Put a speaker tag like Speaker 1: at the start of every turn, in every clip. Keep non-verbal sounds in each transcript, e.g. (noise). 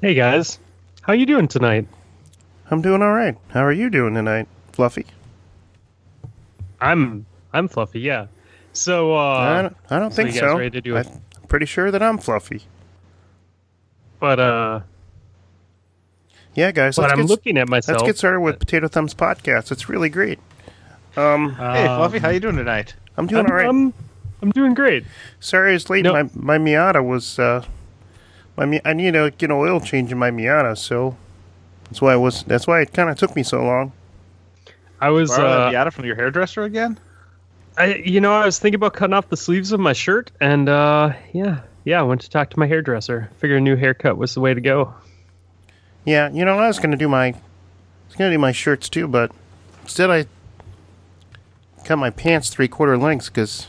Speaker 1: Hey guys, how you doing tonight?
Speaker 2: I'm doing all right. How are you doing tonight, Fluffy?
Speaker 1: I'm I'm fluffy, yeah. So
Speaker 2: I
Speaker 1: uh
Speaker 2: don't, I don't
Speaker 1: so
Speaker 2: think
Speaker 1: you guys
Speaker 2: so.
Speaker 1: ready to do it?
Speaker 2: I'm pretty sure that I'm Fluffy.
Speaker 1: but uh
Speaker 2: Yeah, guys.
Speaker 1: but
Speaker 2: let's
Speaker 1: I'm
Speaker 2: get,
Speaker 1: looking at
Speaker 2: Let's
Speaker 1: myself.
Speaker 2: get started with Potato Thumbs podcast. It's really great. Um,
Speaker 3: Hey,
Speaker 1: Um,
Speaker 3: Fluffy, how you doing tonight?
Speaker 2: I'm doing
Speaker 1: I'm,
Speaker 2: all right.
Speaker 1: I'm, I'm doing great.
Speaker 2: Sorry, it's late.
Speaker 1: No.
Speaker 2: My my Miata was uh, my Mi- I need to get an oil change in my Miata, so that's why I was. That's why it kind of took me so long.
Speaker 1: I was
Speaker 3: Borrow that
Speaker 1: uh
Speaker 3: Miata from your hairdresser again?
Speaker 1: I you know, I was thinking about cutting off the sleeves of my shirt and uh yeah. Yeah, I went to talk to my hairdresser. Figured a new haircut was the way to go.
Speaker 2: Yeah, you know I was gonna do my, I was gonna do my shirts too, but instead I cut my pants three quarter lengths because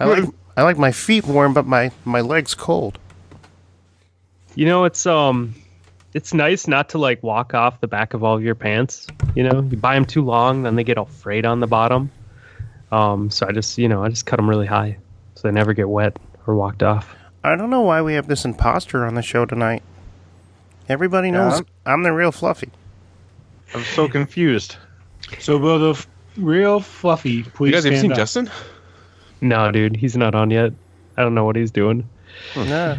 Speaker 2: I like I like my feet warm but my my legs cold.
Speaker 1: You know, it's um it's nice not to like walk off the back of all of your pants. You know, you buy them too long, then they get all frayed on the bottom. Um, so I just, you know, I just cut them really high, so they never get wet or walked off.
Speaker 2: I don't know why we have this imposter on the show tonight. Everybody knows
Speaker 3: Yeah.
Speaker 2: I'm the real Fluffy.
Speaker 3: I'm so confused.
Speaker 4: So will the f- real fluffy please
Speaker 5: You guys have
Speaker 4: stand
Speaker 5: seen
Speaker 4: up?
Speaker 5: Justin?
Speaker 1: No, dude, he's not on yet. I don't know what he's doing.
Speaker 2: Nah,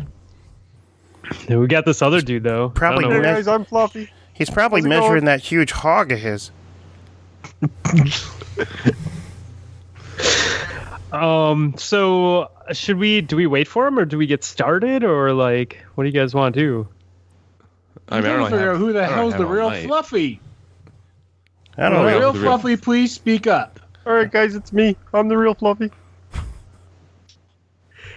Speaker 1: And we got this other dude though.
Speaker 2: Probably
Speaker 1: I
Speaker 2: Hey,
Speaker 1: don't know.
Speaker 2: guys,
Speaker 3: I'm Fluffy.
Speaker 2: he's probably
Speaker 3: How's it
Speaker 2: measuring
Speaker 3: going?
Speaker 2: that huge hog of his.
Speaker 1: Um, so should we? Do we wait for him, or do we get started, or like, what do you guys want to do?
Speaker 5: I mean, I
Speaker 4: Trying to
Speaker 5: don't know.
Speaker 4: figure out who the
Speaker 5: I don't
Speaker 4: hell's
Speaker 5: have
Speaker 4: the
Speaker 5: all
Speaker 4: real
Speaker 5: night.
Speaker 4: fluffy.
Speaker 2: I
Speaker 4: The
Speaker 2: don't know.
Speaker 4: real
Speaker 5: The real-
Speaker 4: fluffy, please speak up.
Speaker 1: All right, guys, it's me. I'm the real Fluffy.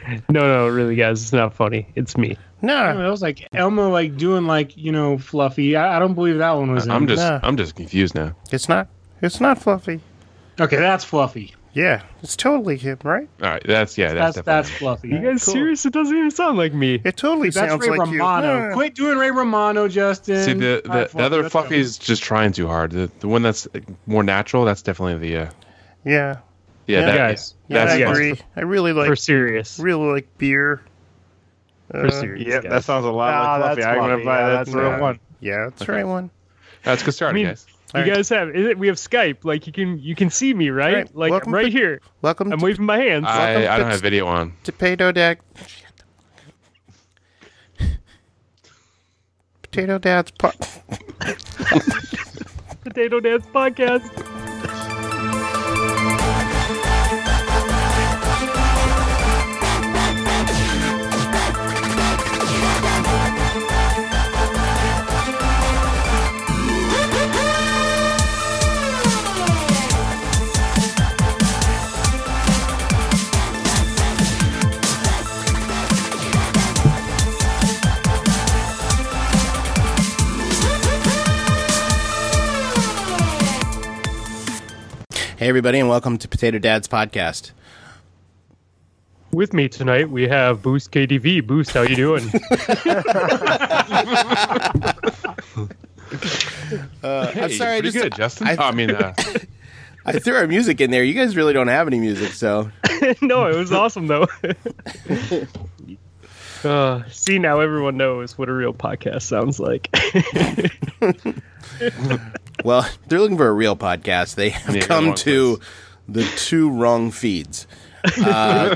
Speaker 1: no, no, really, guys, it's not funny. It's me.
Speaker 4: I
Speaker 2: Nah,
Speaker 4: mean, that was like Elmo, like doing like you know fluffy. I, I don't believe that one was.
Speaker 5: I'm
Speaker 4: in.
Speaker 5: just,
Speaker 2: Nah.
Speaker 5: I'm just confused now.
Speaker 2: it's not. It's not Fluffy.
Speaker 4: okay. That's fluffy.
Speaker 2: Yeah, it's totally him, right?
Speaker 5: All right, that's yeah,
Speaker 4: That's
Speaker 5: that's,
Speaker 4: that's,
Speaker 5: definitely.
Speaker 4: fluffy.
Speaker 1: You guys
Speaker 2: cool.
Speaker 1: serious? It doesn't even sound like me.
Speaker 2: It totally
Speaker 4: That's
Speaker 2: sounds
Speaker 4: Ray
Speaker 2: like
Speaker 4: Romano.
Speaker 2: you. No, no, no.
Speaker 4: Quit doing Ray Romano, Justin.
Speaker 5: See, the
Speaker 4: All right,
Speaker 5: the, the other
Speaker 4: let's go.
Speaker 5: fluffy is just trying too hard. The, the one that's more natural, that's definitely the uh,
Speaker 2: Yeah,
Speaker 5: yeah,
Speaker 2: Yeah.
Speaker 5: that,
Speaker 1: Guys,
Speaker 2: yeah,
Speaker 5: that's
Speaker 2: I
Speaker 1: yeah.
Speaker 5: Fluffy.
Speaker 2: agree. I really like
Speaker 1: for serious.
Speaker 2: really like beer.
Speaker 1: for
Speaker 2: Uh,
Speaker 1: serious.
Speaker 3: Yep,
Speaker 1: guys.
Speaker 3: that sounds a lot
Speaker 4: Ah,
Speaker 3: like Fluffy.
Speaker 4: that's
Speaker 3: I'm gonna
Speaker 4: Fluffy.
Speaker 3: buy
Speaker 4: Yeah,
Speaker 3: that.
Speaker 4: that's
Speaker 3: That's the real
Speaker 2: right.
Speaker 3: one.
Speaker 2: Yeah, that's
Speaker 5: Okay.
Speaker 2: the right one.
Speaker 5: All right, let's get started,
Speaker 1: I mean-
Speaker 5: guys.
Speaker 1: You
Speaker 2: Alright.
Speaker 1: guys have is it, we have Skype. Like you can you can see me right.
Speaker 2: Alright,
Speaker 1: Like
Speaker 2: welcome
Speaker 1: I'm right
Speaker 2: to-
Speaker 1: here.
Speaker 2: Welcome
Speaker 1: I'm
Speaker 2: to,
Speaker 1: waving my hands.
Speaker 3: Uh,
Speaker 5: I,
Speaker 2: welcome
Speaker 5: I
Speaker 2: to
Speaker 5: don't have video on.
Speaker 2: to Potato Dad. Potato Dad's po-
Speaker 1: Potato Dance Podcast.
Speaker 6: Hey, everybody, and welcome to Potato Dad's podcast.
Speaker 1: With me tonight we have Boost KDV. Boost, how you
Speaker 2: (laughs)
Speaker 1: doing? (laughs)
Speaker 5: Hey,
Speaker 6: I'm sorry, I
Speaker 5: pretty
Speaker 6: just
Speaker 5: good, Justin.
Speaker 6: I-
Speaker 5: oh, I mean, uh,
Speaker 6: I threw our music in there. You guys really don't have any music, so
Speaker 1: no, it was awesome
Speaker 2: (laughs)
Speaker 1: though. uh, see now everyone knows what a real podcast sounds like. (laughs)
Speaker 6: well, (laughs) they're looking for a real podcast. They have
Speaker 5: Yeah,
Speaker 6: come
Speaker 5: wrong
Speaker 6: to the two wrong feeds. Uh,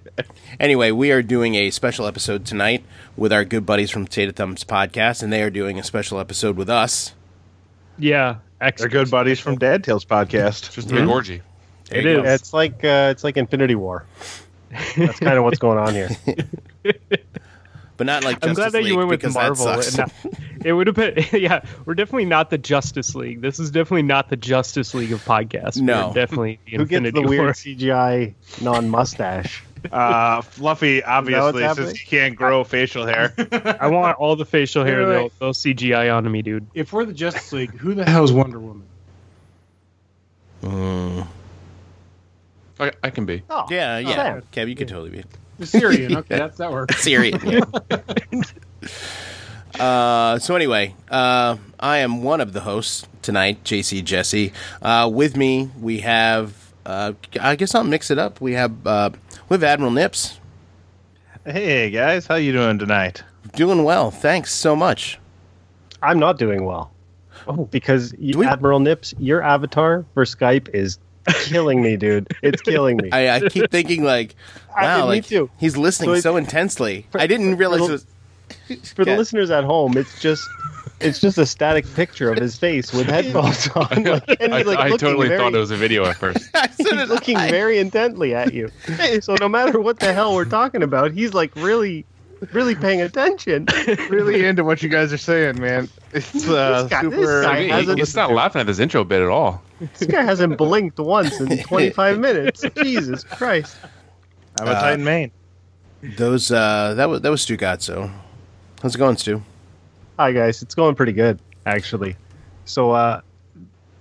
Speaker 6: (laughs) anyway, we are doing a special episode tonight with our good buddies from Potato Thumbs podcast, and they are doing a special episode with us.
Speaker 1: yeah,
Speaker 3: They're
Speaker 1: extra.
Speaker 3: good buddies from Dad Tales podcast.
Speaker 5: (laughs) just a big orgy.
Speaker 1: It
Speaker 6: you go.
Speaker 1: is.
Speaker 7: It's like uh, it's like Infinity War. That's kind of what's going on here.
Speaker 6: But not like
Speaker 1: I'm
Speaker 6: Justice
Speaker 1: glad that you
Speaker 6: League,
Speaker 1: went with
Speaker 6: because
Speaker 1: Marvel.
Speaker 6: That
Speaker 1: and
Speaker 6: sucks.
Speaker 1: not- it would have been, (laughs) yeah. We're definitely not the Justice League. This is definitely not the Justice League of podcasts.
Speaker 6: No.
Speaker 1: We're
Speaker 7: (laughs)
Speaker 1: definitely the
Speaker 7: Who gets
Speaker 1: Infinity
Speaker 7: the weird
Speaker 1: War.
Speaker 7: CGI non-mustache?
Speaker 3: Uh, Fluffy, obviously,
Speaker 7: happening?
Speaker 3: since he can't grow facial hair.
Speaker 1: I want all the facial hair.
Speaker 4: Wait, wait,
Speaker 1: They'll,
Speaker 4: wait.
Speaker 1: they'll CGI onto me, dude.
Speaker 4: If we're the Justice League, who the hell's Wonder Woman?
Speaker 5: I, I can be.
Speaker 6: (laughs) Yeah, yeah.
Speaker 7: Sam.
Speaker 6: Kev, you could totally be.
Speaker 4: The
Speaker 5: (laughs)
Speaker 4: Syrian. Okay, that that works.
Speaker 6: Syrian.
Speaker 2: (laughs)
Speaker 6: uh, so anyway, uh, I am one of the hosts tonight, JC Jesse. Uh, with me, we have. Uh, I guess I'll mix it up. We have uh, we have Admiral Nips.
Speaker 3: hey guys, how you doing tonight?
Speaker 2: doing well. Thanks so much.
Speaker 7: I'm not doing well. because you,
Speaker 2: Oh. we-
Speaker 7: Admiral Nips, your avatar for Skype is killing me, dude. It's killing me.
Speaker 2: (laughs) I, I keep thinking
Speaker 3: (laughs)
Speaker 2: like, wow,
Speaker 7: me
Speaker 2: like
Speaker 7: too.
Speaker 2: he's listening
Speaker 7: So
Speaker 2: so,
Speaker 7: it-
Speaker 2: intensely. I didn't realize it was, (laughs)
Speaker 7: for the
Speaker 2: Yeah.
Speaker 7: listeners at home, it's just it's just a static picture of his face with
Speaker 2: (laughs)
Speaker 7: headphones on. Like, and
Speaker 5: I,
Speaker 7: he's, like,
Speaker 5: I
Speaker 7: looking
Speaker 5: totally
Speaker 7: very,
Speaker 5: thought it was a video at first.
Speaker 2: I said
Speaker 7: He's
Speaker 2: it-
Speaker 7: looking
Speaker 2: I-
Speaker 7: very intently at you. So no matter what the hell we're talking about, he's like really, really paying attention.
Speaker 3: really into what you guys are saying, man. (laughs) It's uh,
Speaker 7: This guy- this
Speaker 3: super.
Speaker 7: guy
Speaker 5: He-
Speaker 7: has a-
Speaker 5: He's not laughing at this intro bit at all.
Speaker 7: This guy hasn't blinked once in 25 minutes. Jesus Christ!
Speaker 3: I'm a Titan main.
Speaker 2: Uh, those uh, that was that was Stu Gatso. How's it going, Stu?
Speaker 7: Hi guys, it's going pretty good actually. So uh,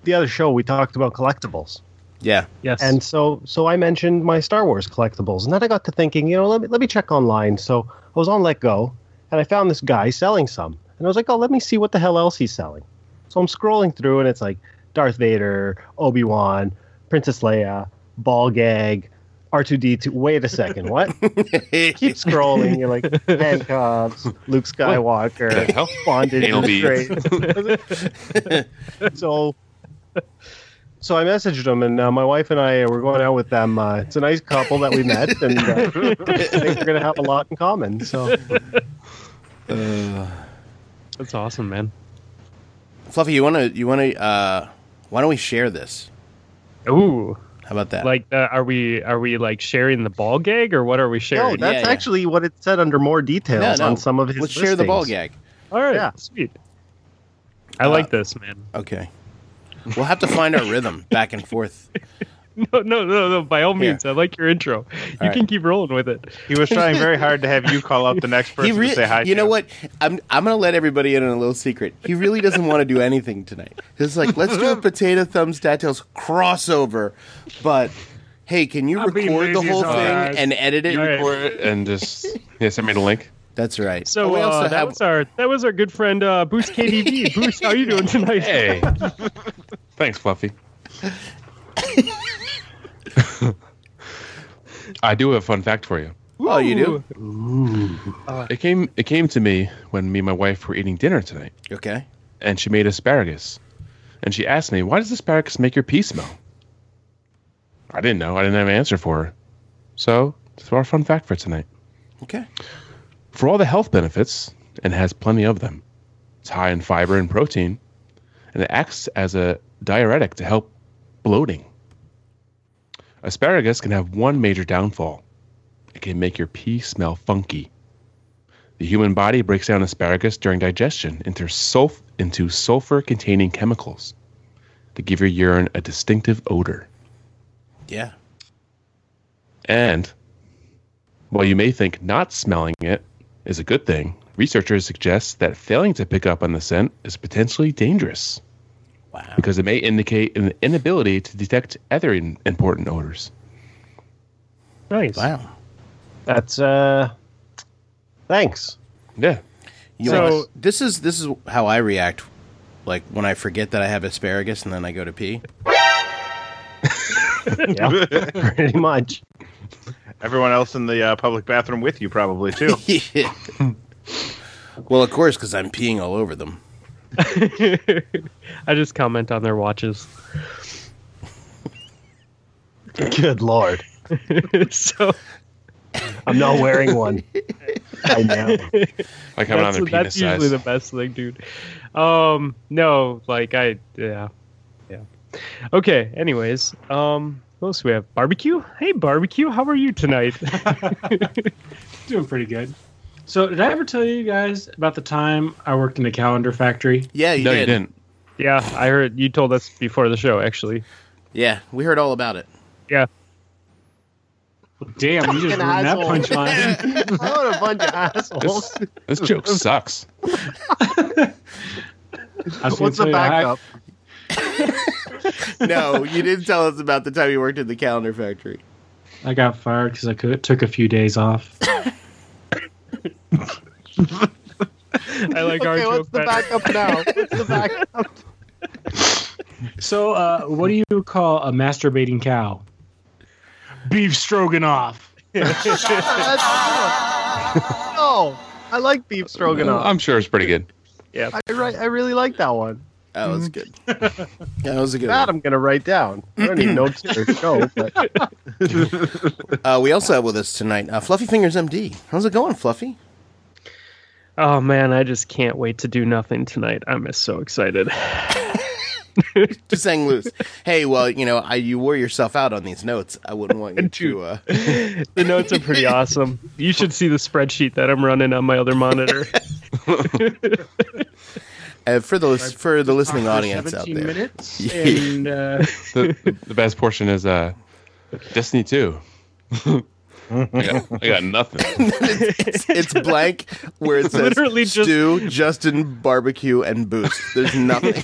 Speaker 7: the other show we talked about collectibles.
Speaker 2: Yeah,
Speaker 1: Yes.
Speaker 7: And so so I mentioned my Star Wars collectibles, and then I got to thinking, you know, let me let me check online. So I was on Let Go, and I found this guy selling some, and I was like, oh, let me see what the hell else he's selling. So I'm scrolling through, and it's like Darth Vader, Obi Wan, Princess Leia, Ball Gag, R2D2. Wait a second, what? Keep scrolling. You're like handcuffs, Luke Skywalker,
Speaker 5: hell?
Speaker 7: bondage.
Speaker 5: Anal beads.
Speaker 7: restraints.
Speaker 2: (laughs)
Speaker 7: so so I messaged them, and uh, my wife and I were going out with them. Uh, it's a nice couple that we met,
Speaker 2: (laughs)
Speaker 7: and uh, I think we're going to have a lot in common. So
Speaker 1: That's awesome, man.
Speaker 2: Fluffy, you wanna you wanna uh, why don't we share this?
Speaker 1: Ooh,
Speaker 2: How about that?
Speaker 1: like uh, are we are we like sharing the ball gag or what are we
Speaker 7: no,
Speaker 1: sharing?
Speaker 7: that's
Speaker 2: yeah.
Speaker 7: actually what it said under more details on some of his.
Speaker 2: let's share the ball
Speaker 7: listings.
Speaker 2: gag.
Speaker 1: All right,
Speaker 7: yeah.
Speaker 1: sweet. I
Speaker 2: Uh,
Speaker 1: like this, man. (laughs)
Speaker 2: Okay, we'll have to find our rhythm back and
Speaker 3: (laughs)
Speaker 2: forth.
Speaker 1: No, no, no, no. By all means, I like your intro. You
Speaker 2: All right.
Speaker 1: can keep rolling with it.
Speaker 3: He was trying very hard to have you call up the next person
Speaker 2: re-
Speaker 3: to say hi.
Speaker 2: You
Speaker 3: to.
Speaker 2: know what? I'm I'm gonna let everybody in on a little secret. He really doesn't want to do anything tonight. It's like let's
Speaker 3: (laughs)
Speaker 2: do a potato thumbs dad tails crossover, but hey, can you
Speaker 4: I'll be
Speaker 2: record the
Speaker 4: lazy
Speaker 2: whole thing
Speaker 4: sometimes.
Speaker 2: and edit it?
Speaker 1: All right.
Speaker 5: For it and just yeah, send me the link.
Speaker 2: That's right.
Speaker 1: So
Speaker 2: we also
Speaker 1: uh, that
Speaker 2: have
Speaker 1: was our that was our good friend uh, Boost KDB. Boost, how you doing tonight?
Speaker 5: Hey, (laughs) thanks, Fluffy. (laughs) I do have a fun fact for you.
Speaker 2: oh, you do
Speaker 5: It came it came to me when me and my wife were eating dinner tonight,
Speaker 2: okay.
Speaker 5: and she made asparagus, and she asked me, "Why does asparagus make your pee smell?" I didn't know. I didn't have an answer for her. So that's our fun fact for tonight.
Speaker 2: Okay.
Speaker 5: For all the health benefits, and has plenty of them, it's high in fiber and protein, and it acts as a diuretic to help bloating. Asparagus can have one major downfall it can make your pee smell funky. The human body breaks down asparagus during digestion into, sulf- into sulfur containing chemicals that give your urine a distinctive odor.
Speaker 2: Yeah.
Speaker 5: And while you may think not smelling it is a good thing, researchers suggest that failing to pick up on the scent is potentially dangerous
Speaker 2: Wow.
Speaker 5: because it may indicate an inability to detect other in- important odors.
Speaker 7: Nice.
Speaker 2: Wow.
Speaker 7: That's uh, thanks.
Speaker 5: Yeah.
Speaker 2: You
Speaker 1: So-
Speaker 2: know, this is this is how I react, like when I forget that I have asparagus and then I go to
Speaker 3: (laughs)
Speaker 2: pee. (laughs)
Speaker 7: Yeah, pretty much.
Speaker 3: Everyone else in the uh, public bathroom with you probably too.
Speaker 2: well, of course, because I'm peeing all over them.
Speaker 1: (laughs) I just comment on their watches.
Speaker 7: Good lord,
Speaker 1: (laughs) so
Speaker 7: I'm not wearing one. (laughs) I know.
Speaker 5: Like having on
Speaker 1: that's,
Speaker 5: their penis
Speaker 1: that's usually
Speaker 5: size.
Speaker 1: the best thing, dude. Um, no, like I, yeah, yeah. Okay. Anyways, um, what else do we have? Barbecue. Hey, barbecue. How are you tonight? (laughs)
Speaker 4: Doing pretty good. So, did I ever tell you guys about the time I worked in a calendar factory?
Speaker 2: Yeah, you
Speaker 5: no,
Speaker 2: did.
Speaker 5: you didn't.
Speaker 1: yeah, I heard you told us before the show, actually.
Speaker 2: Yeah, we heard all about it.
Speaker 1: Yeah.
Speaker 4: Damn, you just ruined that
Speaker 7: asshole.
Speaker 4: punchline.
Speaker 7: What a bunch of assholes.
Speaker 5: This, this
Speaker 6: (laughs)
Speaker 5: joke sucks.
Speaker 4: I was gonna
Speaker 7: What's the
Speaker 4: tell you, I-
Speaker 7: backup?
Speaker 2: No, you didn't tell us about the time you worked at the calendar factory.
Speaker 4: I got fired because I could, took a few days off.
Speaker 1: I like our
Speaker 7: (laughs) Okay,
Speaker 1: joke.
Speaker 7: what's the
Speaker 1: better.
Speaker 7: backup now? What's the backup?
Speaker 2: (laughs)
Speaker 7: (laughs)
Speaker 4: So, uh, what do you call a masturbating cow? Beef stroganoff.
Speaker 7: That's- no, Oh, I like beef stroganoff.
Speaker 5: I'm sure it's pretty good.
Speaker 7: I, ri- I really like that one.
Speaker 6: That was good. That was a good
Speaker 7: That I'm gonna write down. I don't even know it's the show, but
Speaker 6: one. Uh, we also have with us tonight uh, Fluffy Fingers MD. How's it going, Fluffy?
Speaker 1: Oh man, I just can't wait to do nothing tonight. I'm just so excited.
Speaker 6: Just hang loose. hey, well, you know, I, you wore yourself out on these notes. I wouldn't want you to. Uh,
Speaker 1: the notes are
Speaker 7: (laughs)
Speaker 1: pretty awesome. You should see the spreadsheet that I'm running on my other
Speaker 7: (laughs)
Speaker 1: monitor.
Speaker 6: uh, for the lis- for the listening
Speaker 4: For
Speaker 6: audience out
Speaker 4: 17
Speaker 6: there.
Speaker 4: minutes, and uh,
Speaker 5: The, the best portion is uh, Destiny (laughs) 2. I, got, I got nothing.
Speaker 6: it's, it's blank
Speaker 1: (laughs)
Speaker 6: where it says
Speaker 1: Literally just-
Speaker 6: Stu, Justin, barbecue, and boost.
Speaker 1: (laughs)
Speaker 6: There's nothing.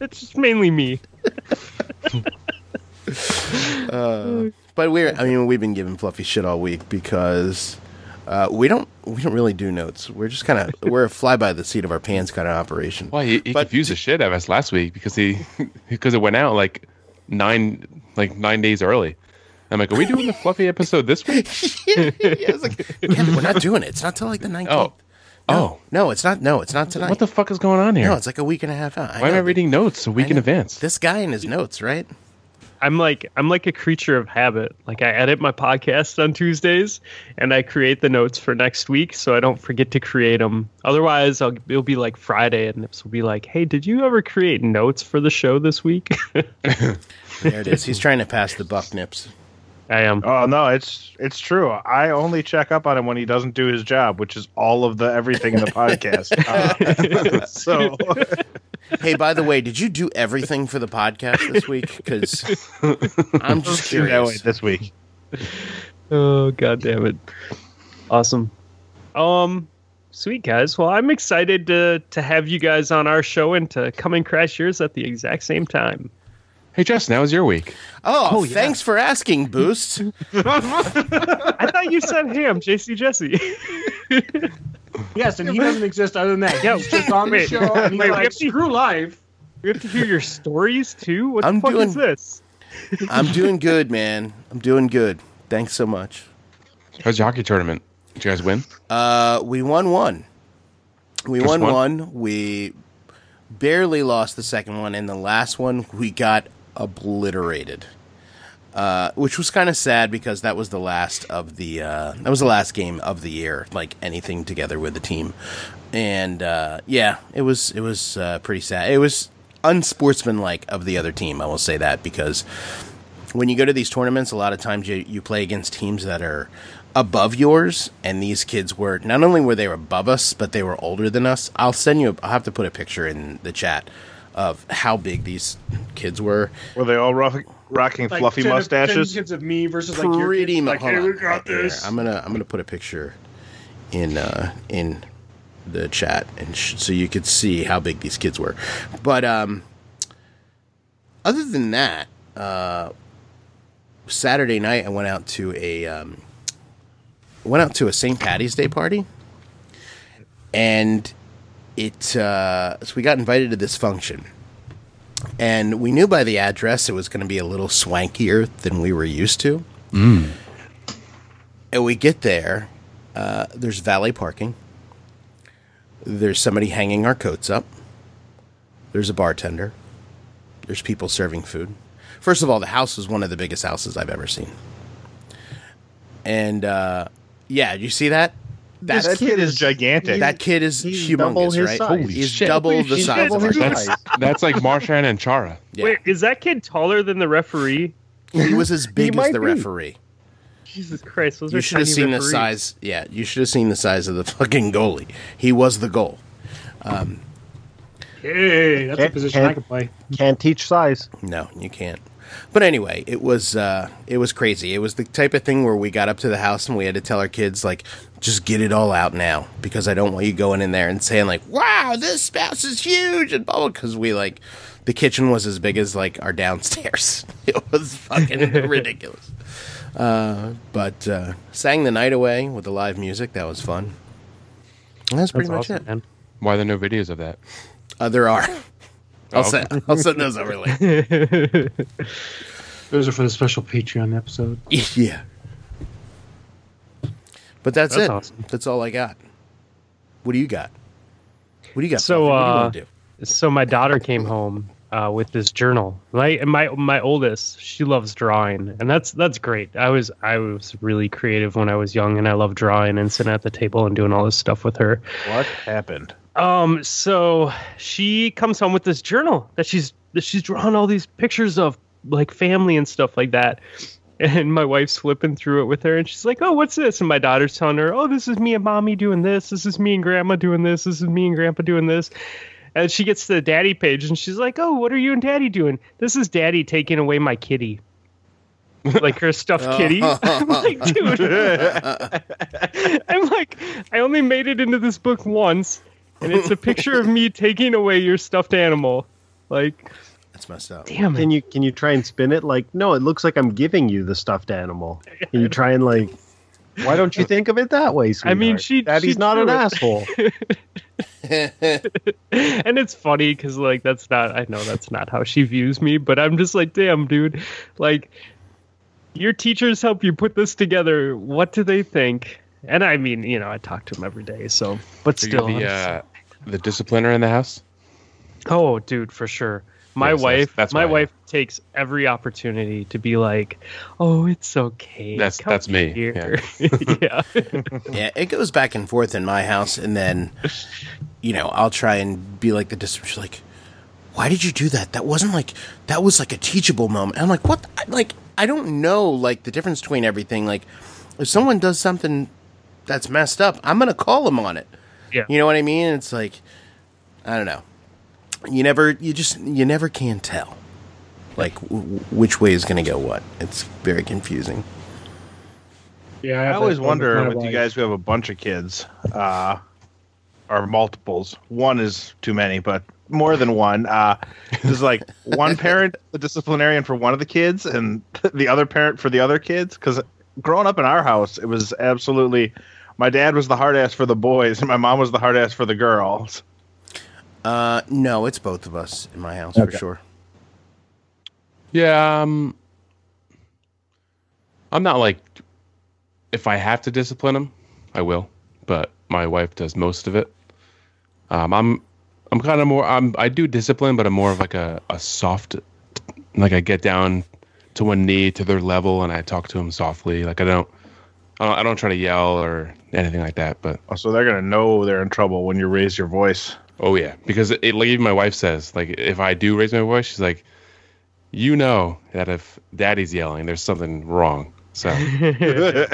Speaker 1: it's just mainly me.
Speaker 6: but we're I mean we've been giving Fluffy shit all week because uh, we don't we don't really do notes. We're just kind of (laughs) we're a fly by the seat of our pants kind of operation.
Speaker 5: Why he, he
Speaker 6: But-
Speaker 5: confused the shit out of us last week because he (laughs) because it went out like nine like nine days early. I'm like, are we doing the fluffy episode this week?
Speaker 6: yeah, it's like, yeah, we're not doing it. It's not till like the 19th.
Speaker 5: Oh, oh,
Speaker 6: No, it's not. No, it's not tonight.
Speaker 5: what the fuck is going on here?
Speaker 6: no, it's like a week and a half out.
Speaker 5: Why am I
Speaker 6: know.
Speaker 5: reading notes a week in
Speaker 6: know.
Speaker 5: advance?
Speaker 6: This guy and his notes, right?
Speaker 1: I'm like I'm like a creature of habit. Like I edit my podcast on Tuesdays, and I create the notes for next week, so I don't forget to create them. Otherwise, I'll, it'll be like Friday, and Nips will be like, "Hey, did you ever create notes for the show this week?" (laughs)
Speaker 6: There it is. He's trying to pass the buck nips.
Speaker 1: I am.
Speaker 3: Oh no, it's it's true. I only check up on him when he doesn't do his job, which is all of the everything in the podcast. Uh, (laughs) so
Speaker 6: Hey, by the way, did you do everything for the podcast this week? Because (laughs) I'm just
Speaker 3: do that way
Speaker 6: curious.
Speaker 3: this week.
Speaker 1: Oh god damn it. Awesome. Um sweet guys. Well I'm excited to to have you guys on our show and to come and crash yours at the exact same time.
Speaker 5: Hey, Justin, how was your week?
Speaker 6: Oh, thanks for asking, Boost.
Speaker 1: I thought you said ham, JC Jesse. (laughs)
Speaker 4: yes, and he doesn't exist other than that.
Speaker 1: Yeah,
Speaker 4: He's just on the
Speaker 1: wait,
Speaker 4: show, and he's
Speaker 1: wait,
Speaker 4: like,
Speaker 1: wait.
Speaker 4: screw life.
Speaker 1: we have to hear your stories too? What
Speaker 6: I'm
Speaker 1: the fuck
Speaker 6: doing-
Speaker 1: is this?
Speaker 6: I'm doing good, man. I'm doing good. Thanks so much.
Speaker 5: How's your hockey tournament? Did you guys win?
Speaker 6: Uh, we won one. We
Speaker 5: Just
Speaker 6: won
Speaker 5: one?
Speaker 6: one. We barely lost the second one, and the last one we got obliterated. Uh, which was kind of sad because that was the last of the uh, that was the last game of the year, like anything together with the team, and uh, yeah, it was it was uh, pretty sad. It was unsportsmanlike of the other team, I will say that because when you go to these tournaments, a lot of times you, you play against teams that are above yours, and these kids were not only were they above us, but they were older than us. I'll send you. A, I'll have to put a picture in the chat of how big these kids were.
Speaker 3: Were they all rough, rocking
Speaker 4: Like,
Speaker 3: fluffy
Speaker 4: 10 of- 10
Speaker 3: mustaches?
Speaker 4: kids of me versus like your
Speaker 6: Pretty
Speaker 4: kids,
Speaker 6: mu-
Speaker 4: like,
Speaker 6: hold
Speaker 4: hey,
Speaker 6: on.
Speaker 4: we got
Speaker 6: Here,
Speaker 4: this.
Speaker 6: I'm gonna I'm gonna put a picture in uh, in the chat, and sh- so you could see how big these kids were. But um, other than that, uh, Saturday night I went out to a um, went out to a St. Patty's Day party, and it uh, so we got invited to this function, and we knew by the address it was going to be a little swankier than we were used to.
Speaker 5: Mm.
Speaker 6: And we get there. Uh, there's valet parking. There's somebody hanging our coats up. There's a bartender. There's people serving food. First of all, the house was one of the biggest houses I've ever seen. And uh, yeah, you see that? That
Speaker 3: This kid is gigantic.
Speaker 6: that kid is
Speaker 7: he's double
Speaker 6: humongous,
Speaker 7: his
Speaker 6: right?
Speaker 7: size.
Speaker 5: Holy
Speaker 6: he's
Speaker 5: shit.
Speaker 6: double the
Speaker 1: He's
Speaker 6: size of
Speaker 1: double
Speaker 6: our
Speaker 1: his
Speaker 6: kid.
Speaker 5: That's (laughs) that's like Marshan and Chara.
Speaker 6: Yeah.
Speaker 1: Wait, is that kid taller than the referee?
Speaker 6: He was as big as
Speaker 7: might
Speaker 6: the
Speaker 7: be.
Speaker 6: referee.
Speaker 1: Jesus Christ, those
Speaker 6: you
Speaker 1: are
Speaker 6: should have
Speaker 1: tiny
Speaker 6: seen the
Speaker 1: referees.
Speaker 6: size. Yeah, you should have seen the size of the fucking goalie. He was the goal.
Speaker 4: Hey, that's a position
Speaker 7: Ken-
Speaker 4: I could play.
Speaker 7: can't teach size.
Speaker 6: No, you can't. But anyway, it was uh, it was crazy. It was the type of thing where we got up to the house and we had to tell our kids like, just get it all out now because I don't want you going in there and saying like, wow, this spouse is huge and blah because we like the kitchen was as big as like our downstairs. (laughs) it was
Speaker 1: (laughs)
Speaker 6: fucking ridiculous. Uh, but uh, sang the night away with the live music. That was fun. And that's pretty
Speaker 1: That's awesome,
Speaker 6: much it.
Speaker 1: man.
Speaker 5: Why are there no videos of that?
Speaker 6: Uh,
Speaker 1: (laughs)
Speaker 6: there are. I'll,
Speaker 5: Oh,
Speaker 6: send, I'll send those over later. (laughs)
Speaker 4: Those are for the special Patreon episode.
Speaker 6: yeah. But that's,
Speaker 1: That's
Speaker 6: it.
Speaker 1: awesome.
Speaker 6: That's all I got. What do you got? What do you got?
Speaker 1: So,
Speaker 6: Fluffy? what do you
Speaker 1: uh,
Speaker 6: wanna do?
Speaker 1: so my daughter came home uh, with this journal. My my my oldest, she loves drawing, and that's that's great. I was I was really creative when I was young, and I love drawing and sitting at the table and doing all this stuff with her.
Speaker 3: What happened?
Speaker 1: Um, so she comes home with this journal that she's that she's drawn all these pictures of like family and stuff like that. And my wife's flipping through it with her, and she's like, "Oh, what's this?" And my daughter's telling her, "Oh, this is me and mommy doing this. This is me and grandma doing this. This is me and grandpa doing this." And she gets to the daddy page, and she's like, "Oh, what are you and daddy doing? This is daddy taking away my kitty, (laughs) like her stuffed (laughs) kitty." I'm like, dude. (laughs) I'm like, I only made it into this book once, and it's a picture of me taking away your stuffed animal. Like,
Speaker 6: That's messed up.
Speaker 1: damn it.
Speaker 7: Can you can you try and spin it? Like, no, it looks like I'm giving you the stuffed animal. Can you try and like? Why don't you think of it that way?
Speaker 1: I mean,
Speaker 7: sweetheart?
Speaker 1: she
Speaker 7: Daddy's
Speaker 1: she
Speaker 7: not
Speaker 1: drew
Speaker 7: an
Speaker 1: it.
Speaker 7: asshole.
Speaker 1: (laughs) and it's funny because like that's not I know that's not how she views me, but I'm just like, damn, dude, like your teachers help you put this together. What do they think? And I mean, you know, I talk to them every day, so but
Speaker 5: Are you
Speaker 1: still, I'm
Speaker 5: the,
Speaker 1: just-
Speaker 5: uh, the discipliner in the house?
Speaker 1: Oh, dude, for sure. My
Speaker 5: Yes, that's-
Speaker 1: wife,
Speaker 5: that's
Speaker 1: my
Speaker 5: why.
Speaker 1: wife takes every opportunity to be like, "Oh, it's okay."
Speaker 5: That's-
Speaker 1: Come
Speaker 5: that's me,
Speaker 1: Here. (laughs) Yeah.
Speaker 6: Yeah, it goes back and forth in my house, and then, you know, I'll try and be like the discipline. She's like, "Why did you do that? That wasn't like that was like a teachable moment." And I'm like, "What? I- Like, I don't know like the difference between everything. Like, if someone does something that's messed up, I'm gonna call them on it.
Speaker 1: Yeah.
Speaker 6: You know what I mean? It's like, I don't know. You never, you just, you never can tell, like w- w- which way is gonna go what. It's very confusing.
Speaker 4: Yeah,
Speaker 3: I
Speaker 4: have
Speaker 3: always
Speaker 4: that problem
Speaker 3: wonder
Speaker 4: my
Speaker 3: with you
Speaker 4: wife.
Speaker 3: guys who have a bunch of kids, uh, or multiples. One is too many, but more than one. Uh, is like one parent the disciplinarian for one of the kids, and the other parent for the other kids. Because growing up in our house, it was absolutely. My dad was the hard ass for the boys, and my mom was the hard ass for the girls.
Speaker 6: Uh, no, it's both of us in my house for sure.
Speaker 5: Yeah, um, I'm not like if I have to discipline him, I will. But my wife does most of it. Um, I'm I'm kind of more I'm I do discipline, but I'm more of like a a soft, like I get down to one knee to their level and I talk to them softly. Like I don't I don't, I don't try to yell or anything like that. But
Speaker 3: Oh, So they're gonna know they're in trouble when you raise your voice. (laughs)
Speaker 5: Oh yeah, because it, like even my wife says, like if I do raise my voice, she's like, you know that if Daddy's yelling, there's something wrong. So
Speaker 1: I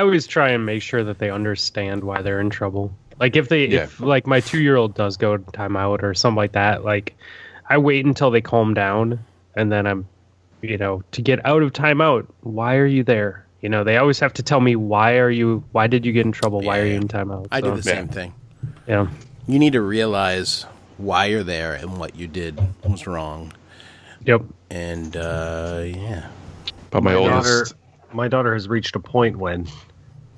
Speaker 1: always try and make sure that they understand why they're in trouble. Like if they,
Speaker 5: Yeah.
Speaker 1: if like my two year old does go to timeout or something like that, like I wait until they calm down, and then I'm, you know, to get out of timeout. Why are you there? You know, they always have to tell me why are you? Why did you get in trouble? Why are you in timeout?
Speaker 6: I
Speaker 1: So,
Speaker 6: do the same thing.
Speaker 1: Yeah.
Speaker 6: You need to realize why you're there and what you did was wrong.
Speaker 1: Yep.
Speaker 6: And uh, yeah,
Speaker 5: but my,
Speaker 7: daughter,
Speaker 5: oldest,
Speaker 7: my daughter has reached a point when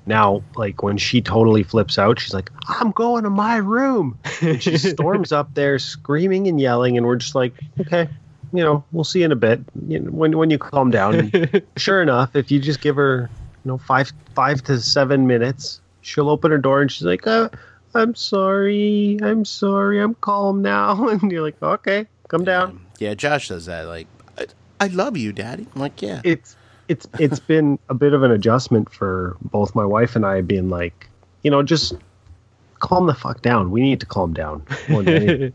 Speaker 7: now, like when she totally flips out, she's like, "I'm going to my room," and she storms up there screaming and yelling, and we're just like, "Okay." You know, we'll see in a bit. You know, when when you calm down, And sure enough, if you just give her, you know, five five to seven minutes, she'll open her door and she's like, uh, "I'm sorry, I'm sorry, I'm calm now," (laughs) and you're like, "Okay, come down."
Speaker 6: yeah. Josh does that. Like, I, I love you, Daddy. I'm like, yeah,
Speaker 7: it's it's it's been a bit of an adjustment for both my wife and I being like, you know, just calm the fuck down. We need to calm down. more than anything.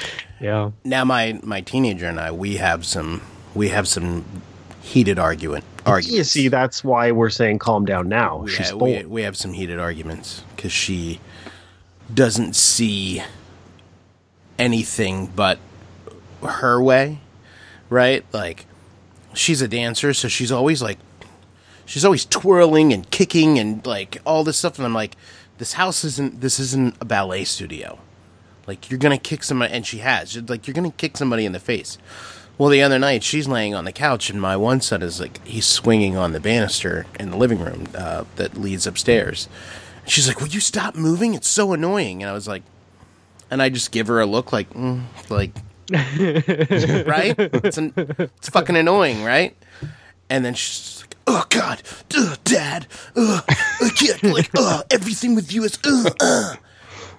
Speaker 3: (laughs)
Speaker 1: Yeah.
Speaker 6: now my my teenager and I we have some we have some heated argument arguments.
Speaker 7: you see, that's why we're saying calm down now.
Speaker 6: we,
Speaker 7: She's
Speaker 6: ha-
Speaker 7: full.
Speaker 6: Oh, we, we have some heated arguments because she doesn't see anything but her way, right? Like she's a dancer, so she's always like she's always twirling and kicking and like all this stuff, and I'm like, this house isn't this isn't a ballet studio. Like you're gonna kick somebody, and she has. She's Like you're gonna kick somebody in the face. Well, the other night she's laying on the couch, and my one son is like he's swinging on the banister in the living room uh, that leads upstairs. She's like, "Will you stop moving? It's so annoying." And I was like, and I just give her a look like, mm, like, right? It's an, it's fucking annoying, right? And then she's like, oh God, uh, Dad, uh, I can't like uh, everything with you is uh, uh.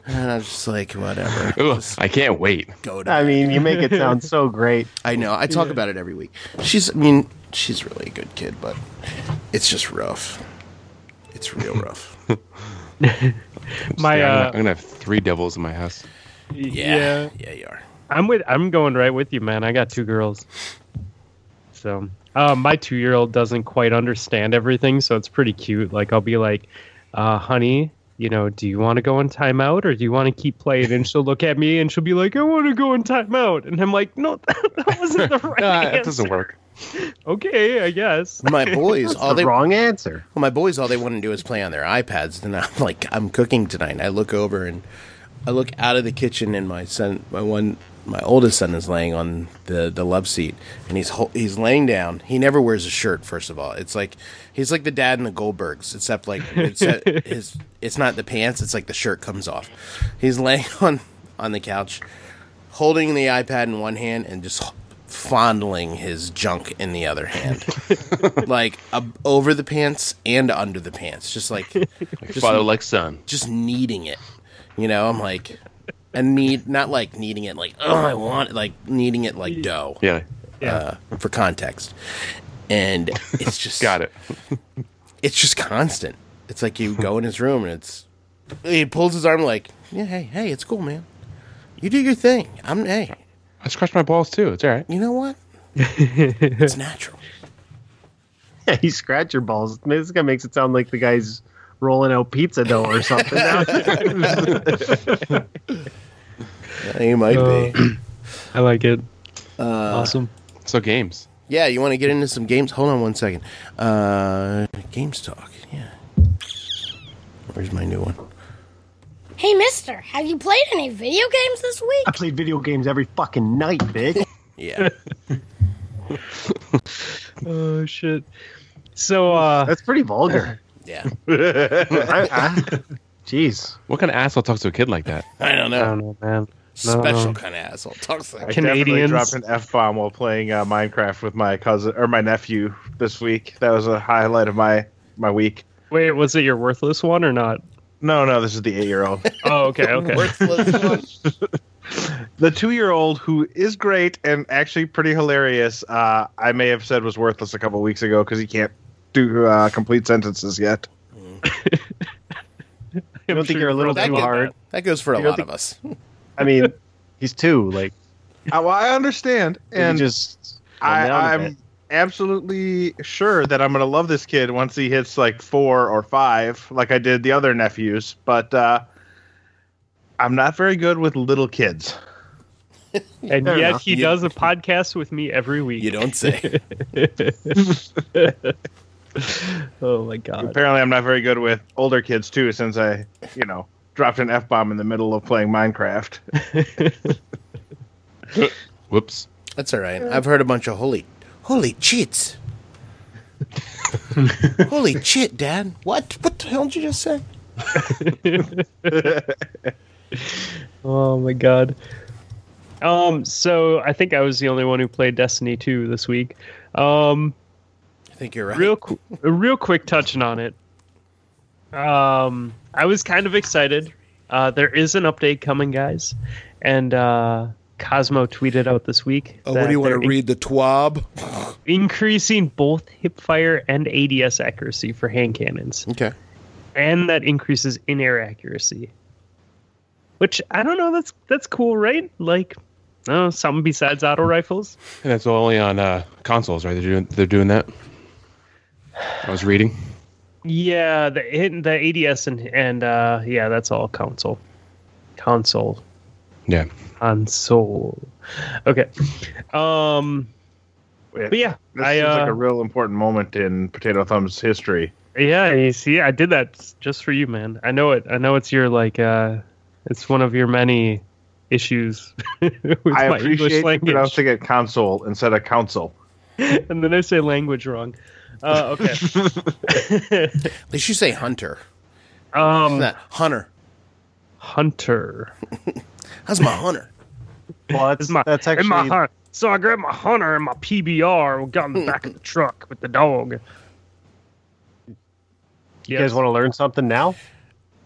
Speaker 6: And I was just like, whatever,
Speaker 5: Ugh, I can't wait.
Speaker 6: go to.
Speaker 7: I mean, you make it sound
Speaker 3: (laughs)
Speaker 7: so great.
Speaker 6: I know. I talk about it every week. She's. I mean, she's really a good kid, but it's just rough. It's real rough.
Speaker 1: My
Speaker 5: Yeah, I'm, gonna, I'm
Speaker 1: uh,
Speaker 5: gonna have three devils in my house.
Speaker 1: yeah.
Speaker 6: Yeah, you are.
Speaker 1: I'm with I'm going right with you, man. I got two girls. So uh, my two year old doesn't quite understand everything, so it's pretty cute. Like I'll be like, uh, honey, you know, do you want to go in timeout or do you want to keep playing? And she'll look at me and she'll be like, I want to go in timeout. And I'm like, no, (laughs) that wasn't the right
Speaker 5: No,
Speaker 1: answer.
Speaker 5: (laughs) that doesn't work.
Speaker 1: Okay, I guess.
Speaker 6: My boys, all
Speaker 7: the
Speaker 6: they
Speaker 7: wrong answer. (laughs)
Speaker 6: Well, my boys, all they want to do is play on their iPads. And I'm like, I'm cooking tonight. And I look over and I look out of the kitchen, and my son, my one, my oldest son, is laying on the the love seat, and he's hol- he's laying down. He never wears a shirt. First of all, it's like he's like the dad in the Goldbergs, except like it's his it's not the pants. It's like the shirt comes off. He's laying (laughs) on on the couch, holding the iPad in one hand and just fondling his junk in the other hand like ab- over the pants and under the pants, just like just,
Speaker 5: Father like son.
Speaker 6: just needing it. You know, I'm like, and need not like needing it like oh I want it, like needing it like dough.
Speaker 5: Yeah,
Speaker 6: Uh, for context, and it's
Speaker 5: (laughs)
Speaker 6: just
Speaker 5: got it.
Speaker 6: It's just constant. It's like you go in his room and it's he pulls his arm like yeah hey hey it's cool man, you do your thing. I'm hey
Speaker 5: I scratched my balls too. It's all right.
Speaker 6: you
Speaker 5: (laughs)
Speaker 6: know what. it's natural.
Speaker 7: Yeah, you scratch your balls. This guy makes it sound like the guy's rolling out pizza dough
Speaker 3: (laughs)
Speaker 7: or something.
Speaker 6: You Uh, might
Speaker 5: Oh.
Speaker 6: be.
Speaker 1: Uh, (clears throat)
Speaker 6: Uh,
Speaker 1: I like it. awesome.
Speaker 5: So games.
Speaker 6: Yeah, you want to get into some games? Hold on one second. Uh, games talk. Yeah. Where's my new one?
Speaker 8: Hey, mister, have you played any video games this week?
Speaker 7: I play video games every fucking night, bitch.
Speaker 6: Yeah. (laughs)
Speaker 1: Oh shit. So uh,
Speaker 7: (laughs) That's pretty vulgar.
Speaker 6: Yeah.
Speaker 7: I-
Speaker 3: (laughs)
Speaker 7: I- Jeez.
Speaker 5: What kind of asshole talks to a kid like that?
Speaker 6: I don't
Speaker 1: I
Speaker 6: know.
Speaker 1: don't know, man.
Speaker 7: Uh-huh.
Speaker 6: Special kind of asshole. Talks like
Speaker 3: I
Speaker 7: (laughs)
Speaker 3: definitely
Speaker 1: Canadians.
Speaker 3: dropped an f bomb while playing uh, Minecraft with my cousin or my nephew this week. That was a highlight of my my week.
Speaker 1: Wait, was it your worthless one or not?
Speaker 3: No, no, this is the eight year old.
Speaker 1: Oh, okay, (laughs) okay.
Speaker 7: (laughs)
Speaker 6: worthless.
Speaker 3: the two year old who is great and actually pretty hilarious. Uh, I may have said was worthless a couple weeks ago because he can't do uh, complete sentences yet.
Speaker 7: I don't think you're a little
Speaker 6: that,
Speaker 7: too
Speaker 6: goes-
Speaker 7: hard.
Speaker 6: that goes for a
Speaker 7: You don't
Speaker 6: lot
Speaker 7: think-
Speaker 6: of us.
Speaker 7: I mean, he's two. Like,
Speaker 3: Uh, well, I understand,
Speaker 7: and
Speaker 3: and
Speaker 7: just
Speaker 3: I,
Speaker 7: calm down a
Speaker 3: I'm
Speaker 7: bit.
Speaker 3: absolutely sure that I'm going to love this kid once he hits like four or five, like I did the other nephews. But uh, I'm not very good with little kids.
Speaker 1: And
Speaker 7: Fair
Speaker 1: yet
Speaker 7: enough.
Speaker 1: he
Speaker 6: You-
Speaker 1: does a podcast with me every week.
Speaker 6: You don't
Speaker 7: (laughs)
Speaker 6: say.
Speaker 1: Oh my
Speaker 6: (laughs)
Speaker 1: god.
Speaker 3: Apparently, I'm not very good with older kids too, since I, you know, dropped an f bomb in the middle of playing Minecraft.
Speaker 5: Whoops.
Speaker 6: That's all right. I've heard a bunch of holy, holy
Speaker 7: (laughs)
Speaker 6: cheats. holy chit, Dad. What? What the hell did you just say?
Speaker 1: Oh my god. Um so I think I was the only one who played Destiny 2 this week. Um
Speaker 6: I think you're right.
Speaker 1: real qu- real quick touching on it. Um I was kind of excited. Uh there is an update coming guys and uh Cosmo tweeted out this week.
Speaker 6: oh, what do you want to
Speaker 1: read?
Speaker 6: read? The twab.
Speaker 1: increasing both hip fire and ADS accuracy for hand cannons,
Speaker 6: Okay.
Speaker 1: and that increases in air accuracy. Which I don't know. That's that's cool, right? Like, no, something besides auto rifles.
Speaker 5: And that's only on uh, consoles, right? They're doing they're doing that. I was reading.
Speaker 1: Yeah, the in- the ADS and and uh, yeah, that's all console, console,
Speaker 5: Yeah.
Speaker 1: console. Okay, um,
Speaker 3: Wait,
Speaker 1: but yeah,
Speaker 3: This
Speaker 1: I
Speaker 3: seems like
Speaker 1: uh,
Speaker 3: a real important moment in Potato Thumb's history.
Speaker 1: Yeah, you see, I did that s- just for you, man. I know it. I know it's your like, uh, it's one of your many issues (laughs) with
Speaker 3: I
Speaker 1: my English
Speaker 3: appreciate you
Speaker 1: language.
Speaker 3: pronouncing it console instead of council.
Speaker 1: (laughs) And then I say language wrong. Uh,
Speaker 3: (laughs)
Speaker 1: okay.
Speaker 6: At least you say hunter.
Speaker 1: um,
Speaker 6: That hunter.
Speaker 1: hunter.
Speaker 6: How's my hunter?
Speaker 7: Well, that's,
Speaker 1: Is my
Speaker 7: that's
Speaker 1: in
Speaker 7: actually
Speaker 1: my
Speaker 6: Hmm.
Speaker 1: hun- so I grabbed my hunter and my PBR, and got in the back of the truck with the dog.
Speaker 7: You guys want to learn something now?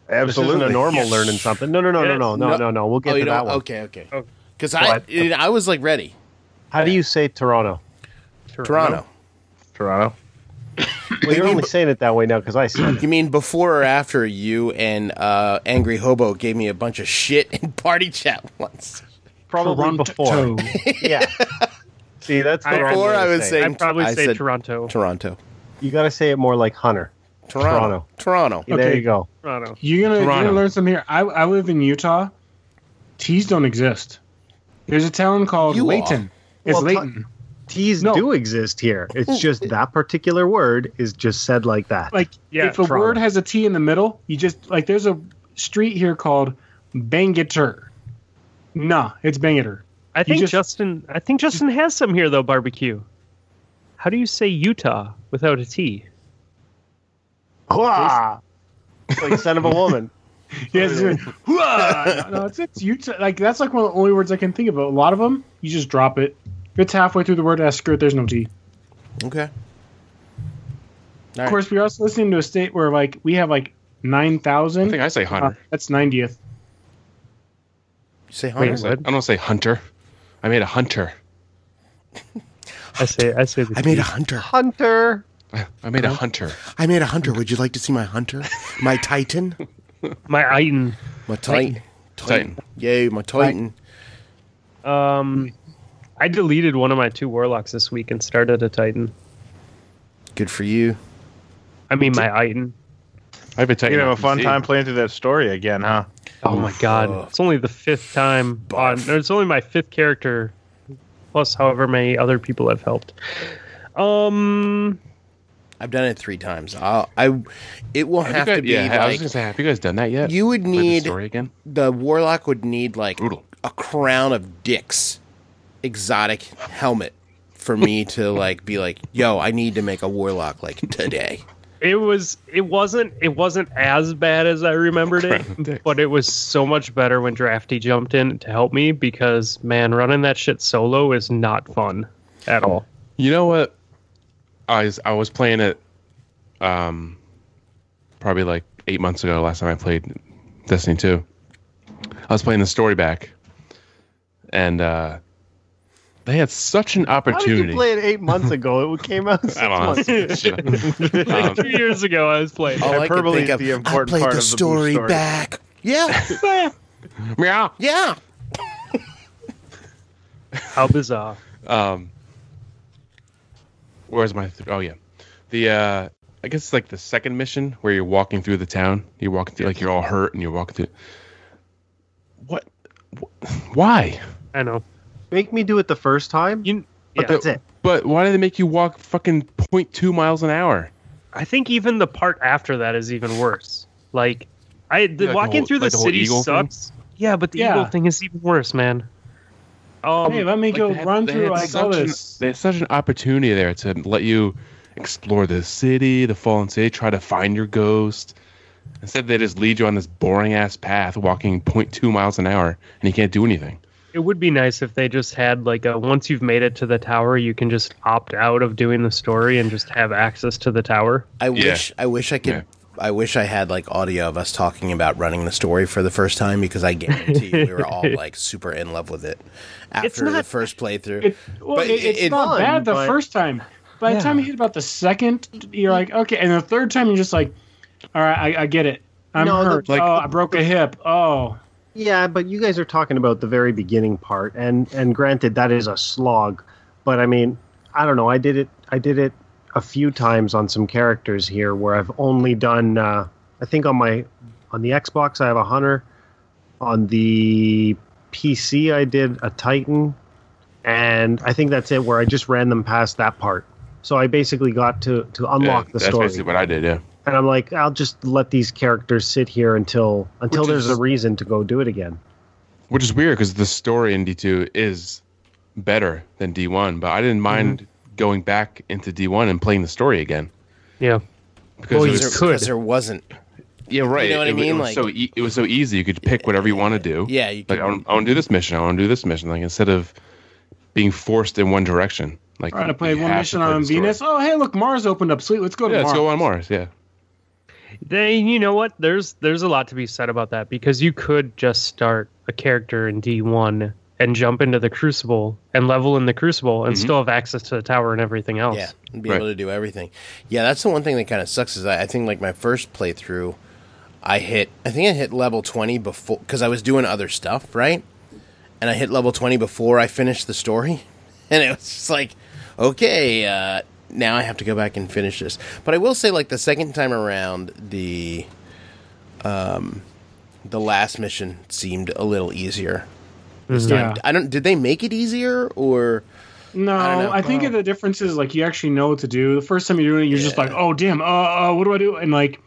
Speaker 3: Absolutely.
Speaker 7: This isn't a normal learning something. No, no, no,
Speaker 1: Yes.
Speaker 7: no, no, no, no, no. We'll get
Speaker 6: oh, you
Speaker 7: to that
Speaker 6: don't?
Speaker 7: one.
Speaker 6: Okay, okay.
Speaker 1: Oh.
Speaker 6: Because I,
Speaker 7: What?
Speaker 6: I was like ready.
Speaker 7: How do you say Toronto?
Speaker 6: Toronto.
Speaker 3: Toronto.
Speaker 7: Well, you're (laughs) only saying it that way now because I said it.
Speaker 6: You mean before or after you and uh, Angry Hobo gave me a bunch of shit in party chat (laughs) once?
Speaker 1: Probably
Speaker 7: Toronto. before. Yeah. See, that's the wrong
Speaker 6: Before
Speaker 7: way to
Speaker 6: I was
Speaker 7: say it.
Speaker 6: saying,
Speaker 1: I'd probably
Speaker 6: I
Speaker 1: say
Speaker 6: said
Speaker 1: Toronto.
Speaker 6: Toronto.
Speaker 7: you got to say it more like Hunter.
Speaker 6: Toronto. Toronto.
Speaker 7: Yeah, There
Speaker 4: Okay.
Speaker 7: you go.
Speaker 1: Toronto.
Speaker 4: You're gonna, you're gonna
Speaker 5: Toronto.
Speaker 4: learn something here. I, I live in Utah. Teas don't exist. There's a town called
Speaker 6: You are.
Speaker 4: Layton. It's
Speaker 7: Well,
Speaker 4: Layton.
Speaker 7: T's
Speaker 4: No.
Speaker 7: do exist here. It's just that particular word is just said like that.
Speaker 4: like
Speaker 1: Yeah,
Speaker 4: if a
Speaker 1: Toronto.
Speaker 4: word has a T in the middle, you just like there's a street here called Bangater. Nah, it's Bangater.
Speaker 1: I think
Speaker 4: just-
Speaker 1: Justin. I think Justin has some here though. Barbecue. How do you say Utah without a T?
Speaker 7: Hua! like son of a woman.
Speaker 5: Oh,
Speaker 4: Yes, (laughs) no, no, it's, it's Utah. Like that's like one of the only words I can think of. A lot of them, you just drop it. If it's halfway through the word, ah, screw it. There's no T.
Speaker 6: Okay.
Speaker 4: Of course, we're also listening to a state where like we have like nine
Speaker 5: I
Speaker 4: thousand. Uh,
Speaker 5: think I say hunter.
Speaker 4: that's ninetieth.
Speaker 6: You say
Speaker 5: I,
Speaker 6: Hunter?
Speaker 5: don't say,
Speaker 1: Uh,
Speaker 5: I don't say hunter. I made a hunter.
Speaker 1: I say. I say. The
Speaker 6: I
Speaker 1: T.
Speaker 6: made a hunter.
Speaker 7: (laughs) Hunter.
Speaker 5: I made a hunter.
Speaker 6: I made a hunter. Would you like to see my hunter? My titan?
Speaker 1: my Aiden.
Speaker 6: My titan.
Speaker 5: Titan.
Speaker 6: Yay, my titan.
Speaker 1: Um, I deleted one of my two warlocks this week and started a Titan.
Speaker 6: Good for you.
Speaker 1: I mean, my Titan.
Speaker 5: I have a titan.
Speaker 3: You're gonna have a fun
Speaker 5: See?
Speaker 3: time playing through that story again, huh?
Speaker 1: Oh my god! It's only the fifth time. On,
Speaker 6: Barf.
Speaker 1: no, it's only my fifth character, plus however many other people I've helped. Um,
Speaker 6: I've done it three times. I'll, I, it will
Speaker 5: Have
Speaker 6: have
Speaker 5: you guys,
Speaker 6: to be
Speaker 5: yeah, I was
Speaker 6: like
Speaker 5: gonna say, have you guys done that yet?
Speaker 6: you would
Speaker 5: Play the
Speaker 6: need
Speaker 5: story again.
Speaker 6: the warlock would need like
Speaker 5: Brutal.
Speaker 6: a crown of dicks, exotic helmet for me to like be like, yo, I need to make a warlock like today.
Speaker 1: it was. It wasn't. It wasn't as bad as I remembered
Speaker 6: (laughs)
Speaker 5: Dicks.
Speaker 1: it, but it was so much better when Drafty jumped in to help me because man, running that shit solo is not fun at all.
Speaker 5: You know what? I was I was playing it, um, probably like eight months ago. Last time I played Destiny Two, I was playing the story back, and uh, they had such an
Speaker 7: How did
Speaker 5: opportunity.
Speaker 7: you play it eight months ago? It came out
Speaker 5: (laughs)
Speaker 7: six
Speaker 5: I don't know.
Speaker 7: months.
Speaker 5: that's- shit.
Speaker 1: Like
Speaker 5: (laughs)
Speaker 1: (laughs)
Speaker 5: Um,
Speaker 1: two years ago, I was playing.
Speaker 6: All I can
Speaker 3: Hyperbole
Speaker 6: think
Speaker 3: is
Speaker 6: of,
Speaker 3: the
Speaker 6: I
Speaker 3: important
Speaker 6: played
Speaker 3: part
Speaker 6: the
Speaker 3: of the
Speaker 6: story,
Speaker 3: story.
Speaker 6: back. Yeah,
Speaker 5: meow.
Speaker 6: yeah.
Speaker 1: How bizarre!
Speaker 5: Um, where's my? Th- oh yeah, the uh, I guess it's like the second mission where you're walking through the town. You're walking through like you're all hurt and you're walking through. What? wh- Why?
Speaker 1: I know.
Speaker 7: Make me do it the first time.
Speaker 1: You.
Speaker 7: but
Speaker 1: yeah.
Speaker 7: that's it.
Speaker 5: But why do they make you walk fucking 0.2 miles an hour?
Speaker 1: I think even the part after that is even worse. Like, I the
Speaker 5: the
Speaker 1: walking
Speaker 5: whole-
Speaker 1: through
Speaker 5: like
Speaker 1: the
Speaker 5: the whole
Speaker 1: city
Speaker 5: eagle thing?
Speaker 1: sucks. Yeah, but the
Speaker 4: Yeah.
Speaker 1: eagle thing is even worse, man. Um,
Speaker 4: Hey, let me go
Speaker 5: they had-
Speaker 4: run
Speaker 5: they
Speaker 4: through
Speaker 5: had
Speaker 4: like all
Speaker 5: such an-
Speaker 4: this.
Speaker 5: They had such an opportunity there to let you explore the city, the fallen city, try to find your ghost. Instead, they just lead you on this boring ass path, walking 0.2 miles an hour, and you can't do anything.
Speaker 1: it would be nice if they just had like a once you've made it to the tower, you can just opt out of doing the story and just have access to the tower.
Speaker 6: I wish I wish I could.
Speaker 5: Yeah.
Speaker 6: I wish I had like audio of us talking about running the story for the first time because I guarantee we were all
Speaker 5: (laughs)
Speaker 6: like super in love with it after the
Speaker 1: not-
Speaker 6: first playthrough.
Speaker 4: It, well,
Speaker 6: But
Speaker 4: it,
Speaker 6: it-
Speaker 4: it's
Speaker 6: it-
Speaker 4: not
Speaker 7: fun,
Speaker 4: bad the
Speaker 7: but-
Speaker 4: first time. By the time you hit about the second, you're like, okay. And the third time, you're just like, all right, I, I get it. I'm
Speaker 7: No, the-
Speaker 4: hurt.
Speaker 5: Like-
Speaker 4: oh, I broke a hip. Oh,
Speaker 7: Yeah, but you guys are talking about the very beginning part, and and granted that is a slog, but I mean, I don't know. I did it. I did it a few times on some characters here where I've only done. Uh, I think on my on the Xbox I have a hunter, on the PC I did a Titan, and I think that's it. Where I just ran them past that part, so I basically got to to unlock
Speaker 5: Yeah,
Speaker 7: the
Speaker 5: that's
Speaker 7: story
Speaker 5: basically what I did. Yeah.
Speaker 7: and I'm like, I'll just let these characters sit here until until
Speaker 5: Which
Speaker 7: there's
Speaker 5: is-
Speaker 7: a reason to go do it again.
Speaker 5: which is weird because the story in D2 is better than D1, but I
Speaker 4: Mm-hmm.
Speaker 5: didn't mind going back into D1 and playing the story again
Speaker 1: Yeah,
Speaker 5: because
Speaker 1: Well,
Speaker 5: it
Speaker 1: you
Speaker 5: was,
Speaker 1: could.
Speaker 6: because there wasn't.
Speaker 5: yeah, right.
Speaker 6: know what I
Speaker 5: it, wa- it
Speaker 6: mean?
Speaker 5: was
Speaker 6: Like-
Speaker 5: so e- it was so easy. You could pick whatever you want to do.
Speaker 6: Yeah, you
Speaker 5: like
Speaker 6: could,
Speaker 5: I want, I want to do this mission. I want to do this mission. Like instead of being forced in one direction. Like
Speaker 4: all right, I
Speaker 5: you
Speaker 4: played one
Speaker 5: have to
Speaker 4: mission
Speaker 5: play
Speaker 4: on
Speaker 5: the story.
Speaker 4: Venus. Oh, hey, look, Mars opened up. Sweet, let's go to
Speaker 5: Yeah,
Speaker 4: Mars.
Speaker 5: let's go on Mars. Yeah,
Speaker 1: They, you know what? There's there's a lot to be said about that because you could just start a character in D1 and jump into the Crucible and level in the Crucible and still have access to the tower and everything else.
Speaker 6: Mm-hmm. Yeah, and be
Speaker 5: Right.
Speaker 6: able to do everything. Yeah, that's the one thing that kind of sucks is I, I think like my first playthrough, I hit I think I hit level twenty before because I was doing other stuff right, and I hit level twenty before I finished the story, (laughs) and it was just like, okay, uh, now I have to go back and finish this. But I will say like the second time around the, um, the last mission seemed a little easier. This
Speaker 4: Yeah.
Speaker 6: time. I don't. Did they make it easier or?
Speaker 4: No,
Speaker 6: don't know.
Speaker 4: I, think the difference is like you actually know what to do. The first time you're doing it, you're just like, oh damn, uh, uh, what do I do? And like,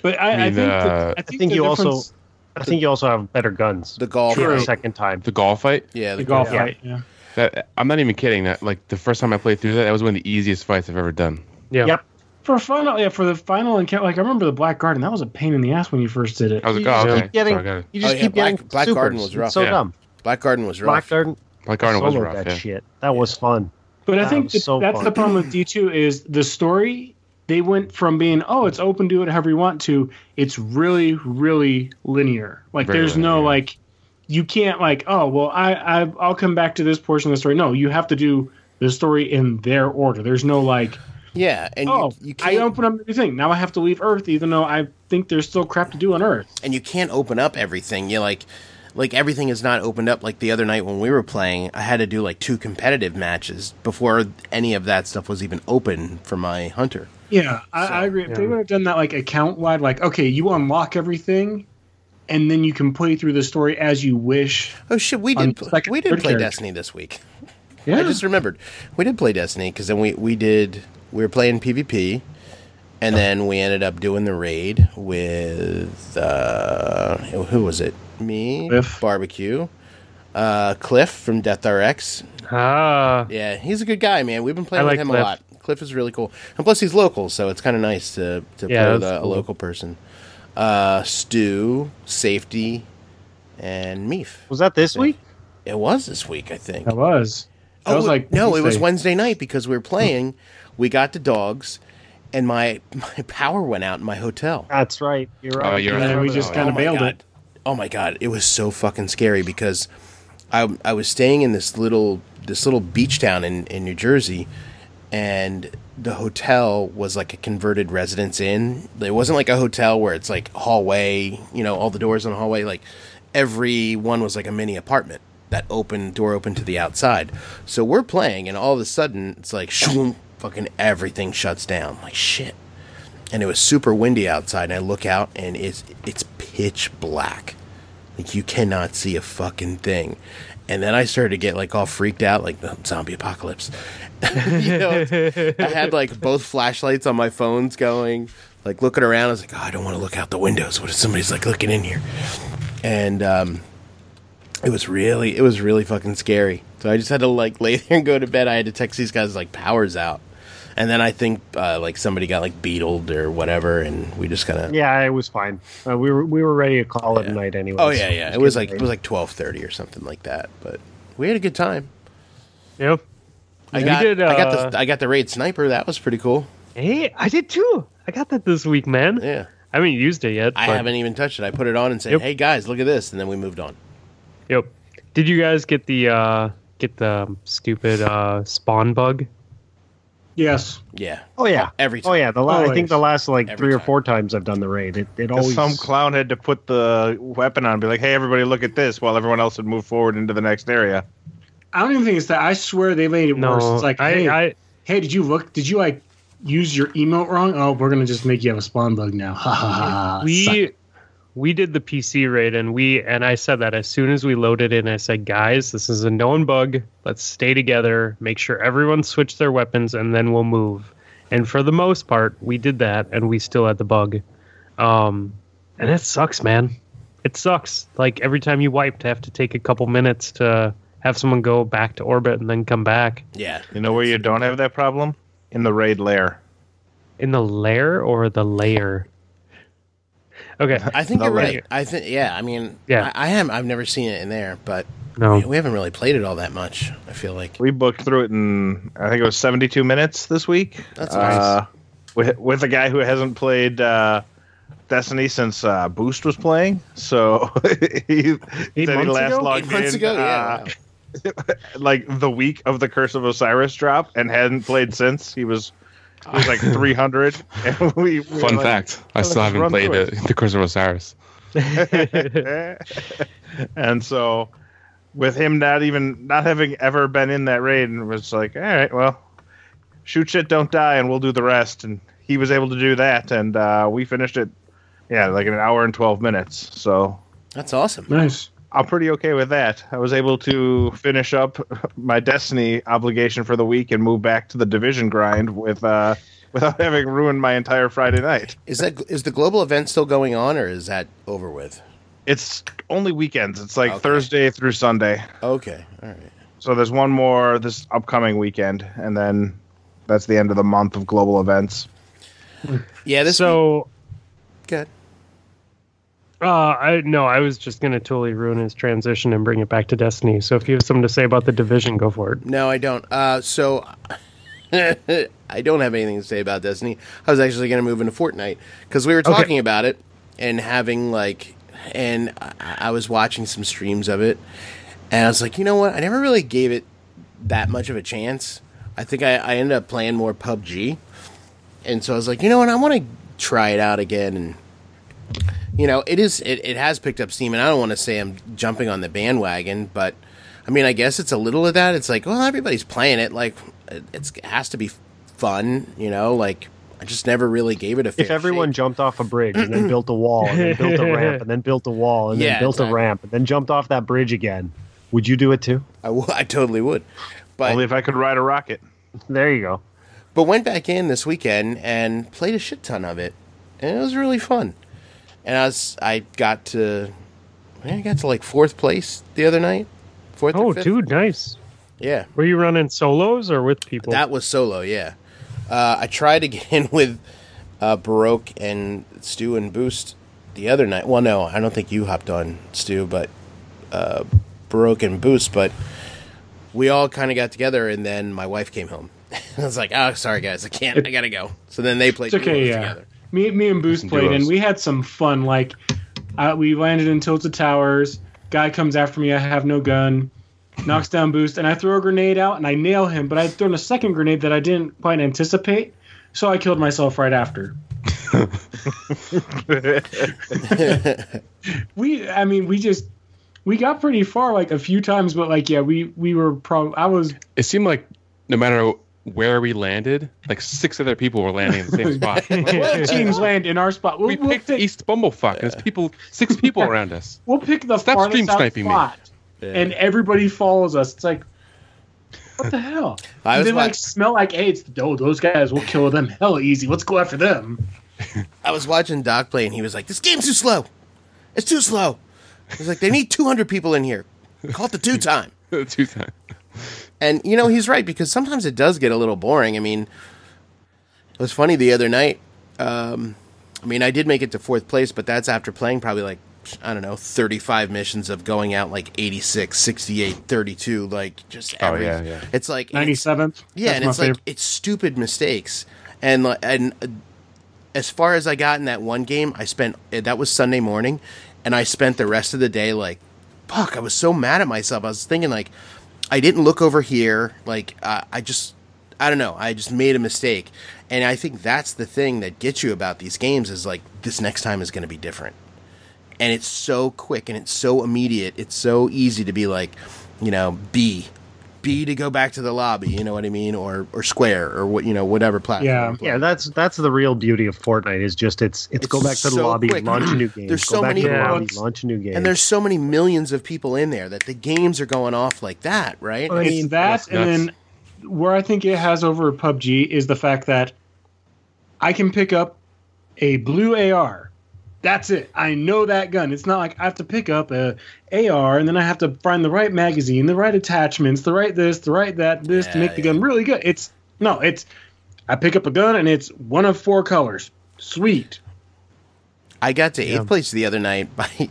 Speaker 4: but I, I,
Speaker 5: mean,
Speaker 4: think that-
Speaker 5: uh,
Speaker 4: I think,
Speaker 7: think
Speaker 4: the
Speaker 7: you also-
Speaker 4: difference-
Speaker 7: I think you also have better guns.
Speaker 6: The golf,
Speaker 7: for the
Speaker 6: right?
Speaker 7: second time.
Speaker 5: The golf fight.
Speaker 6: yeah,
Speaker 4: the golf
Speaker 7: Yeah.
Speaker 4: fight. Yeah.
Speaker 5: That I'm not even kidding. That like the first time I played through that, that was one of the easiest fights I've ever done.
Speaker 1: Yeah.
Speaker 7: Yep.
Speaker 4: For final, yeah, for the final encounter, like I remember the Black Garden. That was a pain in the ass when you first did it.
Speaker 5: I was like, oh,
Speaker 7: You
Speaker 5: okay.
Speaker 7: keep getting-
Speaker 5: so I got it.
Speaker 7: You just
Speaker 6: Oh, yeah,
Speaker 7: keep
Speaker 6: Black-
Speaker 7: getting
Speaker 6: Black
Speaker 7: supers.
Speaker 6: Garden was rough.
Speaker 7: It's so
Speaker 5: Yeah.
Speaker 7: dumb.
Speaker 6: Black Garden was rough.
Speaker 7: Black Garden
Speaker 5: Black Garden was
Speaker 7: soloed
Speaker 5: rough.
Speaker 7: that
Speaker 5: Yeah.
Speaker 7: shit. That was fun.
Speaker 4: But I
Speaker 7: That
Speaker 4: think
Speaker 7: was
Speaker 4: that,
Speaker 7: so
Speaker 4: that's
Speaker 7: fun.
Speaker 4: the problem with D two is the story. They went from being oh it's open do it however you want to. It's really really linear. Like
Speaker 5: Very
Speaker 4: there's no
Speaker 5: linear.
Speaker 4: like you can't like oh well I, I I'll come back to this portion of the story. No, you have to do the story in their order. There's no like
Speaker 6: Yeah, and
Speaker 4: oh
Speaker 6: you, you
Speaker 4: I
Speaker 6: can't
Speaker 4: open up everything now I have to leave Earth even though I think there's still crap to do on Earth.
Speaker 6: and you can't open up everything. You like like everything is not opened up. Like the other night when we were playing, I had to do like two competitive matches before any of that stuff was even open for my hunter.
Speaker 4: Yeah, I, I agree. If they would have done that like account wide, like okay, you unlock everything, and then you can play through the story as you wish.
Speaker 6: Oh shit, we
Speaker 4: On
Speaker 6: did
Speaker 4: the second-
Speaker 6: we did
Speaker 4: third
Speaker 6: play
Speaker 4: character.
Speaker 6: Destiny this week.
Speaker 4: Yeah,
Speaker 6: I just remembered we did play Destiny because then we we did we were playing PvP, and then we ended up doing the raid with uh, who was it? Me,
Speaker 4: Cliff.
Speaker 6: barbecue, uh, Cliff from Death RX,
Speaker 1: Ah,
Speaker 6: Yeah, he's a good guy, man. We've been playing
Speaker 1: I
Speaker 6: with
Speaker 1: like
Speaker 6: him a
Speaker 1: Cliff.
Speaker 6: lot. Cliff is really cool, and plus he's local, so it's kind of nice to to
Speaker 1: Yeah,
Speaker 6: play with
Speaker 1: that's
Speaker 6: a, a
Speaker 1: cool.
Speaker 6: local person. Uh, Stu, safety, and Meef.
Speaker 7: Was that this week?
Speaker 6: It was this week, I think. Oh,
Speaker 4: that was. That was
Speaker 6: it-
Speaker 4: like
Speaker 6: no, it was
Speaker 4: Wednesday.
Speaker 6: Wednesday night because we were playing. we got the dogs, and my (laughs) my power went out in my hotel.
Speaker 7: That's right. You're right.
Speaker 5: Oh, you're
Speaker 4: And then we
Speaker 5: Oh,
Speaker 4: just
Speaker 5: yeah.
Speaker 4: kind of
Speaker 6: my
Speaker 4: bailed
Speaker 6: God.
Speaker 4: it.
Speaker 6: Oh my god, it was so fucking scary because I I was staying in this little this little beach town in in New Jersey and the hotel was like a converted residence inn. It wasn't like a hotel where it's like hallway, you know, all the doors in the hallway like every one was like a mini apartment. That open door open to the outside. So we're playing and all of a sudden it's like (laughs) shoom, fucking everything shuts down. Like shit and it was super windy outside and i look out and it's it's pitch black like you cannot see a fucking thing and then i started to get like all freaked out like the zombie apocalypse (laughs) you know i had like both flashlights on my phones going like looking around i was like oh, i don't want to look out the windows what if somebody's like looking in here and um it was really it was really fucking scary so i just had to like (laughs) lay there and go to bed i had to text these guys like powers out and then i think uh, like somebody got like beetled or whatever and we just kind of
Speaker 7: Yeah, it was fine. Uh, we were we were ready to call it a night anyway.
Speaker 6: oh
Speaker 7: so
Speaker 6: yeah yeah
Speaker 7: just
Speaker 6: it was
Speaker 7: get
Speaker 6: like it was like 12.30 or something like that but we had a good time
Speaker 1: yep.
Speaker 6: i
Speaker 1: We
Speaker 6: got
Speaker 1: did,
Speaker 6: i got the
Speaker 1: uh,
Speaker 6: i got the raid sniper that was pretty cool
Speaker 1: Hey, I did too. I got that this week, man.
Speaker 6: yeah
Speaker 1: I haven't used it yet.
Speaker 6: i
Speaker 1: but-
Speaker 6: haven't even touched it i put it on and said
Speaker 1: Yep.
Speaker 6: hey guys look at this and then we moved on
Speaker 1: Yep. Did you guys get the uh get the stupid uh spawn bug?
Speaker 4: Yes,
Speaker 6: yeah
Speaker 7: Oh yeah.
Speaker 6: every time
Speaker 7: Oh yeah. The la- I
Speaker 4: Always.
Speaker 7: think the last like
Speaker 6: Every
Speaker 7: three or
Speaker 6: time.
Speaker 7: four times I've done the raid, it, it
Speaker 3: 'Cause
Speaker 7: always
Speaker 3: Some clown had to put the weapon on and be like, hey, everybody, look at this, while everyone else would move forward into the next area.
Speaker 4: I don't even think it's that. I swear they made it
Speaker 1: No,
Speaker 4: worse. It's like,
Speaker 1: I,
Speaker 4: hey,
Speaker 1: I
Speaker 4: hey, did you look? Did you like use your emote wrong? Oh, we're gonna just make you have a spawn bug now. Ha ha ha. ha.
Speaker 1: we
Speaker 4: Suck.
Speaker 1: we did the PC raid and we and I said that as soon as we loaded in, I said, guys, this is a known bug. Let's stay together. Make sure everyone switch their weapons and then we'll move. And for the most part, we did that and we still had the bug. Um, and it sucks, man. It sucks. Like every time you wipe, to have to take a couple minutes to have someone go back to orbit and then come back
Speaker 6: yeah
Speaker 3: You know where you don't have that problem? In the raid lair.
Speaker 1: in the lair or the layer. Okay,
Speaker 6: I think
Speaker 3: The
Speaker 6: you're
Speaker 3: layer.
Speaker 6: right. I think yeah. I mean,
Speaker 1: Yeah.
Speaker 6: I, I am. I've never seen it in there, but
Speaker 1: no.
Speaker 6: we haven't really played it all that much. I feel like
Speaker 3: We booked through it in, I think it was 72 minutes this week.
Speaker 6: That's
Speaker 3: Uh, with, with a guy who hasn't played uh, Destiny since uh, Boost was playing. So (laughs) he
Speaker 1: Eight
Speaker 3: said he
Speaker 1: months
Speaker 3: last
Speaker 1: ago?
Speaker 3: logged
Speaker 6: Eight months
Speaker 3: in,
Speaker 6: ago, yeah.
Speaker 3: uh, like the week of the Curse of Osiris drop and hadn't played since. He was he
Speaker 1: (laughs)
Speaker 3: was like 300. (laughs) And we, we
Speaker 5: Fun
Speaker 3: were like,
Speaker 5: fact: I
Speaker 3: let's
Speaker 5: still
Speaker 3: just
Speaker 5: haven't
Speaker 3: run
Speaker 5: played
Speaker 3: through
Speaker 5: the, the Curse of Osiris.
Speaker 3: (laughs) and so with him not even not having ever been in that raid and was like all right well shoot shit don't die and we'll do the rest and he was able to do that and uh, we finished it yeah like in an hour and 12 minutes so
Speaker 6: That's awesome.
Speaker 4: Nice.
Speaker 3: i'm pretty okay with that i was able to finish up (laughs) my destiny obligation for the week and move back to the division grind with uh without (laughs) having ruined my entire friday night
Speaker 6: Is that is the global event still going on, or is that over with?
Speaker 3: it's only weekends it's like
Speaker 6: Okay.
Speaker 3: thursday through sunday
Speaker 6: Okay, all right.
Speaker 3: So there's one more this upcoming weekend, and then that's the end of the month of global events.
Speaker 6: Yeah, this
Speaker 1: so
Speaker 6: good.
Speaker 1: uh, I no, I was just gonna totally ruin his transition and bring it back to Destiny. So if you have something to say about the division, go for it.
Speaker 6: No, I don't. Uh, so (laughs) I don't have anything to say about Destiny. I was actually going to move into Fortnite because we were talking about it and having like, and I, I was watching some streams of it, and I was like, you know what? I never really gave it that much of a chance. I think I, I ended up playing more PUBG, and so I was like, you know what? I want to try it out again and you know it is it, it has picked up steam and i don't want to say i'm jumping on the bandwagon but i mean i guess it's a little of that it's like well everybody's playing it like it it's, it has to be fun you know like i just never really gave it a fair
Speaker 7: If everyone
Speaker 6: shake.
Speaker 7: jumped off a bridge
Speaker 5: (laughs)
Speaker 7: and then built a wall and then built a ramp and then built a wall and
Speaker 6: Yeah,
Speaker 7: then built
Speaker 6: exactly.
Speaker 7: a ramp and then jumped off that bridge again, would you do it too?
Speaker 6: I wou- I totally would but
Speaker 3: Only if I could ride a rocket.
Speaker 7: There you go.
Speaker 6: but went back in this weekend and played a shit ton of it, and it was really fun. And I was I got to I got to like fourth place the other night. Fourth, or
Speaker 1: Oh,
Speaker 6: fifth?
Speaker 1: dude, nice.
Speaker 6: yeah,
Speaker 1: Were you running solos or with people?
Speaker 6: that was solo. Yeah, uh, I tried again (laughs) with uh, Baroque and Stu and Boost the other night. Well, no, I don't think you hopped on Stu, but uh, Baroque and Boost. But we all kind of got together, and then my wife came home. (laughs) I was like, "Oh, sorry guys, I can't. I gotta go." So then they played
Speaker 4: It's okay.
Speaker 6: duos
Speaker 4: Yeah.
Speaker 6: together.
Speaker 4: Me, me and Boost
Speaker 5: Some
Speaker 4: played,
Speaker 5: duos.
Speaker 4: and we had some fun. Like, I, we landed in Tilted Towers. Guy comes after me. I have no gun. Knocks down Boost, and I throw a grenade out, and I nail him. But I'd thrown a second grenade that I didn't quite anticipate, so I killed myself right after. we i mean we just we got pretty far like a few times but like yeah we we were probably i was
Speaker 5: It seemed like no matter where we landed, like six other people were landing in the (laughs) same spot.
Speaker 4: let (laughs) teams land in our spot we'll,
Speaker 5: we
Speaker 4: we'll
Speaker 5: picked
Speaker 4: pick
Speaker 5: East Bumblefuck, and it's people, six (laughs) people around us.
Speaker 4: we'll pick the
Speaker 5: Stop
Speaker 4: farthest
Speaker 5: stream
Speaker 4: out
Speaker 5: sniping me.
Speaker 4: spot
Speaker 6: Yeah.
Speaker 4: and everybody follows us it's like what
Speaker 6: (laughs)
Speaker 4: the hell
Speaker 6: I was
Speaker 4: they like
Speaker 6: watch-
Speaker 4: smell like AIDS. Oh, those guys will kill them (laughs) hell easy. Let's go after them.
Speaker 6: I was watching Doc play, and he was like, "This game's too slow. It's too slow." He's like, "They need 200 people in here. Call it
Speaker 4: (laughs)
Speaker 6: the two time."
Speaker 5: Two times.
Speaker 6: And you know he's right because sometimes it does get a little boring. I mean, it was funny the other night. Um, I mean, I did make it to fourth place, but that's after playing probably like I don't know 35 missions of going out like 86, 68, 32, like just
Speaker 5: Oh,
Speaker 6: every.
Speaker 5: yeah, yeah.
Speaker 6: It's like and
Speaker 4: Ninety
Speaker 6: it's-
Speaker 4: seventh.
Speaker 6: yeah, and it's like it's stupid mistakes, and li- and uh, as far as I got in that one game, I spent uh, that was Sunday morning, and I spent the rest of the day like, fuck, I was so mad at myself. I was thinking like, I didn't look over here. Like uh, I just, I don't know, I just made a mistake, and I think that's the thing that gets you about these games is like this next time is going to be different and it's so quick and it's so immediate. It's so easy to be like, you know, B, B to go back to the lobby. You know what I mean? Or or Square or what you know whatever platform.
Speaker 4: Yeah.
Speaker 6: you play.
Speaker 7: Yeah, that's that's the real beauty of Fortnite is just it's it's, go back to the
Speaker 6: so
Speaker 7: lobby,
Speaker 6: quick.
Speaker 7: launch a new game.
Speaker 6: There's
Speaker 7: go
Speaker 6: so
Speaker 7: back
Speaker 6: many
Speaker 7: to the lobby,
Speaker 4: modes.
Speaker 7: launch a new game.
Speaker 6: And there's so many millions of people in there that the games are going off like that, right?
Speaker 7: I mean,
Speaker 4: it's that,
Speaker 5: that's
Speaker 4: and
Speaker 5: nuts.
Speaker 4: then where I think it has over PUBG is the fact that I can pick up a blue AR. That's it. I know that gun. It's not like I have to pick up a AR and then I have to find the right magazine, the right attachments, the right this, the right that, this to
Speaker 6: Yeah,
Speaker 4: make the gun really good. It's no, it's I pick up a gun and it's one of four colors. Sweet.
Speaker 6: I got to eighth place the other night (laughs) by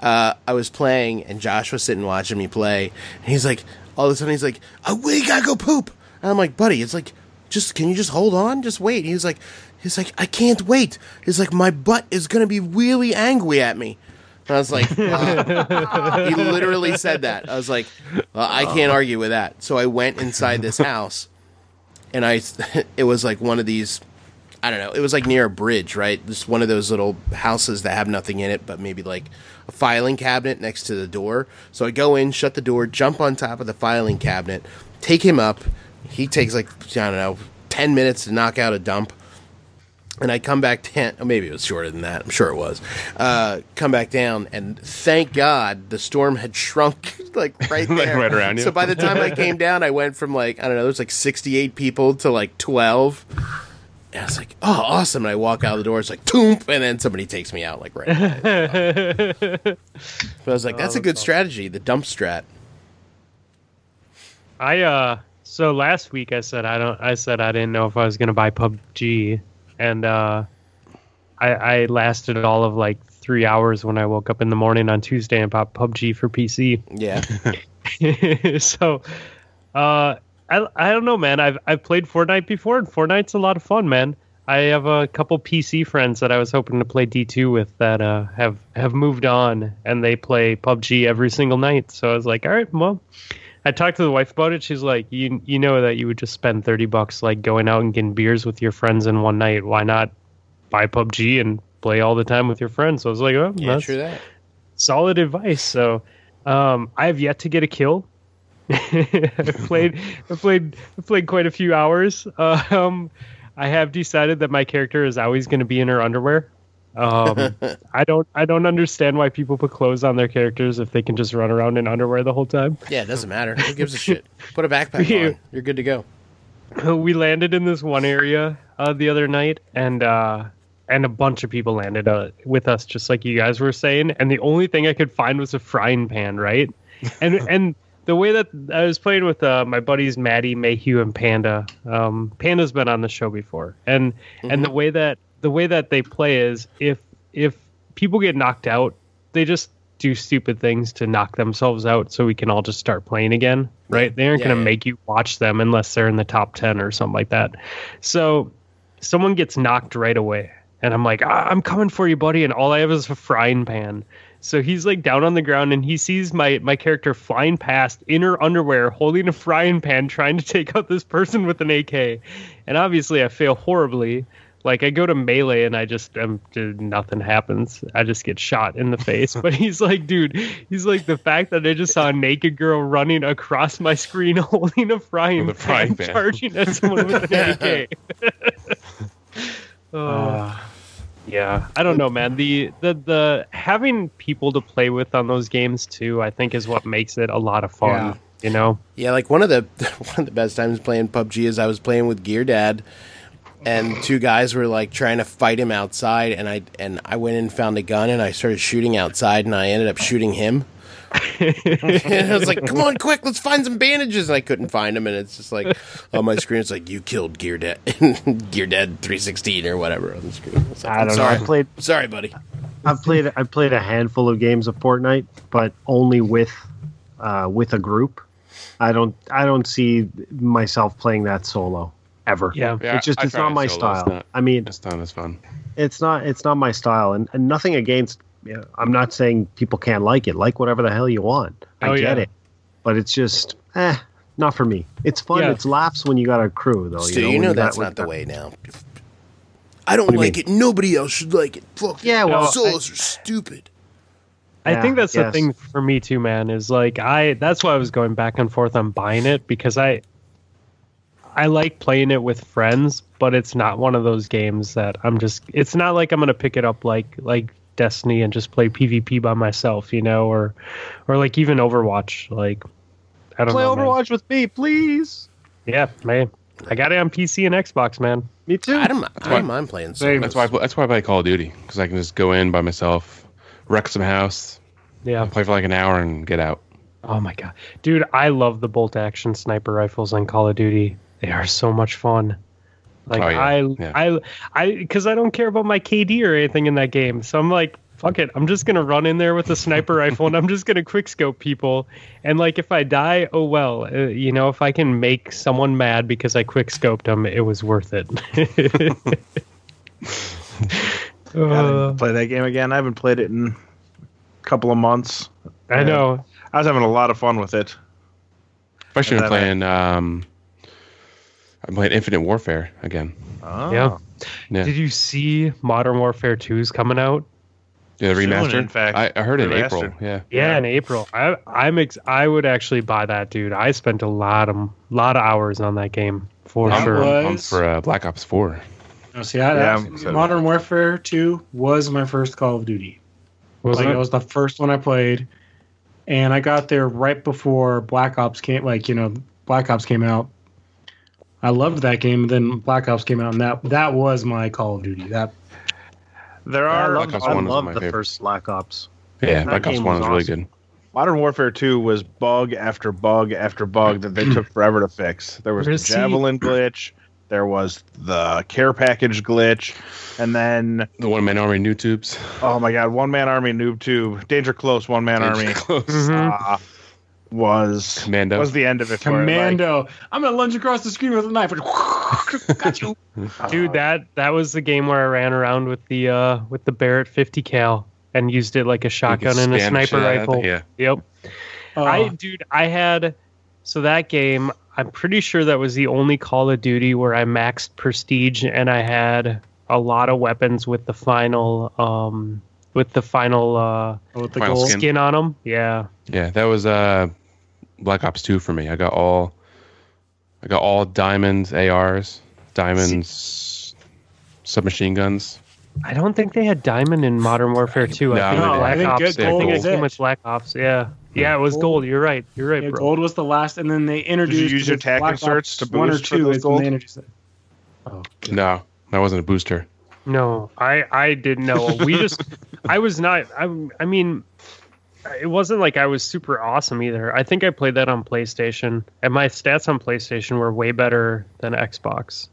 Speaker 6: uh, I was playing and Josh was sitting watching me play and he's like all of a sudden he's like, Oh we gotta go poop and I'm like, buddy, it's like just can you just hold on? Just wait. He's like He's like, I can't wait. He's like, my butt is gonna be really angry at me. And I was like, uh, he literally said that. I was like, well, I can't argue with that. So I went inside this house, and I, (laughs) it was like one of these, I don't know, it was like near a bridge, right? Just one of those little houses that have nothing in it, but maybe like a filing cabinet next to the door. So I go in, shut the door, jump on top of the filing cabinet, take him up. He takes like I don't know, ten minutes to knock out a dump and I come back down. (laughs) oh, Maybe it was shorter than that. I'm sure it was. Uh, come back down, and thank God the storm had shrunk (laughs) like right there,
Speaker 5: Like, right around you.
Speaker 6: So by the time I came down, I went from like I don't know, there's like 68 people to like 12. And I was like, oh, awesome! And I walk out the door. It's like, toomp, and then somebody takes me out like right. away. (laughs) but I was like, Oh, that's a good strategy, the dump strat.
Speaker 1: I uh so last week I said I don't I said I didn't know if I was gonna buy PUBG and uh I I lasted all of like three hours when I woke up in the morning on Tuesday and bought PUBG for PC. (laughs)
Speaker 6: Yeah,
Speaker 1: so uh I I don't know man. I've I've played Fortnite before and Fortnite's a lot of fun, man. I have a couple PC friends that I was hoping to play D2 with that uh, have have moved on and they play PUBG every single night. So I was like, all right, well, I talked to the wife about it. She's like, you you know that you would just spend thirty bucks like going out and getting beers with your friends in one night. Why not buy PUBG and play all the time with your friends? So I was like, oh,
Speaker 6: yeah,
Speaker 1: that's
Speaker 6: true that.
Speaker 1: solid advice. So um, I have yet to get a kill. (laughs) I've played, I've played, I've played quite a few hours. (laughs) Um, I have decided that my character is always going to be in her underwear. Um, I don't, I don't understand why people put clothes on their characters if they can just run around in underwear the whole time. (laughs)
Speaker 6: Yeah, it doesn't matter. Who gives a shit? Put a (laughs) backpack
Speaker 1: Yeah.
Speaker 6: on. You're good to go.
Speaker 1: we landed in this one area uh, the other night, and uh, and a bunch of people landed uh, with us, just like you guys were saying. And the only thing I could find was a frying pan, right? And and the way that I was playing with uh, my buddies Maddie Mayhew and Panda, um, Panda's been on the show before, and and the
Speaker 6: Mm-hmm.
Speaker 1: way that the way that they play is if if people get knocked out, they just do stupid things to knock themselves out so we can all just start playing again right they aren't
Speaker 6: Yeah,
Speaker 1: going to
Speaker 6: yeah.
Speaker 1: make you watch them unless they're in the top 10 or something like that so someone gets knocked right away and i'm like ah, i'm coming for you buddy and all i have is a frying pan so he's like down on the ground and he sees my my character flying past in her underwear holding a frying pan trying to take out this person with an ak and obviously i fail horribly like I go to melee and I just um, dude, nothing happens. I just get shot in the face. But he's (laughs) like, dude, he's like the fact that I just saw a naked girl running across my screen (laughs) holding a frying,
Speaker 5: With a frying pan.
Speaker 1: charging at someone with an
Speaker 5: (laughs)
Speaker 1: (laughs) AK. Uh, yeah, I don't know, man. The, the the having people to play with on those games too, I think, is what makes it a lot of fun.
Speaker 4: Yeah.
Speaker 1: You know,
Speaker 6: Yeah, like one of the (laughs) one of the best times playing PUBG is I was playing with Gear Dad, and two guys were like trying to fight him outside, and I and I went and found a gun and I started shooting outside, and I ended up shooting him. (laughs) and I was like, "Come on, quick, let's find some bandages." And I couldn't find them, and it's just like on my screen, it's like you killed Gear Dad, (laughs) Gear Dad three sixteen or whatever on the screen. It's like,
Speaker 7: I
Speaker 6: I'm
Speaker 7: don't know.
Speaker 6: sorry.
Speaker 7: I played
Speaker 6: I'm sorry, buddy.
Speaker 7: I've played I've played a handful of games of Fortnite, but only with uh, with a group. I don't I don't see myself playing that solo ever.
Speaker 1: Yeah.
Speaker 5: Yeah,
Speaker 7: it's just
Speaker 5: I
Speaker 7: it's
Speaker 5: tried
Speaker 7: not my
Speaker 5: solo, it's
Speaker 7: style.
Speaker 5: not-
Speaker 7: I mean,
Speaker 5: It's not as fun.
Speaker 7: it's not it's not my style, and, and nothing against. You know, I'm not saying people can't like it. Like whatever the hell you want. I
Speaker 1: Oh,
Speaker 7: get
Speaker 1: yeah.
Speaker 7: it, but it's just eh, not for me. It's fun.
Speaker 1: Yeah.
Speaker 7: It's laughs when you got a crew though.
Speaker 6: Stu,
Speaker 7: when
Speaker 6: Oh, you know that's
Speaker 7: got- when
Speaker 6: not
Speaker 7: you
Speaker 6: the
Speaker 7: got-
Speaker 6: way now. I don't
Speaker 7: do you
Speaker 6: like it. Nobody else should like it. Fuck
Speaker 7: Yeah,
Speaker 6: it.
Speaker 7: well, I-
Speaker 6: solos are stupid.
Speaker 1: I
Speaker 7: Yeah,
Speaker 1: think that's the
Speaker 7: yes.
Speaker 1: thing for me too, man. Is like I that's why I was going back and forth on buying it because I I like playing it with friends, but it's not one of those games that I'm just. It's not like I'm gonna pick it up like like Destiny and just play PvP by myself, you know, or or like even Overwatch. Like I don't
Speaker 7: Play
Speaker 1: know. man.
Speaker 7: Overwatch with me, please.
Speaker 1: Yeah, man. I got it on PC and Xbox, man.
Speaker 7: Me too.
Speaker 6: I don't. I don't mind playing. Solos.
Speaker 5: That's why I, pl- that's why I play Call of Duty because I can just go in by myself, wreck some house,
Speaker 1: Yeah.
Speaker 5: play for like an hour, and get out.
Speaker 1: Oh my god, dude! I love the bolt action sniper rifles on Call of Duty. They are so much fun. Like
Speaker 5: Oh, yeah.
Speaker 1: I,
Speaker 5: Yeah.
Speaker 1: I, I, because I don't care about my KD or anything in that game. So I'm like, fuck it. I'm just gonna run in there with a sniper (laughs) rifle and I'm just gonna quickscope people. And like, if I die, oh well. Uh, you know, if (laughs) I can make someone mad because I quickscoped them, it was worth it.
Speaker 5: Uh.
Speaker 1: Uh,
Speaker 3: Gotta play that game again. I haven't played it in a couple of months.
Speaker 1: I know.
Speaker 3: I was having a lot of fun with it.
Speaker 5: Especially when I'm
Speaker 3: And then
Speaker 5: playing. Um, I'm playing Infinite Warfare again.
Speaker 3: Oh.
Speaker 1: Yeah.
Speaker 5: Yeah,
Speaker 1: Did you see Modern Warfare 2's coming out?
Speaker 5: yeah the
Speaker 3: Soon,
Speaker 5: remaster.
Speaker 3: in fact.
Speaker 5: I, I heard in April.
Speaker 3: Remastered.
Speaker 5: Yeah,
Speaker 1: Yeah,
Speaker 3: Yeah.
Speaker 1: in April. I I'm ex- I would actually buy that, dude. I spent a lot of lot of hours on that game for
Speaker 5: I'm,
Speaker 1: sure.
Speaker 5: I'm pumped
Speaker 4: Was-
Speaker 5: for uh, Black Ops Four.
Speaker 4: No, see, I,
Speaker 3: Yeah,
Speaker 4: I-
Speaker 3: I'm excited.
Speaker 4: Modern Warfare 2 was my first Call of Duty.
Speaker 1: Was
Speaker 4: like,
Speaker 1: it?
Speaker 4: it was the first one I played, and I got there right before Black Ops came. Like you know, Black Ops came out. I loved that game. Then Black Ops came out, and that that was my Call of Duty. That
Speaker 3: There
Speaker 5: I
Speaker 3: are
Speaker 5: love Black Ops
Speaker 7: I
Speaker 5: One is one of
Speaker 7: love
Speaker 5: my
Speaker 7: the
Speaker 5: favorites.
Speaker 7: first Black Ops.
Speaker 5: Yeah,
Speaker 7: That
Speaker 5: Black Ops
Speaker 7: game
Speaker 5: One
Speaker 7: was
Speaker 5: is really
Speaker 7: awesome.
Speaker 5: good.
Speaker 3: Modern Warfare 2 was bug after bug after bug that they took forever to fix. There was the
Speaker 1: Where's he?
Speaker 3: javelin glitch, there was the care package glitch, and then
Speaker 5: The one man army new tubes. (laughs)
Speaker 3: oh my god, one man army noob tube, danger close, one man army
Speaker 5: close.
Speaker 1: Mhm.
Speaker 3: uh, was
Speaker 5: Commando.
Speaker 3: was the end of it. for it. Like,
Speaker 4: commando. I'm gonna lunge across the screen with a knife. (laughs)
Speaker 3: (laughs)
Speaker 4: got you.
Speaker 3: uh,
Speaker 1: Dude, that that was the game where I ran around with the uh with the Barrett 50 cal and used it like a
Speaker 5: You could
Speaker 1: shotgun and a
Speaker 5: spam
Speaker 1: sniper
Speaker 5: shit out of
Speaker 1: rifle.
Speaker 5: it. Yeah,
Speaker 1: Yep.
Speaker 4: Uh,
Speaker 1: I dude, I had so that game. I'm pretty sure that was the only Call of Duty where I maxed prestige and I had a lot of weapons with the final um with the final uh
Speaker 4: Oh, with the
Speaker 5: Final
Speaker 4: goal.
Speaker 5: Skin.
Speaker 1: skin, on them. Yeah.
Speaker 5: yeah. That was uh, Black Ops Two for me. I got all, I got all diamonds, ARs, diamonds, submachine guns.
Speaker 1: I don't think they had diamond in Modern Warfare 2.
Speaker 5: No,
Speaker 1: I think Black
Speaker 4: didn't. I
Speaker 5: they
Speaker 1: Ops.
Speaker 4: think
Speaker 5: good
Speaker 1: I think
Speaker 5: gold
Speaker 1: it came
Speaker 4: was
Speaker 1: with Black Ops. Yeah. Yeah, it was
Speaker 4: Gold.
Speaker 1: gold. You're right. You're right,
Speaker 4: Yeah,
Speaker 1: bro.
Speaker 4: gold was the last, and then they
Speaker 3: Did you
Speaker 4: introduced.
Speaker 3: use your
Speaker 4: with Black
Speaker 3: tactic
Speaker 4: Ops
Speaker 3: search to
Speaker 4: one or
Speaker 3: boost for
Speaker 4: two
Speaker 3: those
Speaker 4: is when
Speaker 3: gold?
Speaker 4: they introduced it. Oh, good.
Speaker 5: No, that wasn't a booster.
Speaker 1: No, I I didn't know. We just I was not I I mean it wasn't like I was super awesome either. I think I played that on PlayStation and my stats on PlayStation were way better than Xbox.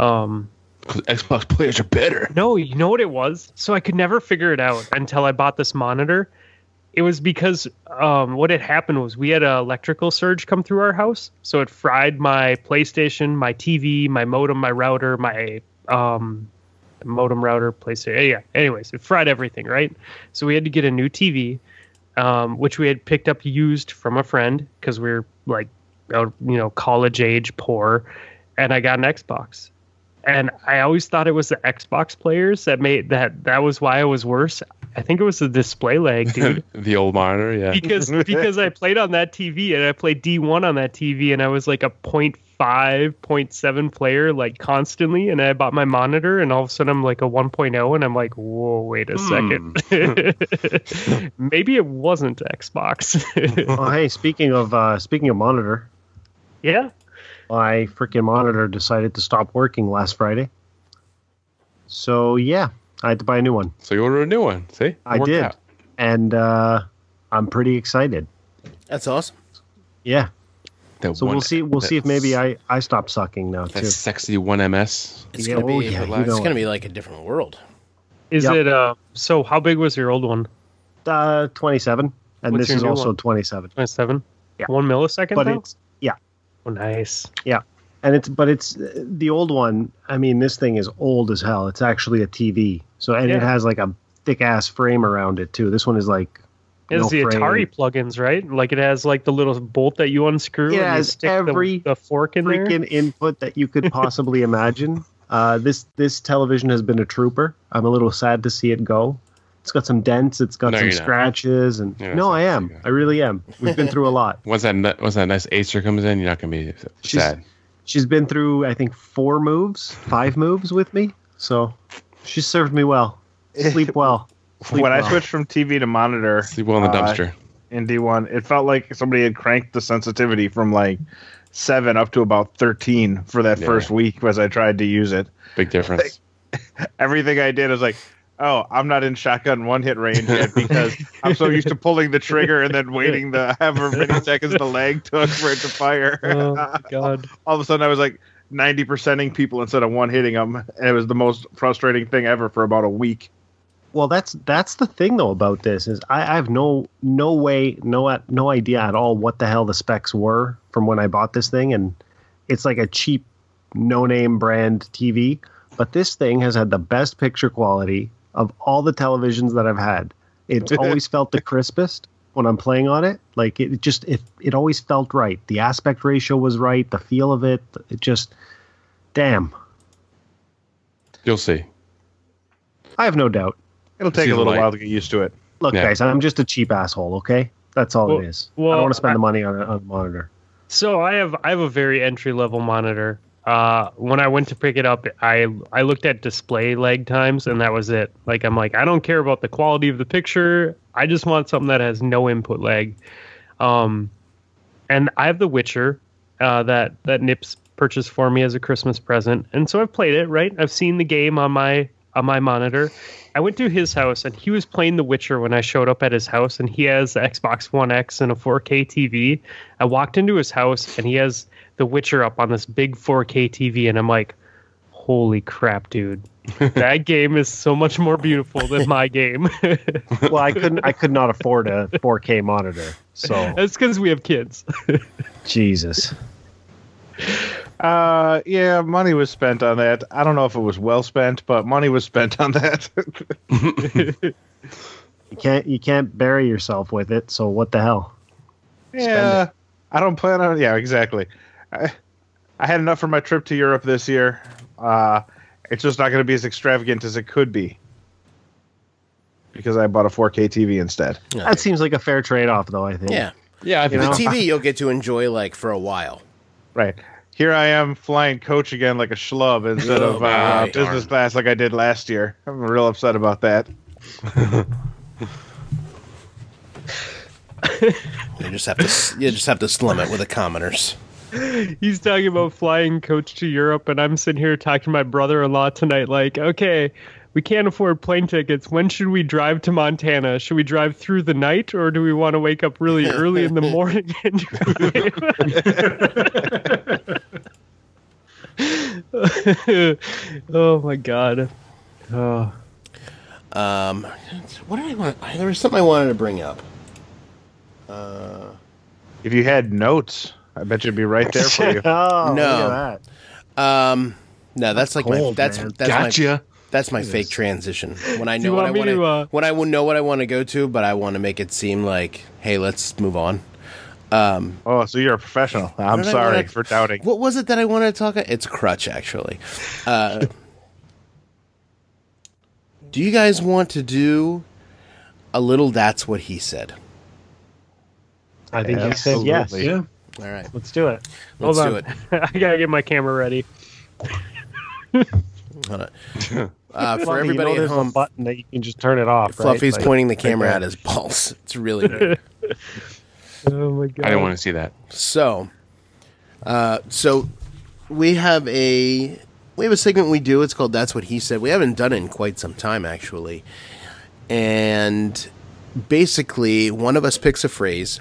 Speaker 1: Um
Speaker 5: 'Cause Xbox players are better.
Speaker 1: (laughs) no, you know what it was? So I could never figure it out until I bought this monitor. It was because um, what had happened was we had an electrical surge come through our house, so it fried my PlayStation, my TV, my modem, my router, my um, modem, router, PlayStation. Yeah. Anyways, it fried everything, right? So we had to get a new TV, um, which we had picked up used from a friend because we are like, out- you know, college age, poor, and I got an Xbox and I always thought it was the Xbox players that made that. That was why I was worse. I think it was the display lag, dude.
Speaker 5: the old monitor. Yeah. (laughs)
Speaker 1: Because because I played on that TV and I played D1 on that TV and I was like a 0.5, 0.7 player like constantly. And I bought my monitor and all of a sudden I'm like a 1.0 and I'm like, whoa, wait a second. (laughs) Maybe it wasn't Xbox. (laughs)
Speaker 7: Oh, hey, speaking of uh, speaking of monitor,
Speaker 1: yeah.
Speaker 7: my freaking monitor decided to stop working last Friday. So yeah, I had to buy a new one,
Speaker 5: So you ordered a new one. See, It
Speaker 7: I
Speaker 5: worked
Speaker 7: did.
Speaker 5: out.
Speaker 7: and uh, I'm pretty excited.
Speaker 6: That's awesome.
Speaker 7: Yeah,
Speaker 5: That
Speaker 7: so
Speaker 5: one-
Speaker 7: we'll see. We'll see if
Speaker 5: that's-
Speaker 7: maybe I I stop sucking now
Speaker 5: that
Speaker 7: too.
Speaker 5: sexy one MS.
Speaker 6: It's
Speaker 7: Yeah,
Speaker 6: gonna be.
Speaker 7: oh, yeah, you
Speaker 6: it's
Speaker 7: know
Speaker 6: gonna
Speaker 7: it.
Speaker 6: be like a different world.
Speaker 1: Is
Speaker 7: Yep.
Speaker 1: it uh so how big was your old one?
Speaker 7: Uh, 27, and
Speaker 1: What's
Speaker 7: this
Speaker 1: your
Speaker 7: is
Speaker 1: new
Speaker 7: also
Speaker 1: one?
Speaker 7: 27.
Speaker 1: 27?
Speaker 7: Yeah.
Speaker 1: One millisecond?
Speaker 7: But
Speaker 1: though?
Speaker 7: it's yeah,
Speaker 1: oh, nice.
Speaker 7: and it's but it's uh, the old one. I mean, this thing is old as hell. It's actually a TV. So and it
Speaker 1: Yeah.
Speaker 7: has like a thick ass frame around it too. This one is like
Speaker 1: It's
Speaker 7: no
Speaker 1: the
Speaker 7: frame.
Speaker 1: Atari plugins, right? Like it has like the little bolt that you unscrew.
Speaker 7: It
Speaker 1: and you
Speaker 7: has
Speaker 1: stick the-
Speaker 7: every
Speaker 1: the, fork in there.
Speaker 7: freaking input that you could
Speaker 1: (laughs)
Speaker 7: possibly imagine. Uh, this this television has been a trooper. I'm a little sad to see it go. It's got some dents. It's got
Speaker 5: No,
Speaker 7: some
Speaker 5: you're not.
Speaker 7: scratches, and
Speaker 5: You're not
Speaker 7: no,
Speaker 5: sad
Speaker 7: I
Speaker 5: to
Speaker 7: am.
Speaker 5: see that.
Speaker 7: I really am. We've been through a lot.
Speaker 5: Once that ni- once that nice Acer comes in, you're not gonna be sad.
Speaker 7: She's- She's been through I think four moves, five moves with me. So she served me well. Sleep well. Sleep
Speaker 3: When I
Speaker 7: well.
Speaker 3: switched from TV to monitor
Speaker 5: Sleep well in the
Speaker 3: uh,
Speaker 5: dumpster.
Speaker 3: in D1, it felt like somebody had cranked the sensitivity from like seven up to about 13 for that
Speaker 5: Yeah.
Speaker 3: first week as I tried to use it.
Speaker 5: Big difference.
Speaker 3: everything I did was like, oh, I'm not in shotgun one hit range yet because I'm so used to pulling the trigger and then waiting the (laughs) however many seconds the lag took for it to fire.
Speaker 1: Oh
Speaker 7: (laughs)
Speaker 1: my god!
Speaker 3: All of a sudden, I was like 90 percenting people instead of one hitting them, and it was the most frustrating thing ever for about a week.
Speaker 7: well that's that's the thing though about this is I, I have no no way no no idea at all what the hell the specs were from when I bought this thing and it's like a cheap no name brand TV but this thing has had the best picture quality of all the televisions that I've had. It's always felt the crispest when I'm playing on it. Like it just it it always felt right. The aspect ratio was right. The feel of it. It just damn.
Speaker 5: You'll see.
Speaker 7: I have no doubt.
Speaker 3: It'll take
Speaker 5: See
Speaker 3: a
Speaker 5: the
Speaker 3: little
Speaker 5: light.
Speaker 3: while to get used to it.
Speaker 7: Look,
Speaker 5: Yeah.
Speaker 7: guys, I'm just a cheap asshole. Okay, that's all
Speaker 1: Well-
Speaker 7: it is. I
Speaker 1: well,
Speaker 7: don't want to spend
Speaker 1: I-
Speaker 7: the money on a, on a monitor.
Speaker 1: So I have I have a very entry level monitor. Uh, when I went to pick it up, I I looked at display lag times and that was it. Like I'm like I don't care about the quality of the picture. I just want something that has no input lag. Um, and I have The Witcher uh, that that Nips purchased for me as a Christmas present, and so I've played it. Right, I've seen the game on my on my monitor. I went to his house and he was playing The Witcher when I showed up at his house, and he has the Xbox One X and a 4K TV. I walked into his house and he has The Witcher up on this big 4K TV, and I'm like, "Holy crap, dude! That game is so much more beautiful than my game." (laughs)
Speaker 7: Well, I couldn't. I could not afford a 4K monitor. So
Speaker 1: (laughs) That's because we have kids.
Speaker 7: Jesus.
Speaker 3: Uh, yeah, money was spent on that. I don't know if it was well spent, but money was spent on that. (laughs)
Speaker 7: You can't you can't bury yourself with it. So what the hell?
Speaker 3: yeah, I don't plan on. Yeah, exactly. I, I had enough for my trip to Europe this year. Uh, it's just not going to be as extravagant as it could be because I bought a 4K TV instead.
Speaker 7: That seems like a fair trade off, though. I think.
Speaker 6: Yeah.
Speaker 5: Yeah, I think
Speaker 6: The TV you'll get to enjoy like for a while.
Speaker 3: Right here, I am flying coach again like a schlub instead
Speaker 6: Oh,
Speaker 3: of uh,
Speaker 6: boy.
Speaker 3: business class like I did last year. I'm real upset about that.
Speaker 6: You just have to you just have to slum it with the commoners.
Speaker 1: He's talking about flying coach to Europe, and I'm sitting here talking to my brother in law tonight, like, okay, we can't afford plane tickets. When should we drive to Montana? Should we drive through the night, or do we want to wake up really early in the morning and drive? (laughs) oh my god. Oh.
Speaker 6: Um, what did I want? There was something I wanted to bring up. Uh,
Speaker 3: If you had notes, I bet you'd be right there for you.
Speaker 7: Oh, look
Speaker 6: No.
Speaker 7: at that.
Speaker 6: um, no, that's, like my
Speaker 7: cold,
Speaker 6: that's
Speaker 7: man.
Speaker 6: that's my
Speaker 5: gotcha.
Speaker 6: that's my fake transition. When I
Speaker 1: Do
Speaker 6: know
Speaker 1: you
Speaker 6: what I
Speaker 1: want me
Speaker 6: want to
Speaker 1: to, uh,
Speaker 6: when I will know what I want to go to, but I want to make it seem like, hey, let's move on. Um,
Speaker 3: Oh, so you're a professional. I'm
Speaker 6: did I
Speaker 3: sorry
Speaker 6: wanna-
Speaker 3: for doubting.
Speaker 6: What was it that I wanted to talk about? It's crutch, actually. Uh, do you guys want to do a little that's what he said?
Speaker 7: I think he said yes.
Speaker 3: Absolutely.
Speaker 4: Yeah.
Speaker 6: All right.
Speaker 7: Let's do it.
Speaker 6: Let's
Speaker 1: Hold
Speaker 6: do
Speaker 1: on.
Speaker 6: it.
Speaker 1: (laughs) I gotta get my camera ready.
Speaker 6: Hold on. Uh, for
Speaker 7: Fluffy, you
Speaker 6: everybody
Speaker 7: know
Speaker 6: at
Speaker 7: there's
Speaker 6: home,
Speaker 7: a button that you can just turn it off.
Speaker 6: Fluffy's
Speaker 7: right? Like-
Speaker 6: pointing the camera at his balls. It's
Speaker 7: (laughs)
Speaker 6: really weird.
Speaker 1: Oh my god.
Speaker 5: I didn't want to see that.
Speaker 6: so, uh, so we have a we have a segment we do. It's called "That's What He Said." We haven't done it in quite some time, actually. And basically, one of us picks a phrase.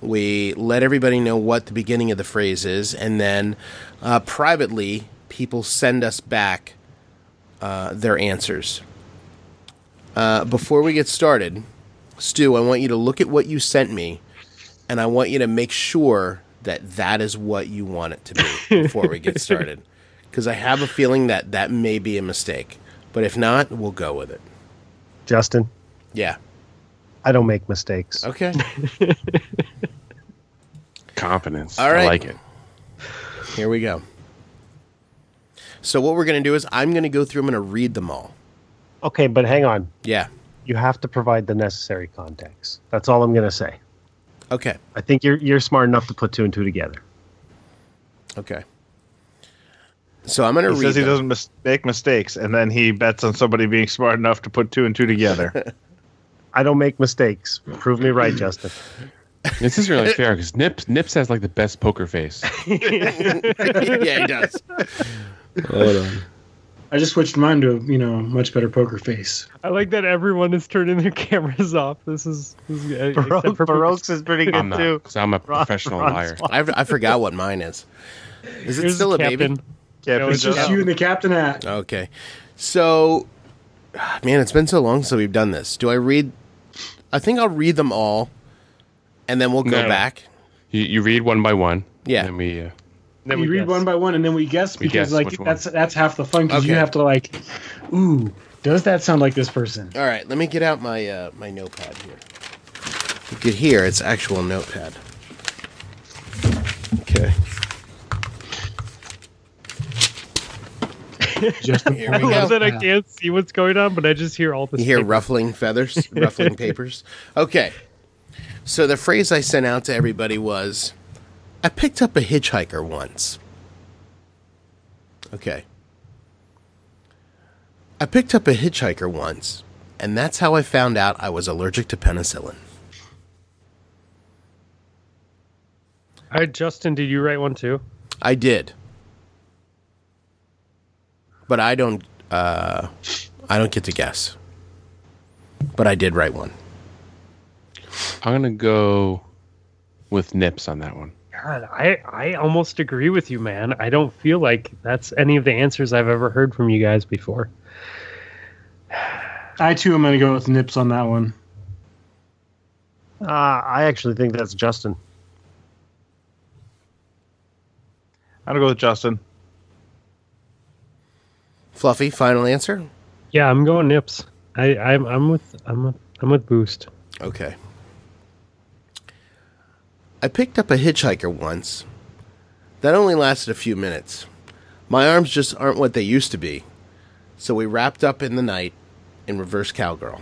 Speaker 6: We let everybody know what the beginning of the phrase is, and then uh, privately, people send us back uh, their answers. Uh, before we get started, Stu, I want you to look at what you sent me, and I want you to make sure that that is what you want it to be before we get started. Because I have a feeling that that may be a mistake. But if not, we'll go with it.
Speaker 7: Justin,
Speaker 6: Yeah.
Speaker 7: I don't make mistakes.
Speaker 6: Okay.
Speaker 5: Confidence.
Speaker 6: All
Speaker 5: I
Speaker 6: right.
Speaker 5: like it.
Speaker 6: Here we go. So what we're going to do is I'm going to go through. I'm going to read them all.
Speaker 7: Okay, but hang on.
Speaker 6: Yeah.
Speaker 7: You have to provide the necessary context. That's all I'm going to say.
Speaker 6: Okay.
Speaker 7: I think you're you're smart enough to put two and two together.
Speaker 6: Okay. So I'm going to
Speaker 3: He
Speaker 6: read.
Speaker 3: says he
Speaker 6: them.
Speaker 3: doesn't mis- make mistakes, and then he bets on somebody being smart enough to put two and two
Speaker 6: (laughs)
Speaker 3: together.
Speaker 7: I don't make mistakes. Prove me right, Justin.
Speaker 5: This isn't (laughs) really fair because Nips Nips has like the best poker (laughs) face.
Speaker 6: (laughs) yeah, he does.
Speaker 4: I just switched mine to you know much better poker face.
Speaker 1: I like that everyone is turning their (laughs) cameras off. This is, this is
Speaker 7: (laughs)
Speaker 1: except for
Speaker 7: Baroque's is pretty good (laughs)
Speaker 5: I'm not.
Speaker 7: too.
Speaker 5: 'cause I'm a professional liar.
Speaker 6: I, I forgot what mine is. Is it
Speaker 1: Here's
Speaker 6: still a
Speaker 1: the captain.
Speaker 6: baby?
Speaker 3: Captain
Speaker 1: it's
Speaker 4: It's just
Speaker 3: Joe.
Speaker 4: you and the captain at.
Speaker 6: Okay. So, man, it's been so long since we've done this. Do I read? I think I'll read them all, and then we'll go
Speaker 5: No.
Speaker 6: back.
Speaker 5: You, you read one by one.
Speaker 6: Yeah.
Speaker 5: And then we uh,
Speaker 1: Then
Speaker 4: we,
Speaker 1: we
Speaker 4: read
Speaker 1: guess.
Speaker 4: one by one and then we guess
Speaker 5: We
Speaker 4: because
Speaker 5: guess
Speaker 4: like
Speaker 5: which one.
Speaker 4: that's that's half the fun because you
Speaker 6: Okay.
Speaker 4: have to like, ooh, does that sound like this person?
Speaker 6: All right, let me get out my uh, my notepad here. You could hear it's actual notepad. Okay,
Speaker 4: Just
Speaker 1: (laughs)
Speaker 4: the
Speaker 6: (laughs) Here we
Speaker 1: I
Speaker 6: go.
Speaker 4: point.
Speaker 1: love that I can't see what's going on, but I just hear all this.
Speaker 6: you hear
Speaker 1: paper.
Speaker 6: ruffling feathers, ruffling papers. Okay, so the phrase I sent out to everybody was, "I picked up a hitchhiker once." Okay, I picked up a hitchhiker once, and that's how I found out I was allergic to penicillin.
Speaker 1: All right, Justin, did you write one too?
Speaker 6: I did. But I don't uh I don't get to guess. But I did write one.
Speaker 5: I'm gonna go with nips on that one.
Speaker 1: God, I, I almost agree with you, man. I don't feel like that's any of the answers I've ever heard from you guys before.
Speaker 4: I too am gonna go with nips on that one.
Speaker 7: Uh, I actually think that's Justin.
Speaker 3: I'm gonna go with
Speaker 4: (laughs)
Speaker 3: Justin.
Speaker 6: Fluffy, final answer?
Speaker 1: Yeah, I'm going nips. I, I'm I'm with I'm with, I'm with Boost.
Speaker 6: Okay. I picked up a hitchhiker once. That only lasted a few minutes. My arms just aren't what they used to be. So we wrapped up in the night in reverse cowgirl.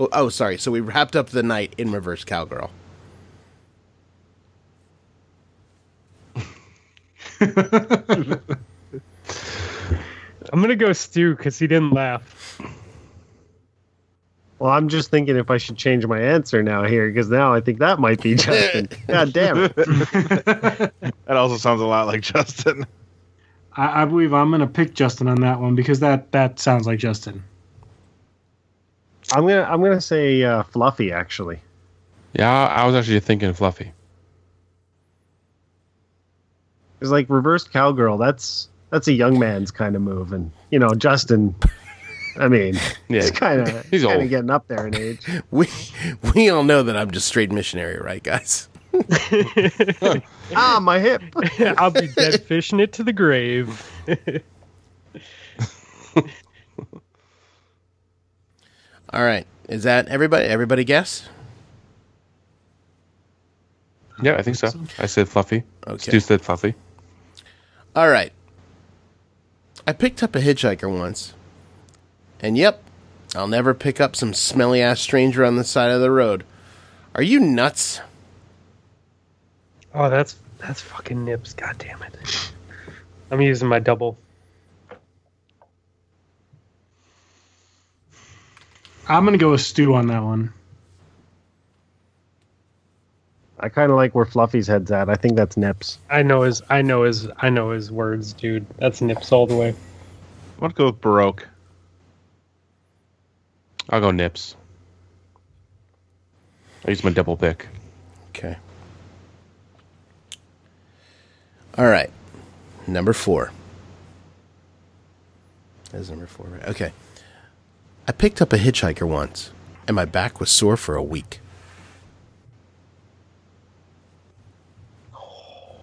Speaker 6: Oh, oh sorry. So we wrapped up the night in reverse cowgirl. (laughs)
Speaker 1: I'm gonna go Stu because he didn't laugh.
Speaker 7: Well, I'm just thinking if I should change my answer now here because now I think that might be Justin. God damn it!
Speaker 3: That also sounds a lot like Justin.
Speaker 4: I, I believe I'm gonna pick Justin on that one because that that sounds like Justin.
Speaker 7: I'm gonna I'm gonna say uh, Fluffy actually.
Speaker 5: Yeah, I was actually thinking fluffy.
Speaker 7: It's like reverse cowgirl. That's that's a young man's kind of move, and you know Justin. I mean,
Speaker 5: Yeah,
Speaker 7: he's kind of
Speaker 5: He's
Speaker 7: he's kind
Speaker 5: old.
Speaker 7: of getting up there in age.
Speaker 6: We we all know that I'm just straight missionary, right, guys?
Speaker 7: ah, my hip.
Speaker 1: (laughs) I'll be
Speaker 6: (laughs)
Speaker 1: dead fishing it to the grave.
Speaker 6: All right, is that everybody? Everybody guess?
Speaker 5: yeah, I think so. I said fluffy.
Speaker 6: Okay.
Speaker 5: Stu said fluffy.
Speaker 6: All right. I picked up a hitchhiker once, and yep, I'll never pick up some smelly ass stranger on the side of the road. Are you nuts?
Speaker 1: Oh, that's that's fucking nips. God damn it! I'm using my double.
Speaker 4: I'm gonna go with Stu on that one.
Speaker 7: I kind of like where Fluffy's head's at. I think that's Nips.
Speaker 1: I know his I know his I know his words, dude. That's nips all the way.
Speaker 3: I'm gonna go with Baroque.
Speaker 5: I'll go nips. I used my double pick.
Speaker 6: Okay. All right. Number four. That's number four, right? Okay. I picked up a hitchhiker once, and my back was sore for a week.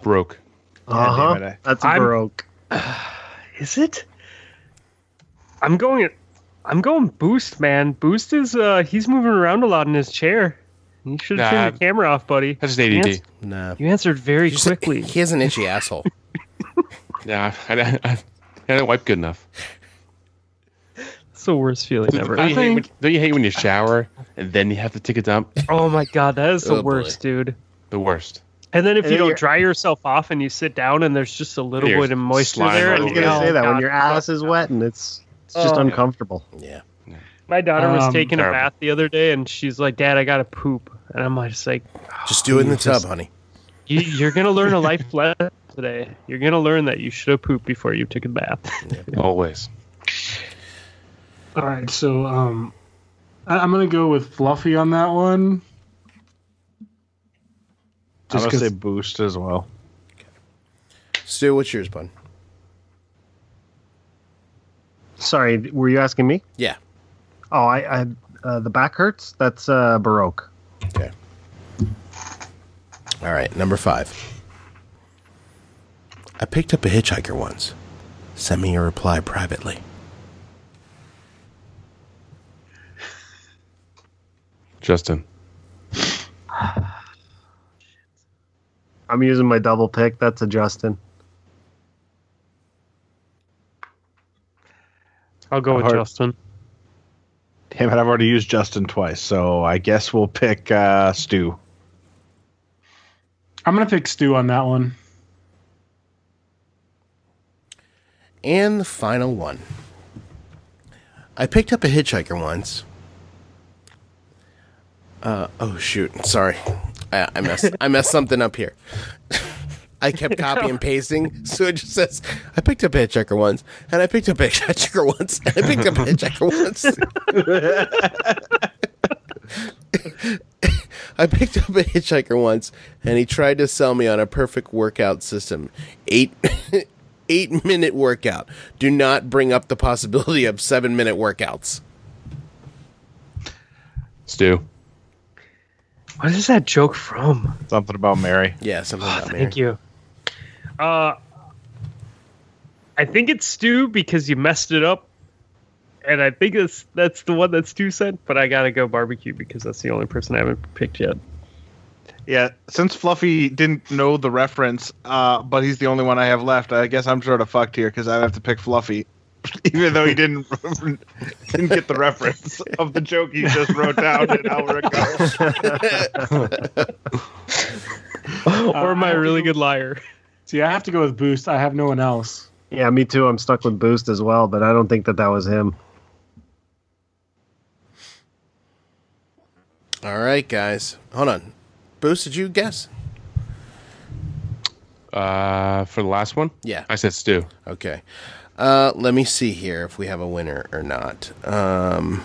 Speaker 5: Broke.
Speaker 7: Uh
Speaker 6: Uh-huh.
Speaker 3: damn it,
Speaker 7: huh.
Speaker 3: I-
Speaker 7: That's a
Speaker 1: I'm-
Speaker 7: broke.
Speaker 1: Is it? I'm going. I'm going boost, man. Boost is uh he's moving around a lot in his chair. You should have
Speaker 5: Nah.
Speaker 1: turned the camera off, buddy.
Speaker 5: That's just ADD.
Speaker 1: Yes.
Speaker 6: Nah.
Speaker 1: You answered very
Speaker 6: Just-
Speaker 1: quickly.
Speaker 6: He has an
Speaker 1: (laughs)
Speaker 6: itchy asshole.
Speaker 5: Yeah, I, I, I, I didn't wipe good enough.
Speaker 1: It's the worst feeling ever.
Speaker 5: Don't you, hate when, don't you hate when you shower and then you have to take a dump?
Speaker 1: Oh my god, that is the
Speaker 6: Oh, boy.
Speaker 1: worst, dude.
Speaker 5: The worst.
Speaker 1: And then if
Speaker 7: And
Speaker 1: you
Speaker 7: then
Speaker 1: don't
Speaker 7: you're-
Speaker 1: dry yourself off and you sit down and there's just a little
Speaker 5: Here's
Speaker 1: bit of moisture
Speaker 5: slime
Speaker 1: there,
Speaker 5: all
Speaker 7: I was
Speaker 5: Oh,
Speaker 7: gonna
Speaker 5: yeah.
Speaker 7: say that when
Speaker 1: God,
Speaker 7: your ass is wet and it's it's just
Speaker 1: Oh.
Speaker 7: uncomfortable.
Speaker 6: yeah.
Speaker 1: My daughter was
Speaker 4: Um,
Speaker 1: taking
Speaker 5: Terrible.
Speaker 1: a bath the other day and she's like, "Dad, I gotta poop," and I'm like, just like,
Speaker 6: Just do it in the tub, honey.
Speaker 1: you, "You're gonna learn a life lesson today. You're gonna learn that you should have pooped before you took a bath." (laughs)
Speaker 5: Always.
Speaker 4: All right, so um, I, I'm gonna go with Fluffy on that one.
Speaker 3: I'm gonna
Speaker 4: 'cause-
Speaker 3: say Boost as well.
Speaker 6: Stu, what's yours, bud?
Speaker 7: Sorry, were you asking me?
Speaker 6: Yeah.
Speaker 7: Oh, I, I uh, the back hurts. That's uh, baroque.
Speaker 6: All right, number five. I picked up a hitchhiker once. Send me your reply privately.
Speaker 5: Justin.
Speaker 7: I'm using my double pick. That's a Justin.
Speaker 1: I'll go with
Speaker 3: Hard-
Speaker 1: Justin.
Speaker 3: Damn it, I've already used Justin twice, so I guess we'll pick uh, Stu.
Speaker 4: I'm gonna pick Stu on that one.
Speaker 6: And the final one. I picked up a hitchhiker once. Uh, oh shoot! Sorry, I, I messed I messed something up here. (laughs) I kept copy and pasting, so it just says I picked up a hitchhiker once, and I picked up a hitchhiker once, and I picked up a hitchhiker once. (laughs) I picked up a hitchhiker once, and he tried to sell me on a perfect workout system. Eight. Eight minute workout. Do not bring up the possibility of seven minute workouts.
Speaker 5: Stu.
Speaker 1: What is that joke from?
Speaker 3: Something about Mary.
Speaker 6: Yeah, something
Speaker 5: Ah,
Speaker 6: like that.
Speaker 1: Thank you. Uh, I think it's Stu because you messed it up, and I think that's that's the one that Stu said. But I gotta go barbecue because that's the only person I haven't picked yet.
Speaker 3: Yeah, since Fluffy didn't know the reference, uh, but he's the only one I have left, I guess I'm sort of fucked here because I have to pick Fluffy, (laughs) even though he didn't (laughs) didn't get the reference of the joke he just wrote down an hour
Speaker 6: (laughs)
Speaker 3: ago.
Speaker 1: or am Oh, I
Speaker 4: Uh,
Speaker 1: a
Speaker 4: I don't
Speaker 1: really
Speaker 4: know.
Speaker 1: good liar?
Speaker 4: See, I have to go with Boost. I have no one else.
Speaker 7: Yeah, me too. I'm stuck with Boost as well, but I don't think that that was him.
Speaker 6: All right, guys. Hold on. Boost, did you guess?
Speaker 5: Uh, for the last one,
Speaker 6: Yeah.
Speaker 5: I said Stu.
Speaker 6: Okay. Uh, let me see here if we have a winner or not. Um,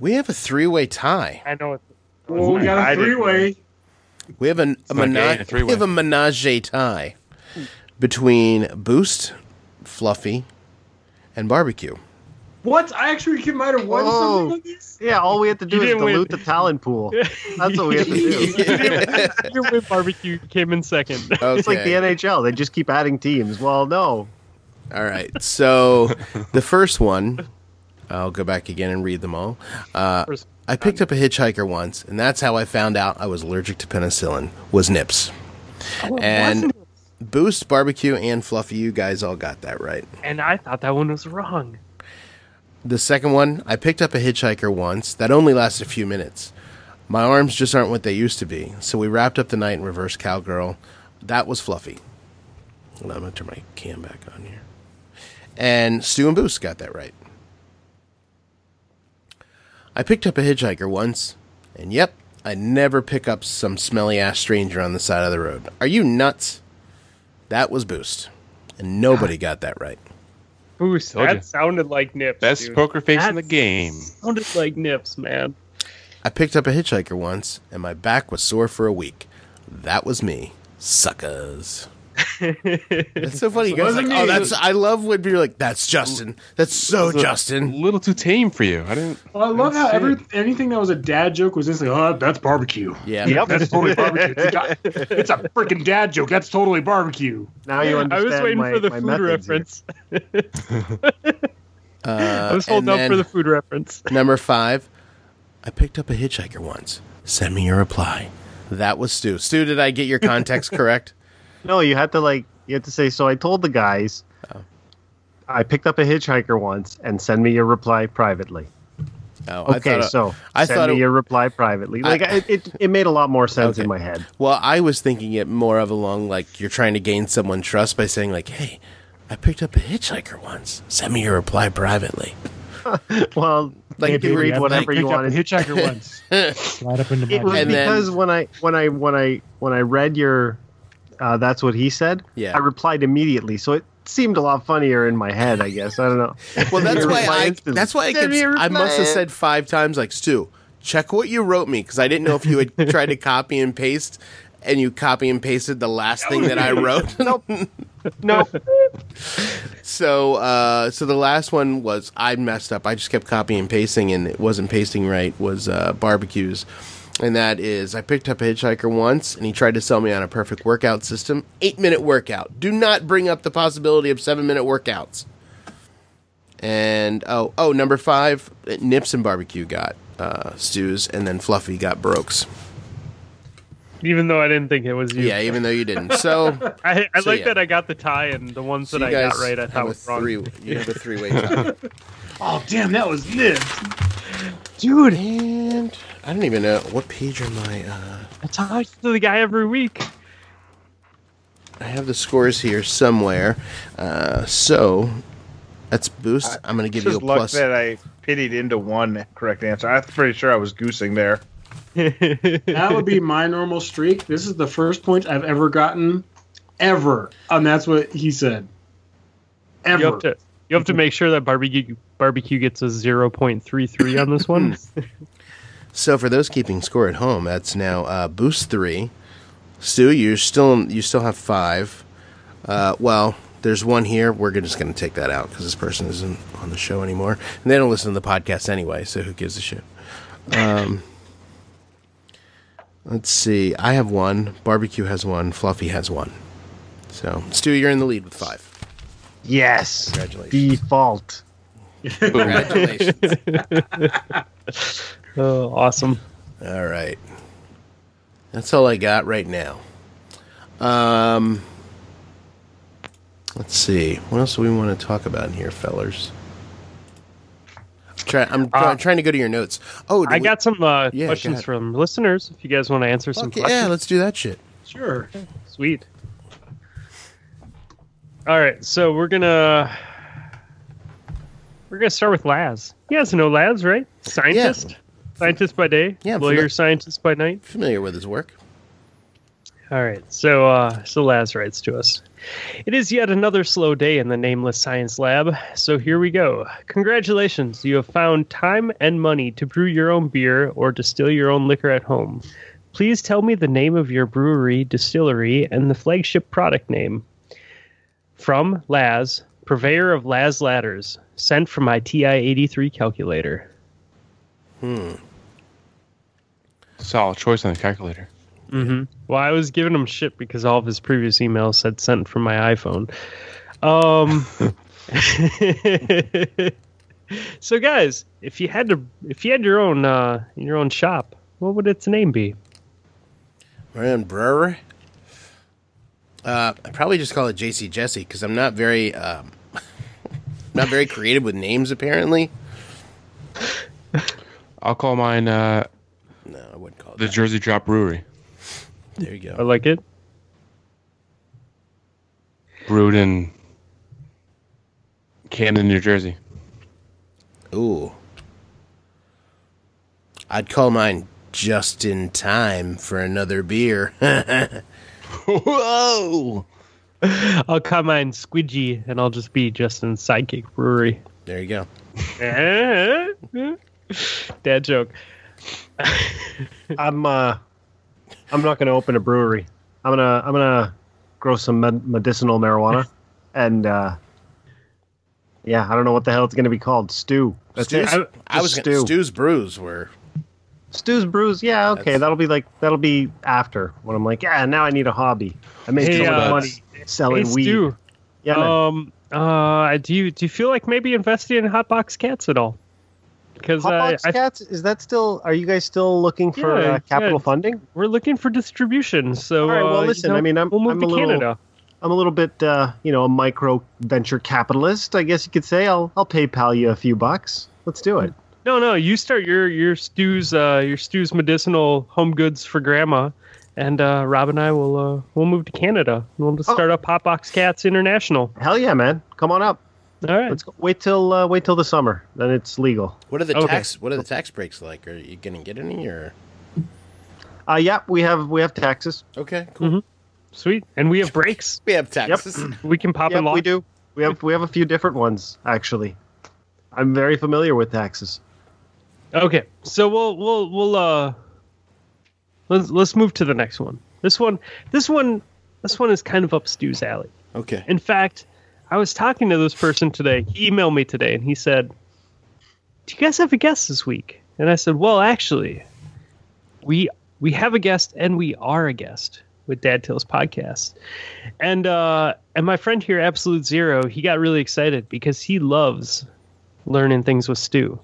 Speaker 6: we have a three way tie.
Speaker 1: I (laughs) know. It.
Speaker 4: Well, we got
Speaker 3: I
Speaker 4: a
Speaker 3: didn't
Speaker 4: three way.
Speaker 6: We have an, a,
Speaker 5: not a gay,
Speaker 6: mena-
Speaker 5: a three-way.
Speaker 6: we have a menage tie between Boost, Fluffy, and Barbecue.
Speaker 4: What? I actually can might have won
Speaker 7: Whoa.
Speaker 4: something on this.
Speaker 7: Yeah, all we have to do
Speaker 1: You
Speaker 7: is
Speaker 1: didn't win.
Speaker 7: dilute the talent pool. That's what we have to
Speaker 1: (laughs)
Speaker 7: do.
Speaker 1: Your win barbecue came in second.
Speaker 6: Okay.
Speaker 7: It's like the NHL. They just keep adding teams. Well, no.
Speaker 6: All right. So the first one, I'll go back again and read them all. Uh,
Speaker 1: First-
Speaker 6: I picked up a hitchhiker once, and that's how I found out I was allergic to penicillin. Was nips. and Boost, Barbecue, and Fluffy, you guys all got that right.
Speaker 1: and I thought that one was wrong.
Speaker 6: The second one, I picked up a hitchhiker once. That only lasted a few minutes. My arms just aren't what they used to be, so we wrapped up the night in reverse cowgirl. That was Fluffy. Hold on, I'm going to turn my cam back on here. And Stu and Boost got that right. I picked up a hitchhiker once, and yep, I never pick up some smelly ass stranger on the side of the road. Are you nuts? That was Boost. And nobody got that right.
Speaker 1: Boost.
Speaker 5: Told
Speaker 1: that
Speaker 5: you.
Speaker 1: sounded like Nips.
Speaker 5: Best
Speaker 1: dude.
Speaker 5: poker face in the
Speaker 1: That's-
Speaker 5: game.
Speaker 1: Sounded like Nips,
Speaker 7: (laughs)
Speaker 1: man.
Speaker 6: I picked up a hitchhiker once, and my back was sore for a week. That was me, suckers. That's so funny. You guys are like,
Speaker 4: Wasn't
Speaker 6: oh,
Speaker 4: me.
Speaker 6: that's. I love when people are like, "That's Justin. That's so
Speaker 5: A
Speaker 6: Justin."
Speaker 5: little too tame for you. I didn't.
Speaker 4: Well, Oh, I love how
Speaker 5: That's
Speaker 4: every anything that was a dad joke was instantly, oh, that's barbecue.
Speaker 6: Yeah.
Speaker 4: That's
Speaker 5: (laughs)
Speaker 4: totally barbecue. It's a, guy- it's a freaking dad joke. That's totally barbecue.
Speaker 7: Now you
Speaker 1: I
Speaker 7: understand
Speaker 1: was waiting
Speaker 7: my,
Speaker 1: for the
Speaker 7: my
Speaker 1: food
Speaker 7: methods here.
Speaker 1: reference.
Speaker 6: Uh,
Speaker 1: I was
Speaker 6: and
Speaker 1: holding up
Speaker 6: then
Speaker 1: for the food reference.
Speaker 6: number five. I picked up a hitchhiker once. Send me your reply. That was Stu. Stu, did I get your (laughs) context correct?
Speaker 7: No, you had to like you had to say. So I told the guys,
Speaker 6: Oh.
Speaker 7: I picked up a hitchhiker once, and send me your reply privately.
Speaker 6: Oh, I
Speaker 7: Okay,
Speaker 6: thought-
Speaker 7: so
Speaker 6: I
Speaker 7: send
Speaker 6: thought
Speaker 7: me
Speaker 6: it-
Speaker 7: your reply privately. Like
Speaker 6: I-
Speaker 7: it, it, it made a lot more sense
Speaker 6: Okay.
Speaker 7: in my head.
Speaker 6: Well, I was thinking it more of along like you're trying to gain someone trust by saying like, "Hey, I picked up a hitchhiker once. Send me your reply privately."
Speaker 7: Well,
Speaker 6: (laughs) Like,
Speaker 7: like you
Speaker 6: dude,
Speaker 7: read
Speaker 6: I've,
Speaker 7: whatever
Speaker 4: Picked
Speaker 7: you
Speaker 4: up a
Speaker 7: wanted.
Speaker 4: hitchhiker once.
Speaker 7: (laughs)
Speaker 4: Slide up into
Speaker 7: It was
Speaker 4: my.
Speaker 6: And then-
Speaker 7: because when I when I when I when I read your, uh, that's what he said.
Speaker 6: Yeah.
Speaker 7: I replied immediately, so it seemed a lot funnier in my head. I guess I don't
Speaker 6: (laughs)
Speaker 7: know.
Speaker 6: Well, that's
Speaker 7: Your
Speaker 6: why
Speaker 7: reply
Speaker 6: I.
Speaker 7: instantly.
Speaker 6: That's why I,
Speaker 7: Send
Speaker 6: could,
Speaker 7: me a
Speaker 6: I must
Speaker 7: reply.
Speaker 6: have said five times, like Stu, check what you wrote me, because I didn't know if you had tried to copy and paste, and you copy and pasted the last thing that I wrote.
Speaker 1: No,
Speaker 6: (laughs) so, uh, so the last one was I messed up. I just kept copying and pasting, and it wasn't pasting right. Was uh, barbecues. and that is I picked up a hitchhiker once, and he tried to sell me on a perfect workout system. Eight minute workout. Do not bring up the possibility of seven minute workouts. And oh, oh, number five, Nips and Barbecue got uh, Stews, and then Fluffy got Brokes.
Speaker 1: Even though I didn't think it was you.
Speaker 6: Yeah, even though
Speaker 1: (laughs)
Speaker 6: you didn't. So
Speaker 1: I, I
Speaker 6: So,
Speaker 1: like
Speaker 6: yeah.
Speaker 1: that I got the tie and the ones
Speaker 6: so
Speaker 1: that I
Speaker 6: you guys
Speaker 1: got right I
Speaker 6: have
Speaker 1: thought
Speaker 6: a
Speaker 1: was wrong.
Speaker 6: three. You have a three
Speaker 1: (laughs)
Speaker 6: way tie.
Speaker 4: Oh, damn, that was Nibs.
Speaker 1: Dude,
Speaker 6: and I don't even know what page am I. Uh,
Speaker 1: I talk to the guy every week. (laughs)
Speaker 6: I have the scores here somewhere. Uh, so that's boost. I'm going to give
Speaker 3: It's
Speaker 6: you a
Speaker 3: just luck
Speaker 6: plus.
Speaker 3: that I pitied into one correct answer. I'm pretty sure I was goosing there.
Speaker 4: That would be my normal streak. This is the first point I've ever gotten, ever. And that's what he said. Ever.
Speaker 1: You have to you have to make sure that barbecue barbecue gets a zero point three three on this
Speaker 6: (laughs)
Speaker 1: one.
Speaker 6: So for those keeping score at home, that's now uh, boost three. Stu, you're still you still have five. Uh, well, there's one here. We're gonna- just going to take that out because this person isn't on the show anymore, and they don't listen to the podcast anyway. So who gives a shit? Um, let's see. I have one. Barbecue has one. Fluffy has one. So Stu, you're in the lead with five.
Speaker 1: yes.
Speaker 6: Congratulations.
Speaker 7: Default.
Speaker 6: Congratulations.
Speaker 1: Oh, awesome.
Speaker 6: All right. That's all I got right now. Um, let's see. What else do we want to talk about in here, fellers? Try, I'm try- trying to go to your notes. Oh, do
Speaker 1: Uh, I
Speaker 6: we-
Speaker 1: got some uh,
Speaker 6: Yeah, go
Speaker 1: questions
Speaker 6: ahead.
Speaker 1: from listeners. If you guys want to answer some
Speaker 6: Fuck
Speaker 1: questions,
Speaker 6: yeah, let's do that shit.
Speaker 4: Sure.
Speaker 1: sweet. All right, so we're gonna we're gonna start with Laz. You guys know Laz, right? Scientist, scientist by day,
Speaker 6: Yeah, I'm
Speaker 1: lawyer,
Speaker 6: familiar.
Speaker 1: scientist by night.
Speaker 6: Familiar with his work?
Speaker 1: All right, so uh, so Laz writes to us. It is yet another slow day in the Nameless Science Lab, so here we go. Congratulations, you have found time and money to brew your own beer or distill your own liquor at home. Please tell me the name of your brewery, distillery, and the flagship product name. From Laz, purveyor of Laz Ladders, sent from my TI 83 calculator.
Speaker 5: Solid choice on the calculator.
Speaker 1: Well, I was giving him shit because all of his previous emails said sent from my iPhone. Um, (laughs) so guys, if you had to, if you had your own, uh, your own shop, what would its name be?
Speaker 6: Ryan Brewer. Uh, I probably just call it JC Jesse because I'm not very, um, (laughs) not very creative with names apparently.
Speaker 5: I'll call mine uh,
Speaker 6: No, I wouldn't call it.
Speaker 5: the
Speaker 6: That.
Speaker 5: Jersey Drop Brewery,
Speaker 6: There you
Speaker 1: I
Speaker 6: go.
Speaker 1: like it.
Speaker 5: brewed in Camden, New Jersey.
Speaker 6: Ooh. I'd call mine just in time for another beer. (laughs)
Speaker 1: Oh.
Speaker 5: Whoa!
Speaker 1: I'll call mine Squidgy, and I'll just be Justin's sidekick brewery. (laughs)
Speaker 6: there you go.
Speaker 1: Dad joke.
Speaker 7: I'm uh, I'm not going to open a brewery. I'm gonna I'm gonna grow some med- medicinal marijuana,
Speaker 1: (laughs)
Speaker 7: and uh, yeah, I don't know what the hell it's going to be called. Stew. That's it.
Speaker 6: Stu's, I, was
Speaker 7: Just
Speaker 6: gonna, Stu's brews were
Speaker 7: Stew's brews, yeah, okay.
Speaker 6: That's-
Speaker 7: That'll be like that'll be after when I'm like, yeah, now I need a hobby. I made
Speaker 1: Hey,
Speaker 7: so much
Speaker 1: uh,
Speaker 7: money selling
Speaker 1: Hey,
Speaker 7: weed.
Speaker 1: Stu.
Speaker 7: Yeah, man.
Speaker 1: Um. Uh. Do you do you feel like maybe investing in Hotbox Cats at all? Because I,
Speaker 7: Hotbox Cats, is that still? Are you guys still looking for
Speaker 1: Yeah,
Speaker 7: uh, capital
Speaker 1: yeah.
Speaker 7: funding?
Speaker 1: we're looking for distribution. So,
Speaker 7: All right, well,
Speaker 1: uh, you
Speaker 7: listen,
Speaker 1: know,
Speaker 7: I mean, I'm-
Speaker 1: we'll move
Speaker 7: I'm
Speaker 1: to
Speaker 7: a little-
Speaker 1: Canada.
Speaker 7: I'm a little bit, uh, you know, a micro venture capitalist, I guess you could say. I'll I'll PayPal you a few bucks. Let's do it.
Speaker 1: No, no, you start your your stews, uh, your stews medicinal home goods for grandma, and uh, Rob and I will uh, we'll move to Canada. and We'll just
Speaker 7: Oh.
Speaker 1: start up Hotbox Cats International.
Speaker 7: Hell yeah, man! Come on up.
Speaker 1: All right.
Speaker 7: Let's go. Wait till uh, wait till the summer, then it's legal.
Speaker 6: What are the
Speaker 1: Okay.
Speaker 6: tax what are the tax breaks like? Are you gonna get any or
Speaker 7: Uh, yeah, we have we have taxes.
Speaker 6: Okay, cool.
Speaker 1: Sweet, and we have breaks.
Speaker 6: We have taxes. (clears throat)
Speaker 1: We can pop
Speaker 7: Yep,
Speaker 1: and lock.
Speaker 7: we do. We have we have a few different ones actually. I'm very familiar with taxes.
Speaker 1: Okay, so we'll we'll we'll uh let's let's move to the next one. This one, this one, this one is kind of up Stu's alley.
Speaker 6: Okay.
Speaker 1: In fact, I was talking to this person today. He emailed me today, and he said, "Do you guys have a guest this week?" And I said, "Well, actually, we we have a guest and we are a guest with Dad Tales podcast. And uh and my friend here, Absolute Zero, he got really excited because he loves learning things with Stu.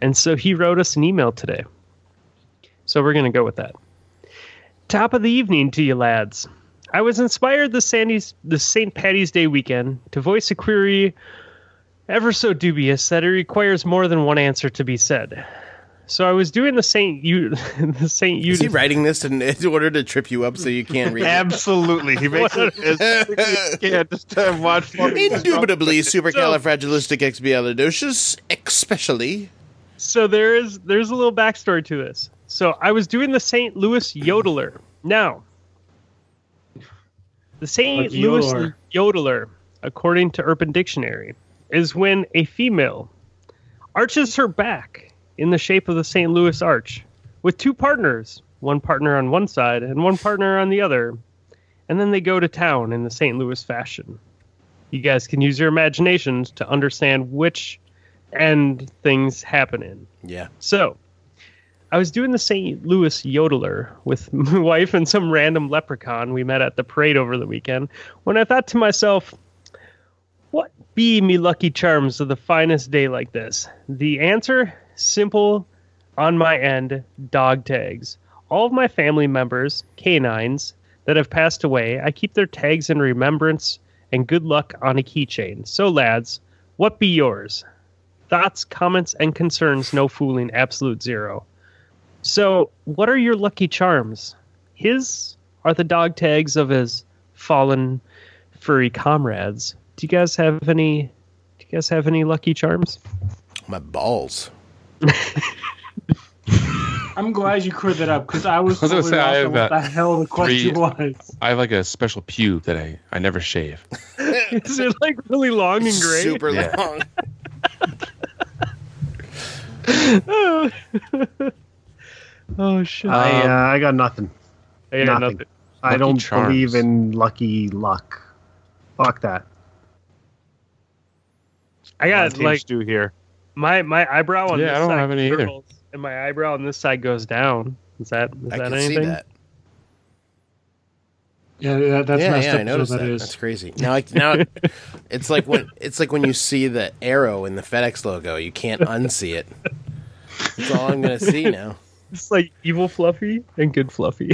Speaker 1: And so he wrote us an email today. So we're gonna go with that. Top of the evening to you lads. I was inspired this Sandy's the St. Patty's Day weekend to voice a query ever so dubious that it requires more than one answer to be said. So I was doing the Saint U (laughs) the Saint
Speaker 6: Is he
Speaker 1: Eudes
Speaker 6: writing this in, in order to trip you up so you can't read? it?
Speaker 3: Absolutely, he makes
Speaker 1: (laughs)
Speaker 3: it as quickly as he can just to watch.
Speaker 6: Indubitably supercalifragilisticexpialidocious, especially.
Speaker 1: so there is there's a little backstory to this. So I was doing the St. Louis yodeler. Now, the St.
Speaker 4: Like
Speaker 1: Louis
Speaker 4: yodeler.
Speaker 1: yodeler, according to Urban Dictionary, is when a female arches her back in the shape of the St. Louis arch with two partners, one partner on one side and one partner on the other, and then they go to town in the St. Louis fashion. You guys can use your imaginations to understand which end things happen in.
Speaker 6: Yeah.
Speaker 1: So, I was doing the St. Louis yodeler with (laughs) my wife and some random leprechaun we met at the parade over the weekend when I thought to myself, what be me lucky charms of the finest day like this? The answer, simple on my end, dog tags. All of my family members, canines, that have passed away, I keep their tags in remembrance and good luck on a keychain. So, lads, what be yours? thoughts, comments, and concerns, no fooling, absolute zero. So, what are your lucky charms? His are the dog tags of his fallen furry comrades. Do you guys have any? Do you guys have any lucky
Speaker 6: (laughs)
Speaker 1: charms?
Speaker 6: My balls.
Speaker 4: I'm glad you cleared that up because I was,
Speaker 5: (laughs) I was gonna
Speaker 4: totally
Speaker 5: say, I
Speaker 4: lost
Speaker 5: have
Speaker 4: on what the
Speaker 5: about
Speaker 4: hell the question
Speaker 5: three-
Speaker 4: was.
Speaker 5: I have like a special pube that I, I never shave.
Speaker 1: Is it like really long and gray?
Speaker 6: Super
Speaker 5: Yeah.
Speaker 6: long.
Speaker 1: oh (laughs) Oh, shit!
Speaker 7: I,
Speaker 5: Um,
Speaker 7: uh, I got nothing.
Speaker 1: I got
Speaker 7: nothing.
Speaker 1: nothing.
Speaker 7: I
Speaker 5: Lucky
Speaker 7: don't
Speaker 5: charms.
Speaker 7: believe in lucky luck. Fuck that.
Speaker 1: I got like
Speaker 3: do here.
Speaker 1: my my eyebrow on
Speaker 5: Yeah,
Speaker 1: this
Speaker 5: I don't
Speaker 1: side
Speaker 5: have any either.
Speaker 1: curls, and my eyebrow on this side goes down. Is that is
Speaker 6: I
Speaker 1: that
Speaker 6: can
Speaker 1: anything?
Speaker 6: see that.
Speaker 4: Yeah, that, that's
Speaker 6: yeah,
Speaker 4: messed
Speaker 6: yeah,
Speaker 4: up. so
Speaker 6: I noticed that.
Speaker 4: that is.
Speaker 6: That's crazy. Now, I, now, it's like when it's like when you see the arrow in the FedEx logo, you can't unsee it. That's all I'm gonna see now.
Speaker 1: It's like evil fluffy and good fluffy.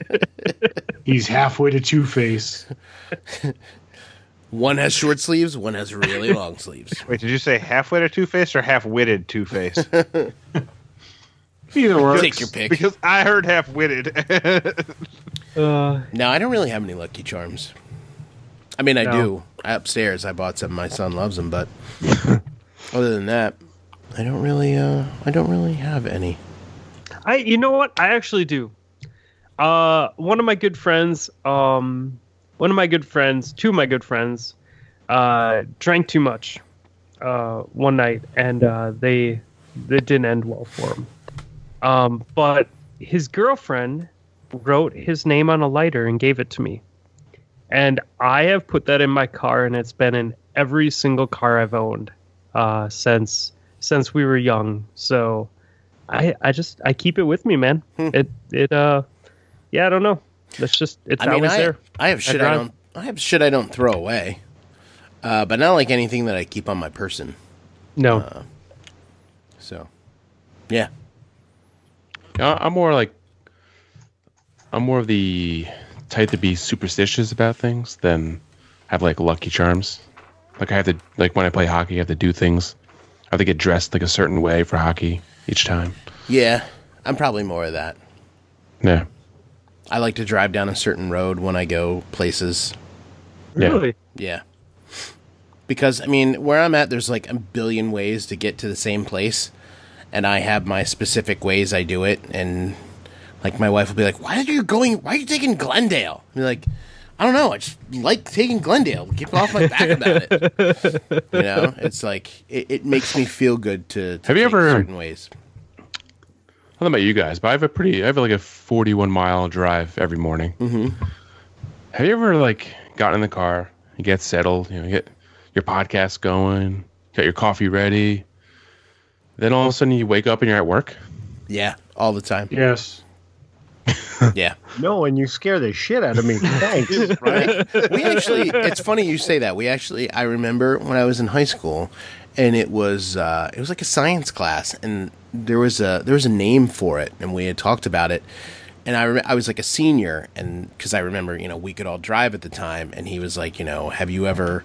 Speaker 1: (laughs)
Speaker 4: He's halfway to Two Face.
Speaker 6: One has short sleeves, one has really long sleeves.
Speaker 3: Wait, did you say halfway to Two Face or half witted Two Face?
Speaker 6: (laughs)
Speaker 4: Either works.
Speaker 6: Take your pick.
Speaker 3: because I heard half (laughs) witted.
Speaker 1: uh,
Speaker 6: No, I don't really have any Lucky Charms. I mean, I
Speaker 1: No.
Speaker 6: do. Upstairs, I bought some. My son loves them, but other than that, I don't really. Uh, I don't really have any.
Speaker 1: I you know what? I actually do. Uh, one of my good friends, um, one of my good friends, two of my good friends, uh, drank too much uh, one night, and uh, they it didn't end well for him. Um, but his girlfriend wrote his name on a lighter and gave it to me, and I have put that in my car, and it's been in every single car I've owned uh, since since we were young. So. I, I just I keep it with me, man.
Speaker 6: Hmm.
Speaker 1: It it uh yeah, I don't know. That's just it's
Speaker 6: I mean,
Speaker 1: always
Speaker 6: I,
Speaker 1: there.
Speaker 6: I have shit. I
Speaker 1: drive.
Speaker 6: don't. I have shit. I don't throw away. Uh, but not like anything that I keep on my person.
Speaker 1: No.
Speaker 6: Uh, So, yeah.
Speaker 5: I- I'm more like I'm more of the type to be superstitious about things than have like lucky charms. Like I have to like when I play hockey, I have to do things. I have to get dressed like a certain way for hockey each time.
Speaker 6: Yeah, I'm probably more of that.
Speaker 5: Yeah,
Speaker 6: I like to drive down a certain road when I go places.
Speaker 5: yeah.
Speaker 1: Really?
Speaker 6: Yeah. Because I mean, where I'm at, there's like a billion ways to get to the same place, and I have my specific ways I do it. And like my wife will be like, "Why are you going? Why are you taking Glendale?" i be like, "I don't know. I just like taking Glendale. Get off my back about it."
Speaker 5: (laughs)
Speaker 6: You know, it's like it, it makes me feel good to. to
Speaker 5: Have you
Speaker 6: take
Speaker 5: ever-
Speaker 6: certain ways?
Speaker 5: I don't know about you guys, but I have a pretty, I have like a 41 mile drive every morning. Mm-hmm. Have you ever like gotten in the car, you get settled, you know, you get your podcast going, got your coffee ready, then all of a sudden you wake up and you're at work?
Speaker 6: Yeah, all the time.
Speaker 4: Yes.
Speaker 6: Yeah.
Speaker 7: No, and you scare the shit out of me. Thanks.
Speaker 6: right? (laughs) we actually, it's funny you say that. We actually, I remember when I was in high school, and it was uh, it was like a science class, and there was a there was a name for it, and we had talked about it. And I, rem- I was like a senior, and because I remember, you know, we could all drive at the time, and he was like, you know, have you ever,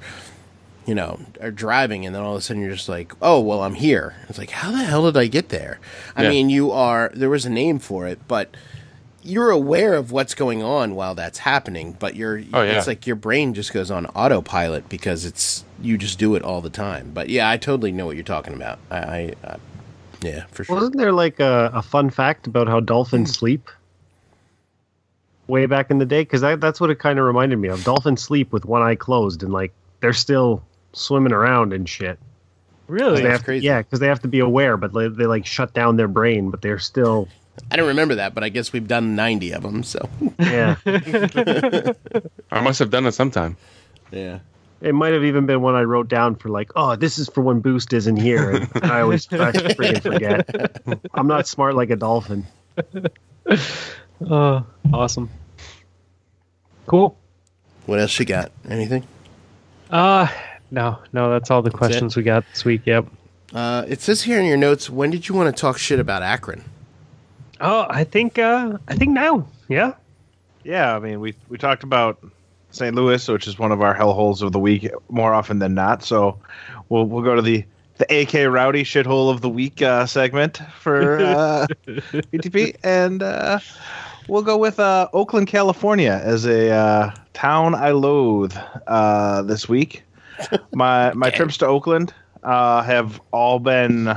Speaker 6: you know, are driving, and then all of a sudden you're just like, oh, well, I'm here. It's like, how the hell did I get there? I
Speaker 5: Yeah.
Speaker 6: mean, you are there was a name for it, but you're aware of what's going on while that's happening, but you're
Speaker 5: Oh, yeah.
Speaker 6: it's like your brain just goes on autopilot because it's you just do it all the time. But yeah, I totally know what you're talking about. I, I uh, yeah, for sure.
Speaker 7: Wasn't there like a, a fun fact about how dolphins sleep? Way back in the day, because that, that's what it kind of reminded me of. Dolphins sleep with one eye closed, and like they're still swimming around and shit.
Speaker 1: Really?
Speaker 7: They
Speaker 6: That's
Speaker 7: have-
Speaker 6: crazy.
Speaker 7: Yeah, because they have to be aware, but they, they like shut down their brain, but they're still
Speaker 6: I don't remember that, but I guess we've done 90 of them, so
Speaker 7: yeah.
Speaker 5: I must have done it sometime.
Speaker 6: (laughs) yeah.
Speaker 7: it might have even been one I wrote down for like, oh, this is for when Boost isn't here, and I always I freaking forget. I'm not smart like a dolphin.
Speaker 1: Uh, awesome. Cool.
Speaker 6: What else you got? Anything?
Speaker 1: Uh, no, no, that's all the questions we got this week. Yep.
Speaker 6: Uh, it says here in your notes, when did you want to talk shit about Akron?
Speaker 1: Oh, I think uh, I think now. Yeah.
Speaker 3: Yeah, I mean, we we talked about St. Louis, which is one of our hellholes of the week more often than not. So we'll we'll go to the the AK Rowdy shithole of the week uh, segment for uh, BTP, and uh, we'll go with uh, Oakland, California, as a uh, town I loathe uh, this week. My my trips to Oakland uh, have all been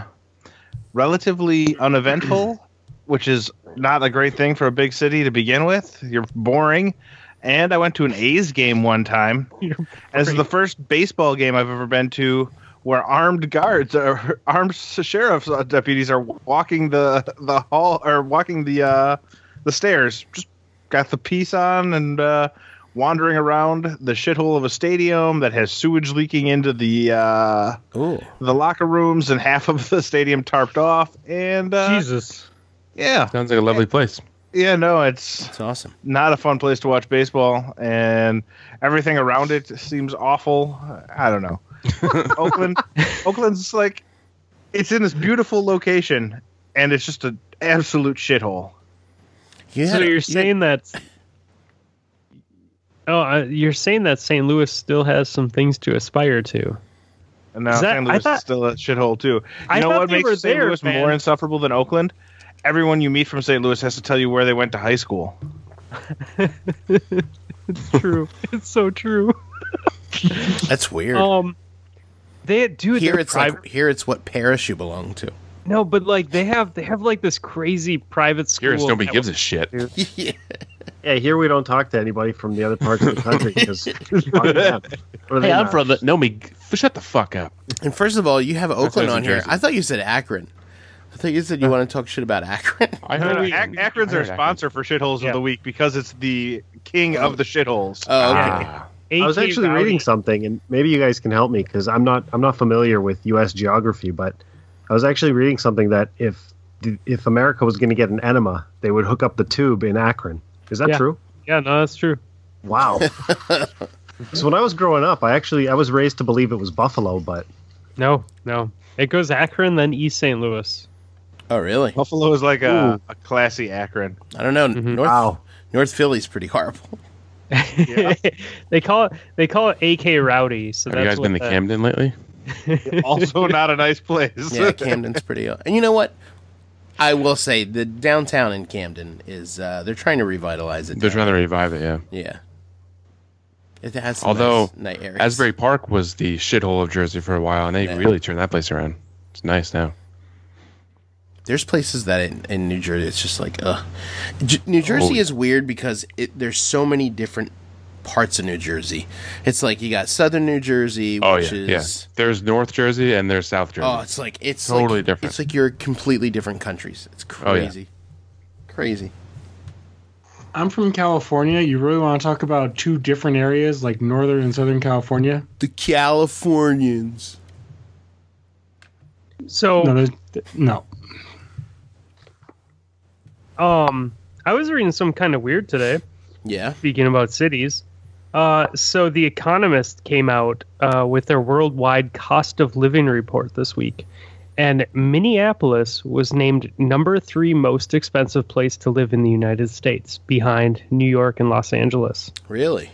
Speaker 3: relatively uneventful, which is not a great thing for a big city to begin with. You're boring. And I went to an A's game one time. And this is the first baseball game I've ever been to where armed guards or (laughs) armed sheriff's uh, deputies are walking the the hall or walking the uh, the stairs. Just got the piece on and uh, wandering around the shithole of a stadium that has sewage leaking into the uh,
Speaker 6: Ooh.
Speaker 3: the locker rooms and half of the stadium tarped off. And uh,
Speaker 4: Jesus.
Speaker 3: yeah,
Speaker 5: Sounds like a lovely place.
Speaker 3: yeah, no, it's
Speaker 6: It's awesome.
Speaker 3: not a fun place to watch baseball, and everything around it seems awful. I don't know. Oakland, Oakland's like it's in this beautiful location, and it's just an absolute shithole.
Speaker 6: You
Speaker 1: So
Speaker 6: had-
Speaker 1: you're
Speaker 6: you-
Speaker 1: saying that? Oh, uh, you're saying that St. Louis still has some things to aspire to.
Speaker 3: And now
Speaker 1: Is that-
Speaker 3: St.
Speaker 1: I
Speaker 3: Louis
Speaker 1: thought-
Speaker 3: is still a shithole too. You
Speaker 1: I
Speaker 3: know
Speaker 1: thought
Speaker 3: what
Speaker 1: they
Speaker 3: makes
Speaker 1: were
Speaker 3: St.
Speaker 1: there,
Speaker 3: Louis
Speaker 1: man.
Speaker 3: more insufferable than Oakland? Everyone you meet from St. Louis has to tell you where they went to high school.
Speaker 1: (laughs) True. it's so true.
Speaker 6: that's weird.
Speaker 1: Um, they dude,
Speaker 6: here
Speaker 1: they're
Speaker 6: it's
Speaker 1: private.
Speaker 6: like here it's what parish you belong to.
Speaker 1: no, but like they have they have like this crazy private school.
Speaker 5: Here, it's nobody
Speaker 1: that
Speaker 5: gives a shit.
Speaker 6: yeah.
Speaker 7: Yeah, here we don't talk to anybody from the other parts of the country because hey,
Speaker 5: the. No, me. Shut the fuck up.
Speaker 6: And first of all, you have Oakland
Speaker 5: it's
Speaker 6: on
Speaker 5: in
Speaker 6: here.
Speaker 5: Jersey.
Speaker 6: I thought you said Akron. I thought you said you want to talk shit about Akron. (laughs)
Speaker 5: I
Speaker 3: No, no,
Speaker 5: we-
Speaker 3: Ak- Akron's
Speaker 5: I
Speaker 3: our
Speaker 5: heard Akron.
Speaker 3: sponsor for shitholes
Speaker 1: Yeah.
Speaker 3: of the week because it's the king of the shitholes.
Speaker 6: Oh, okay.
Speaker 5: Ah,
Speaker 1: A-
Speaker 7: I was
Speaker 1: AK
Speaker 7: actually
Speaker 1: Rowdy.
Speaker 7: reading something, and maybe you guys can help me because I'm not I'm not familiar with U.S. geography, but I was actually reading something that if if America was going to get an enema, they would hook up the tube in Akron. Is that
Speaker 1: Yeah.
Speaker 7: true?
Speaker 1: Yeah, no, that's true.
Speaker 7: Wow. so when I was growing up, I actually I was raised to believe it was Buffalo, but
Speaker 1: No, no, it goes Akron then East St. Louis.
Speaker 6: Oh, really?
Speaker 3: Buffalo is like a, a classy Akron.
Speaker 6: I don't know.
Speaker 1: Mhm.
Speaker 6: North
Speaker 7: wow,
Speaker 6: North Philly's pretty horrible.
Speaker 3: Yeah.
Speaker 1: (laughs) they call it they call it AK Rowdy. So
Speaker 5: have
Speaker 1: that's
Speaker 5: you guys
Speaker 1: what
Speaker 5: been to
Speaker 1: the-
Speaker 5: Camden lately?
Speaker 1: (laughs)
Speaker 3: also not a nice place.
Speaker 6: Yeah, Camden's pretty. And you know what? I will say the downtown in Camden is uh, they're trying to revitalize it.
Speaker 5: They're
Speaker 6: now.
Speaker 5: trying to revive it. Yeah.
Speaker 6: Yeah. It has some
Speaker 5: Although
Speaker 6: nice night areas.
Speaker 5: Asbury Park was the shithole of Jersey for a while, and they
Speaker 6: Yeah.
Speaker 5: really turned that place around. It's nice now.
Speaker 6: There's places that in, in New Jersey, it's just like, ugh. J- New Jersey is weird because it, there's so many different parts of New Jersey. It's like you got Southern New Jersey,
Speaker 5: Oh
Speaker 6: which
Speaker 5: yeah,
Speaker 6: is
Speaker 5: yeah. There's North Jersey and there's South Jersey.
Speaker 6: oh, it's like it's
Speaker 5: Totally
Speaker 6: like,
Speaker 5: different.
Speaker 6: It's like you're completely different countries. It's
Speaker 5: Oh, yeah.
Speaker 6: crazy, crazy.
Speaker 4: I'm from California. You really want to talk about two different areas like northern and southern California?
Speaker 6: The Californians.
Speaker 1: So
Speaker 4: No, there's, no.
Speaker 1: um, I was reading some kind of weird today.
Speaker 6: Yeah.
Speaker 1: Speaking about cities, uh, so the Economist came out uh, with their worldwide cost of living report this week, and Minneapolis was named number three most expensive place to live in the United States, behind New York and Los Angeles.
Speaker 6: Really?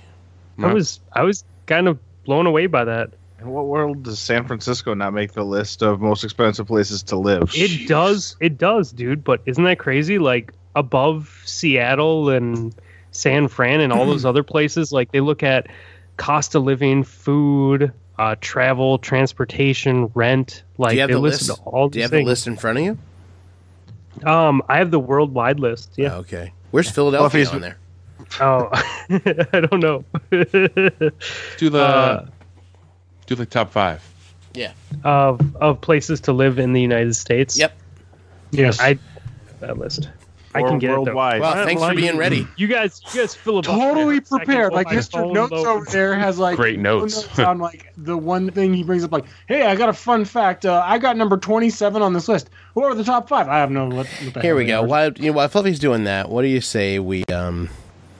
Speaker 1: I
Speaker 5: Wow.
Speaker 1: was I was kind of blown away by that.
Speaker 3: In (laughs) what world does San Francisco not make the list of most expensive places to live?
Speaker 1: It does. It does, dude. But isn't that crazy? Like above Seattle and San Fran and all
Speaker 6: (clears throat)
Speaker 1: those other places, like they look at cost of living, food, uh, travel, transportation, rent. Like
Speaker 6: Do you have
Speaker 1: they
Speaker 6: the
Speaker 1: listen
Speaker 6: list?
Speaker 1: to all
Speaker 6: Do you
Speaker 1: these
Speaker 6: have
Speaker 1: things.
Speaker 6: the list in front of you?
Speaker 1: Um, I have the worldwide list. Yeah.
Speaker 6: Oh, Okay. Where's Philadelphia
Speaker 3: he's-
Speaker 6: on there?
Speaker 1: Oh, (laughs) I don't know. (laughs)
Speaker 5: Do the
Speaker 1: Uh,
Speaker 5: do the top five.
Speaker 1: of of places to live in the United States.
Speaker 6: Yep.
Speaker 4: Yes.
Speaker 1: I that list. I
Speaker 3: Or
Speaker 1: can get it though.
Speaker 3: worldwide.
Speaker 6: Well,
Speaker 1: don't
Speaker 6: thanks for
Speaker 1: like- (laughs)
Speaker 6: being ready.
Speaker 1: You guys, you guys filibuster.
Speaker 4: totally
Speaker 1: I can
Speaker 4: prepared.
Speaker 1: pull
Speaker 4: Like
Speaker 1: my
Speaker 4: Mr.
Speaker 1: phone
Speaker 4: Notes
Speaker 1: open.
Speaker 4: over there has like
Speaker 5: Great notes.
Speaker 4: on like the one thing he brings up, like, "Hey, I got a fun fact. Uh, I got number twenty-seven on this list. Who are the top five? I have no. What, what the
Speaker 6: Here
Speaker 4: hell
Speaker 6: we
Speaker 4: they
Speaker 6: go.
Speaker 4: are.
Speaker 6: While you know, while Fluffy's doing that, what do you say we um?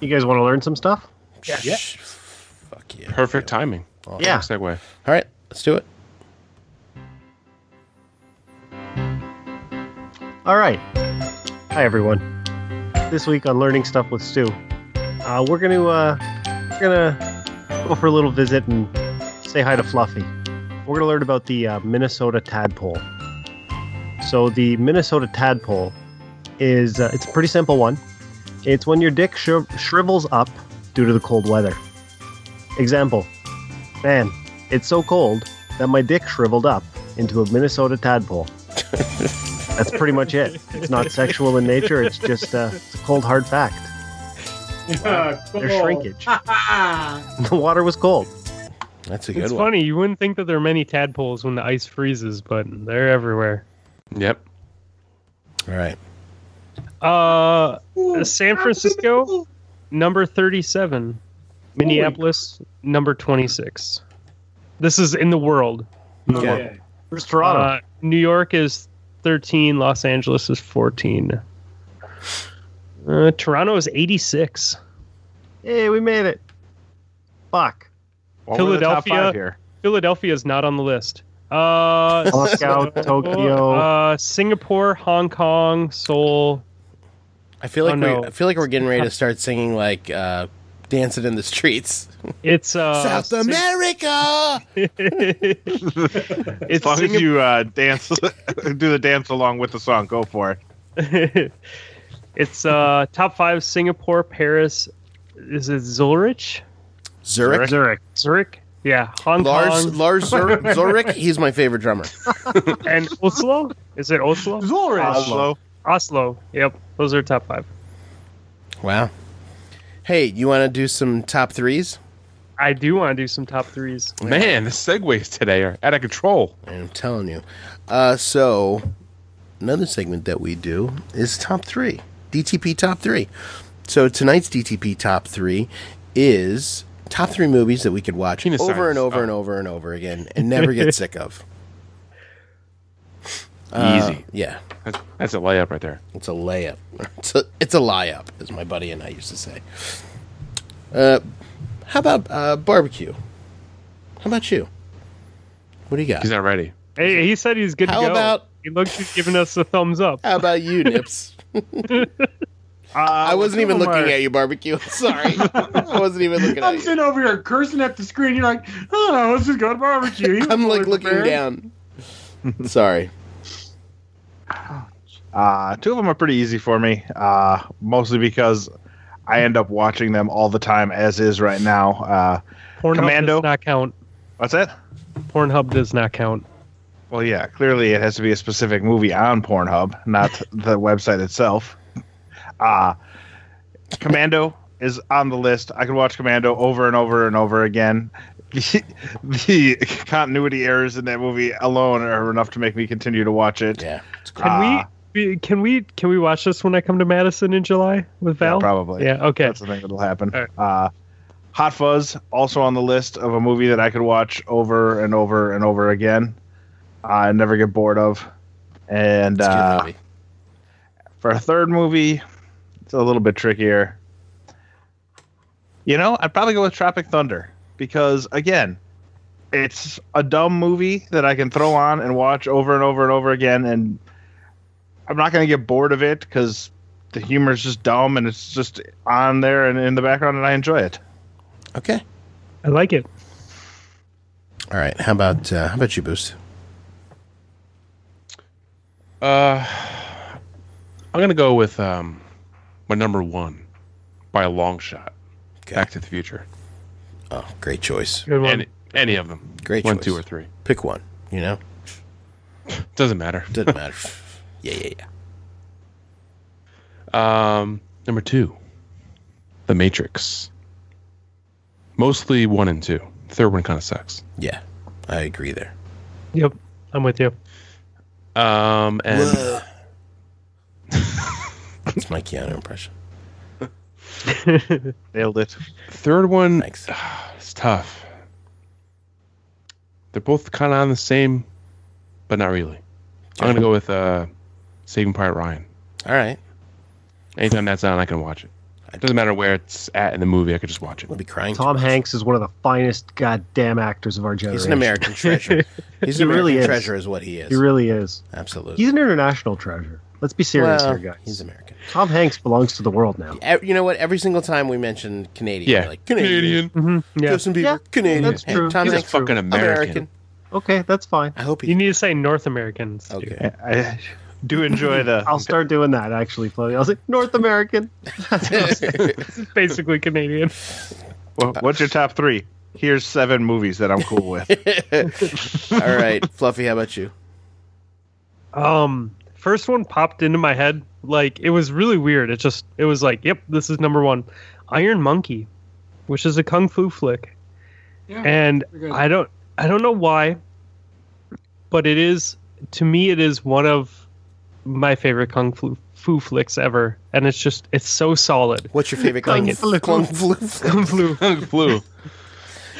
Speaker 7: You guys want to learn some stuff?
Speaker 4: Yeah.
Speaker 6: sh- Fuck yeah.
Speaker 5: Perfect timing.
Speaker 7: Yeah.
Speaker 5: Perfect segue.
Speaker 6: All right, let's do it.
Speaker 7: All right. Hi, everyone. This week on Learning Stuff with Stu, uh, we're gonna uh, we're gonna go for a little visit and say hi to Fluffy. We're gonna learn about the uh, Minnesota tadpole. So the Minnesota tadpole is uh, it's a pretty simple one. It's when your dick shriv shrivels up due to the cold weather. Example: Man, it's so cold that my dick shriveled up into a Minnesota tadpole. That's pretty much it. It's not sexual in nature. It's just uh, it's a cold, hard fact.
Speaker 4: Yeah,
Speaker 7: There's
Speaker 4: cool.
Speaker 7: shrinkage. the water was cold.
Speaker 6: That's a good
Speaker 1: It's
Speaker 6: one.
Speaker 1: funny. You wouldn't think that there are many tadpoles when the ice freezes, but they're everywhere.
Speaker 5: Yep.
Speaker 6: All right.
Speaker 1: Uh, San Francisco, number thirty-seven. Minneapolis, number twenty-six. This is in the world.
Speaker 4: Yeah.
Speaker 6: Okay.
Speaker 7: Where's Toronto?
Speaker 1: Uh, New York is thirteen. Los Angeles is fourteen. Uh, Toronto is eighty-six.
Speaker 7: hey, we made it. Fuck.
Speaker 3: What were the top
Speaker 1: Philadelphia.
Speaker 3: five here?
Speaker 1: Philadelphia is not on the list. Uh,
Speaker 7: Moscow,
Speaker 6: (laughs)
Speaker 7: Tokyo.
Speaker 1: Uh, Singapore, Hong Kong, Seoul.
Speaker 6: I feel like
Speaker 1: Oh,
Speaker 6: we,
Speaker 1: no.
Speaker 6: I feel like we're
Speaker 1: (laughs)
Speaker 6: getting ready to start singing like uh, "Dancing in the Streets."
Speaker 1: It's uh,
Speaker 6: South
Speaker 1: Sing-
Speaker 6: America.
Speaker 1: (laughs) it's
Speaker 3: As long as you uh, dance, (laughs) do the dance along with the song. Go for it.
Speaker 1: Singap- (laughs) it's uh, top five: Singapore, Paris. Is it Zurich?
Speaker 6: Zurich.
Speaker 1: Zurich. Zurich. Yeah, Hong
Speaker 6: Lars
Speaker 1: Kong
Speaker 6: Lars Zur-
Speaker 1: (laughs)
Speaker 6: Zurich. He's my favorite drummer.
Speaker 1: and Oslo. Is it Oslo?
Speaker 4: Zurich.
Speaker 3: Oslo.
Speaker 1: Oslo. Yep, those are top five.
Speaker 6: Wow. Hey, you want to do some top threes
Speaker 1: I do want to do some top threes.
Speaker 5: Man, the segues today are out of control.
Speaker 6: I'm telling you. Uh, so, another segment that we do is top three DTP top three. So tonight's DTP top three is top three movies that we could watch
Speaker 5: Penis
Speaker 6: over
Speaker 5: science.
Speaker 6: and over
Speaker 5: Oh.
Speaker 6: and over and over again and
Speaker 5: (laughs)
Speaker 6: never get sick of. Uh,
Speaker 5: Easy.
Speaker 6: yeah,
Speaker 5: That's, that's a layup right there.
Speaker 6: it's a layup. (laughs) It's a, it's a lie up, as my buddy and I used to say. Uh, how about uh, barbecue? How about you? What do you got?
Speaker 5: He's not ready.
Speaker 1: Hey, he said he's good
Speaker 6: How
Speaker 1: to go.
Speaker 6: about-
Speaker 1: he looks, he's giving us a thumbs up.
Speaker 6: How about you, Nips?
Speaker 3: Uh,
Speaker 6: I wasn't even
Speaker 3: some of
Speaker 6: looking
Speaker 3: them are-
Speaker 6: at you, barbecue. (laughs) Sorry, I wasn't even looking
Speaker 4: I'm
Speaker 6: at you.
Speaker 4: sitting over here cursing at the screen. You're like, oh, no, let's just go to barbecue. He was
Speaker 6: (laughs) I'm like
Speaker 4: fully
Speaker 6: looking
Speaker 4: prepared.
Speaker 6: down. Sorry.
Speaker 3: Uh, two of them are pretty easy for me, uh, mostly because I end up watching them all the time, as is right now. Uh,
Speaker 1: Pornhub
Speaker 3: Commando.
Speaker 1: does not count.
Speaker 3: what's that?
Speaker 1: Pornhub does not count.
Speaker 3: Well, yeah, clearly it has to be a specific movie on Pornhub, not the website itself. Uh, Commando is on the list. I could watch Commando over and over and over again. (laughs) The, the continuity errors in that movie alone are enough to make me continue to watch it.
Speaker 6: Yeah.
Speaker 1: Can
Speaker 3: Ah.
Speaker 1: we? we- Can we? Can we watch this when I come to Madison in July with Val?
Speaker 3: Yeah, probably.
Speaker 1: Yeah, okay.
Speaker 3: That's the thing that'll happen.
Speaker 1: All right.
Speaker 3: Uh, Hot Fuzz also on the list of a movie that I could watch over and over and over again. I never get bored of. And
Speaker 6: It's a good
Speaker 3: uh,
Speaker 6: movie.
Speaker 3: for a third movie, a little bit trickier. You know, I'd probably go with Tropic Thunder because again, it's a dumb movie that I can throw on and watch over and over and over again, and I'm not going to get bored of it because the humor is just dumb and it's just on there and in the background, and I enjoy it.
Speaker 6: Okay.
Speaker 1: I like it.
Speaker 6: All right. How about uh, how about you, Boost?
Speaker 5: Uh, I'm gonna go with um, my number one by a long shot.
Speaker 6: Okay.
Speaker 5: Back to the Future.
Speaker 6: Oh, great choice.
Speaker 1: Good one.
Speaker 5: Any, any of them.
Speaker 6: Great
Speaker 5: one,
Speaker 6: choice.
Speaker 5: two, or three.
Speaker 6: Pick one. You know,
Speaker 5: Doesn't matter.
Speaker 6: doesn't matter. (laughs) yeah, yeah, yeah.
Speaker 5: Um, number two, The Matrix. Mostly one and two. Third one kind of sucks.
Speaker 6: Yeah, I agree there.
Speaker 1: Yep, I'm with you.
Speaker 5: Um, and
Speaker 6: That's my Keanu impression.
Speaker 3: Nailed it.
Speaker 5: third one,
Speaker 6: Thanks.
Speaker 5: it's tough. They're both kind of on the same, but not really. I'm gonna go with uh, Saving Private Ryan.
Speaker 6: All right.
Speaker 5: Anytime that's on, I can watch it. It doesn't matter where it's at in the movie. I could just watch it.
Speaker 6: We'll be crying.
Speaker 7: Tom Hanks is one of the finest goddamn actors of our generation.
Speaker 6: He's an American treasure. He's an
Speaker 7: He
Speaker 6: American
Speaker 7: really is.
Speaker 6: treasure, is what he is.
Speaker 7: He really is.
Speaker 6: Absolutely.
Speaker 7: He's an international treasure. Let's be serious
Speaker 6: Well,
Speaker 7: here, guys.
Speaker 6: He's American.
Speaker 7: Tom Hanks belongs to the world now.
Speaker 6: E- You know what? Every single time we mention Canadian,
Speaker 5: Yeah,
Speaker 6: we're like Canadian,
Speaker 1: Yeah.
Speaker 6: Justin Bieber,
Speaker 7: Yeah,
Speaker 6: Canadian.
Speaker 7: that's
Speaker 6: Hey,
Speaker 7: true.
Speaker 6: Tom
Speaker 5: He's a
Speaker 6: Hanks,
Speaker 5: fucking American.
Speaker 7: Okay, that's fine.
Speaker 6: I hope he.
Speaker 1: You need to say North Americans. dude.
Speaker 6: okay.
Speaker 3: I do enjoy the.
Speaker 7: I'll start doing that actually, Floaty. I'll say North American.
Speaker 1: This is basically Canadian.
Speaker 3: Wha- What's your top three? Here's seven movies that I'm cool with.
Speaker 6: (laughs) All right, Fluffy. How about you?
Speaker 1: Um, first one popped into my head. Like it was really weird. It just it was like, yep, this is number one. Iron Monkey, which is a kung fu flick,
Speaker 4: Yeah.
Speaker 1: and
Speaker 4: Very good.
Speaker 1: I don't I don't know why, but it is to me it is one of my favorite kung fu, fu flicks ever, and it's just it's so solid.
Speaker 6: What's your favorite
Speaker 1: Kung
Speaker 6: kung
Speaker 1: flu.
Speaker 6: Kung flu.
Speaker 1: Kung fu.
Speaker 5: Flu.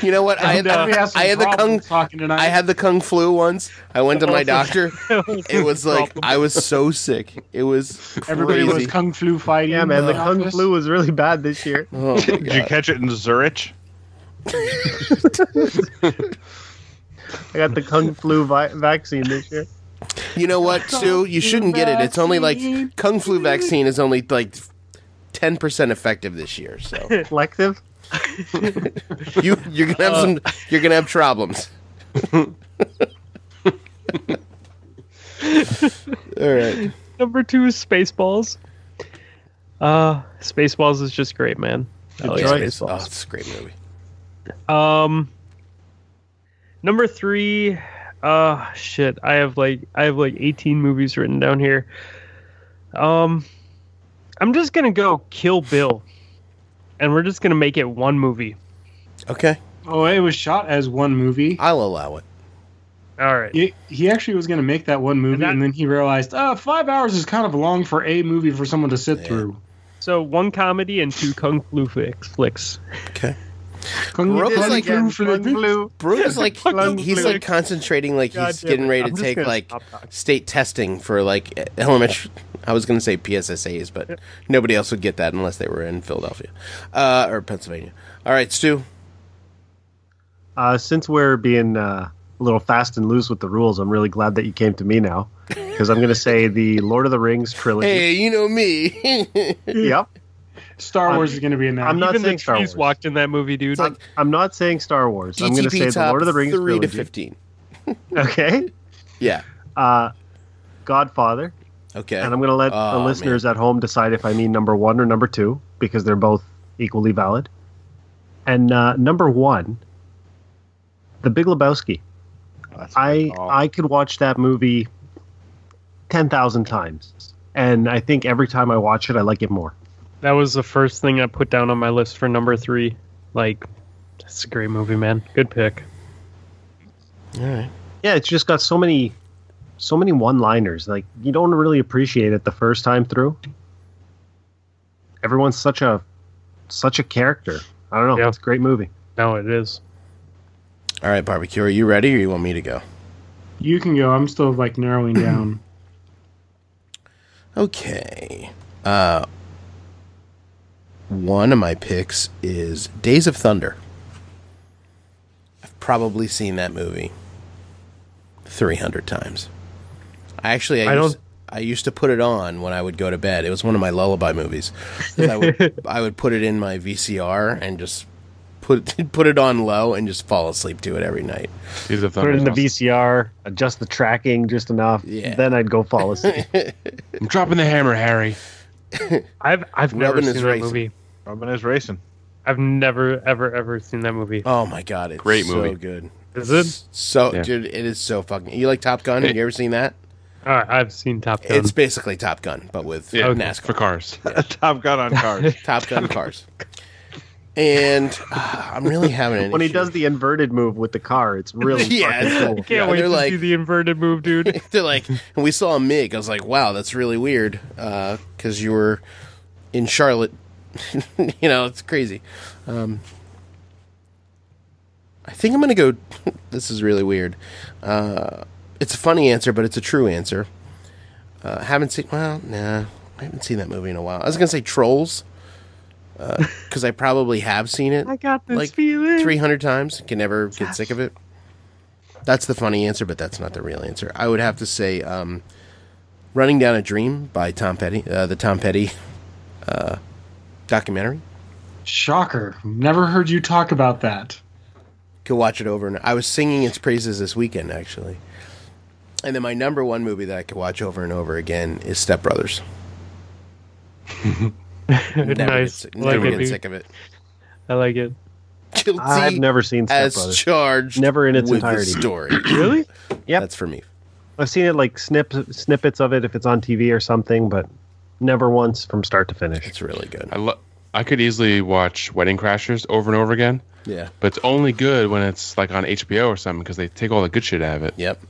Speaker 6: You know what? I had,
Speaker 1: And, uh,
Speaker 4: We have some
Speaker 6: I had the kung.
Speaker 4: problems talking tonight.
Speaker 6: I had the kung flu once. I went to my doctor. It was like I was so sick. It was crazy.
Speaker 4: Everybody was kung flu fighting.
Speaker 7: Yeah, man, the
Speaker 4: in
Speaker 7: kung
Speaker 4: office.
Speaker 7: flu was really bad this year.
Speaker 6: Oh, my
Speaker 3: Did you
Speaker 6: God.
Speaker 3: catch it in Zurich?
Speaker 7: I got the
Speaker 6: (laughs)
Speaker 7: kung flu vi- vaccine this year.
Speaker 6: You know what, Sue? You shouldn't get it. It's only like kung flu vaccine is only like ten percent effective this year. So
Speaker 7: Collective.
Speaker 6: you you're gonna have some you're gonna have problems. All right.
Speaker 1: Number two is Spaceballs. Uh, Spaceballs is just great, man. I like
Speaker 6: Choice.
Speaker 1: Spaceballs.
Speaker 6: Oh, it's a great movie.
Speaker 1: Um, number three. Uh, shit. I have like I have like eighteen movies written down here. Um, I'm just gonna go Kill Bill, and we're just gonna make it one movie.
Speaker 6: Okay,
Speaker 4: Oh, it was shot as one movie.
Speaker 6: I'll allow it.
Speaker 1: All right.
Speaker 4: He, he actually was going to make that one movie,
Speaker 1: And that-
Speaker 4: and then he realized, oh, five hours is kind of long for a movie for someone to sit through.
Speaker 1: So one comedy and two kung flu flicks. flicks.
Speaker 6: Okay.
Speaker 4: Kung
Speaker 6: Rope is
Speaker 4: kung
Speaker 6: like-
Speaker 4: fu for the-
Speaker 6: Bruno's like
Speaker 1: Kung
Speaker 6: he's
Speaker 1: flu.
Speaker 6: like concentrating like
Speaker 1: God
Speaker 6: he's
Speaker 1: damn
Speaker 6: getting
Speaker 1: it.
Speaker 6: ready
Speaker 1: I'm
Speaker 6: to
Speaker 1: just
Speaker 6: take
Speaker 1: gonna
Speaker 6: like
Speaker 1: stop talking.
Speaker 6: state testing for like elementary. I was going to say PSSAs, but nobody else would get that unless they were in Philadelphia uh, or Pennsylvania. All right, Stu.
Speaker 7: Uh, since we're being uh, a little fast and loose with the rules, I'm really glad that you came to me now because I'm going to say the Lord of the Rings trilogy.
Speaker 6: Hey, you know me.
Speaker 7: Yep.
Speaker 4: Star Wars is going to be in that.
Speaker 7: I'm not
Speaker 1: Even the
Speaker 7: saying Star
Speaker 1: trees
Speaker 7: Wars.
Speaker 1: walked in that movie, dude.
Speaker 7: I'm- I'm not saying Star Wars. I'm going to say the Lord of the Rings
Speaker 6: three
Speaker 7: trilogy.
Speaker 6: to fifteen.
Speaker 7: (laughs) Okay.
Speaker 6: Yeah.
Speaker 7: Uh, Godfather.
Speaker 6: Okay.
Speaker 7: And I'm going to let
Speaker 6: Oh,
Speaker 7: the
Speaker 6: man.
Speaker 7: listeners at home decide if I mean number one or number two because they're both equally valid. And uh, number one, The Big Lebowski.
Speaker 3: That's
Speaker 7: I
Speaker 3: Oh.
Speaker 7: I could watch that movie ten thousand times, and I think every time I watch it, I like it more.
Speaker 1: that was the first thing I put down on my list for number three. Like, that's a great movie, man. Good pick.
Speaker 6: All right.
Speaker 7: Yeah, it's just got so many, so many one-liners. Like you don't really appreciate it the first time through. Everyone's such a, such a character. I don't know.
Speaker 1: Yeah.
Speaker 7: It's a great movie.
Speaker 1: No, it is.
Speaker 6: All right, barbecue. Are you ready, or you want me to go?
Speaker 4: You can go. I'm still like
Speaker 6: (clears throat)
Speaker 4: narrowing down.
Speaker 6: Okay. Uh, one of my picks is Days of Thunder. I've probably seen that movie 300 times. I actually I,
Speaker 1: I
Speaker 6: used,
Speaker 1: don't-
Speaker 6: I used to put it on when I would go to bed. It was one of my lullaby movies. 'Cause I would I would put it in my VCR and just put (laughs) put it on low and just fall asleep to it every night.
Speaker 5: Days of
Speaker 7: Put
Speaker 5: Thunder.
Speaker 7: it in the
Speaker 5: is awesome.
Speaker 7: VCR, adjust the tracking just enough.
Speaker 6: Yeah.
Speaker 7: Then I'd go
Speaker 6: (laughs)
Speaker 7: fall asleep.
Speaker 5: I'm dropping the hammer, Harry.
Speaker 1: I've I've never
Speaker 6: Robin is
Speaker 1: seen that
Speaker 6: racing.
Speaker 1: movie.
Speaker 3: Robin is racing.
Speaker 1: I've never ever ever seen that movie.
Speaker 6: Oh my god, it's
Speaker 5: Great
Speaker 6: so
Speaker 5: movie.
Speaker 6: good.
Speaker 1: Is it?
Speaker 6: So
Speaker 5: Yeah.
Speaker 6: dude, it is so fucking. You like Top Gun? Have you ever seen that?
Speaker 1: All right, I've seen Top Gun.
Speaker 6: It's basically Top Gun, but with
Speaker 5: Yeah,
Speaker 6: NASCAR.
Speaker 5: for cars.
Speaker 3: (laughs) Top Gun on cars.
Speaker 6: (laughs) Top Gun
Speaker 7: (laughs)
Speaker 6: cars. And uh, I'm really having an
Speaker 7: when he
Speaker 6: issue.
Speaker 7: does the inverted move with the car, it's
Speaker 6: (laughs)
Speaker 7: really
Speaker 6: Yeah, it's
Speaker 1: (laughs) I
Speaker 6: like-
Speaker 7: fucking cool.
Speaker 1: can't
Speaker 6: Yeah,
Speaker 1: wait
Speaker 6: they're
Speaker 1: to
Speaker 6: like-
Speaker 1: see the inverted move,
Speaker 6: (laughs)
Speaker 1: dude.
Speaker 6: They're like, and we saw a MiG. I was like, wow, that's really weird, because you were in Charlotte. (laughs) you know, it's crazy. Um, I think I'm gonna go. (laughs) this is really weird. Uh, it's a funny answer, but it's a true answer. Uh, haven't seen. Well, nah, I haven't seen that movie in a while. I was gonna say Trolls, because I probably have seen it.
Speaker 1: I got this
Speaker 6: Like,
Speaker 1: feeling. (laughs)
Speaker 6: 300 times can never get sick of it that's the funny answer but that's not the real answer i would have to say um, running down a dream by tom petty uh, the tom petty uh, documentary
Speaker 4: Shocker. Never heard you talk about that.
Speaker 6: could watch it over and i was singing its praises this weekend actually and then my number one movie that i could watch over and over again is step brothers never get
Speaker 1: nice.
Speaker 6: sick-
Speaker 1: I like
Speaker 6: never
Speaker 1: it,
Speaker 6: get
Speaker 1: dude.
Speaker 6: sick of it
Speaker 1: I like it.
Speaker 6: guilty
Speaker 7: I've never seen Step
Speaker 6: as
Speaker 7: Brothers.
Speaker 6: charged
Speaker 7: Never in its
Speaker 6: with the
Speaker 7: entirety.
Speaker 6: story
Speaker 1: Really?
Speaker 7: (coughs) Yep.
Speaker 6: that's for me
Speaker 7: I've seen it like snip, snippets of it if it's on TV or something, but never once from start to finish.
Speaker 6: it's really good
Speaker 5: I lo- I could easily watch Wedding Crashers over and over again,
Speaker 6: yeah
Speaker 5: but it's only good when it's like on HBO or something because they take all the good shit out of it.
Speaker 6: Yep.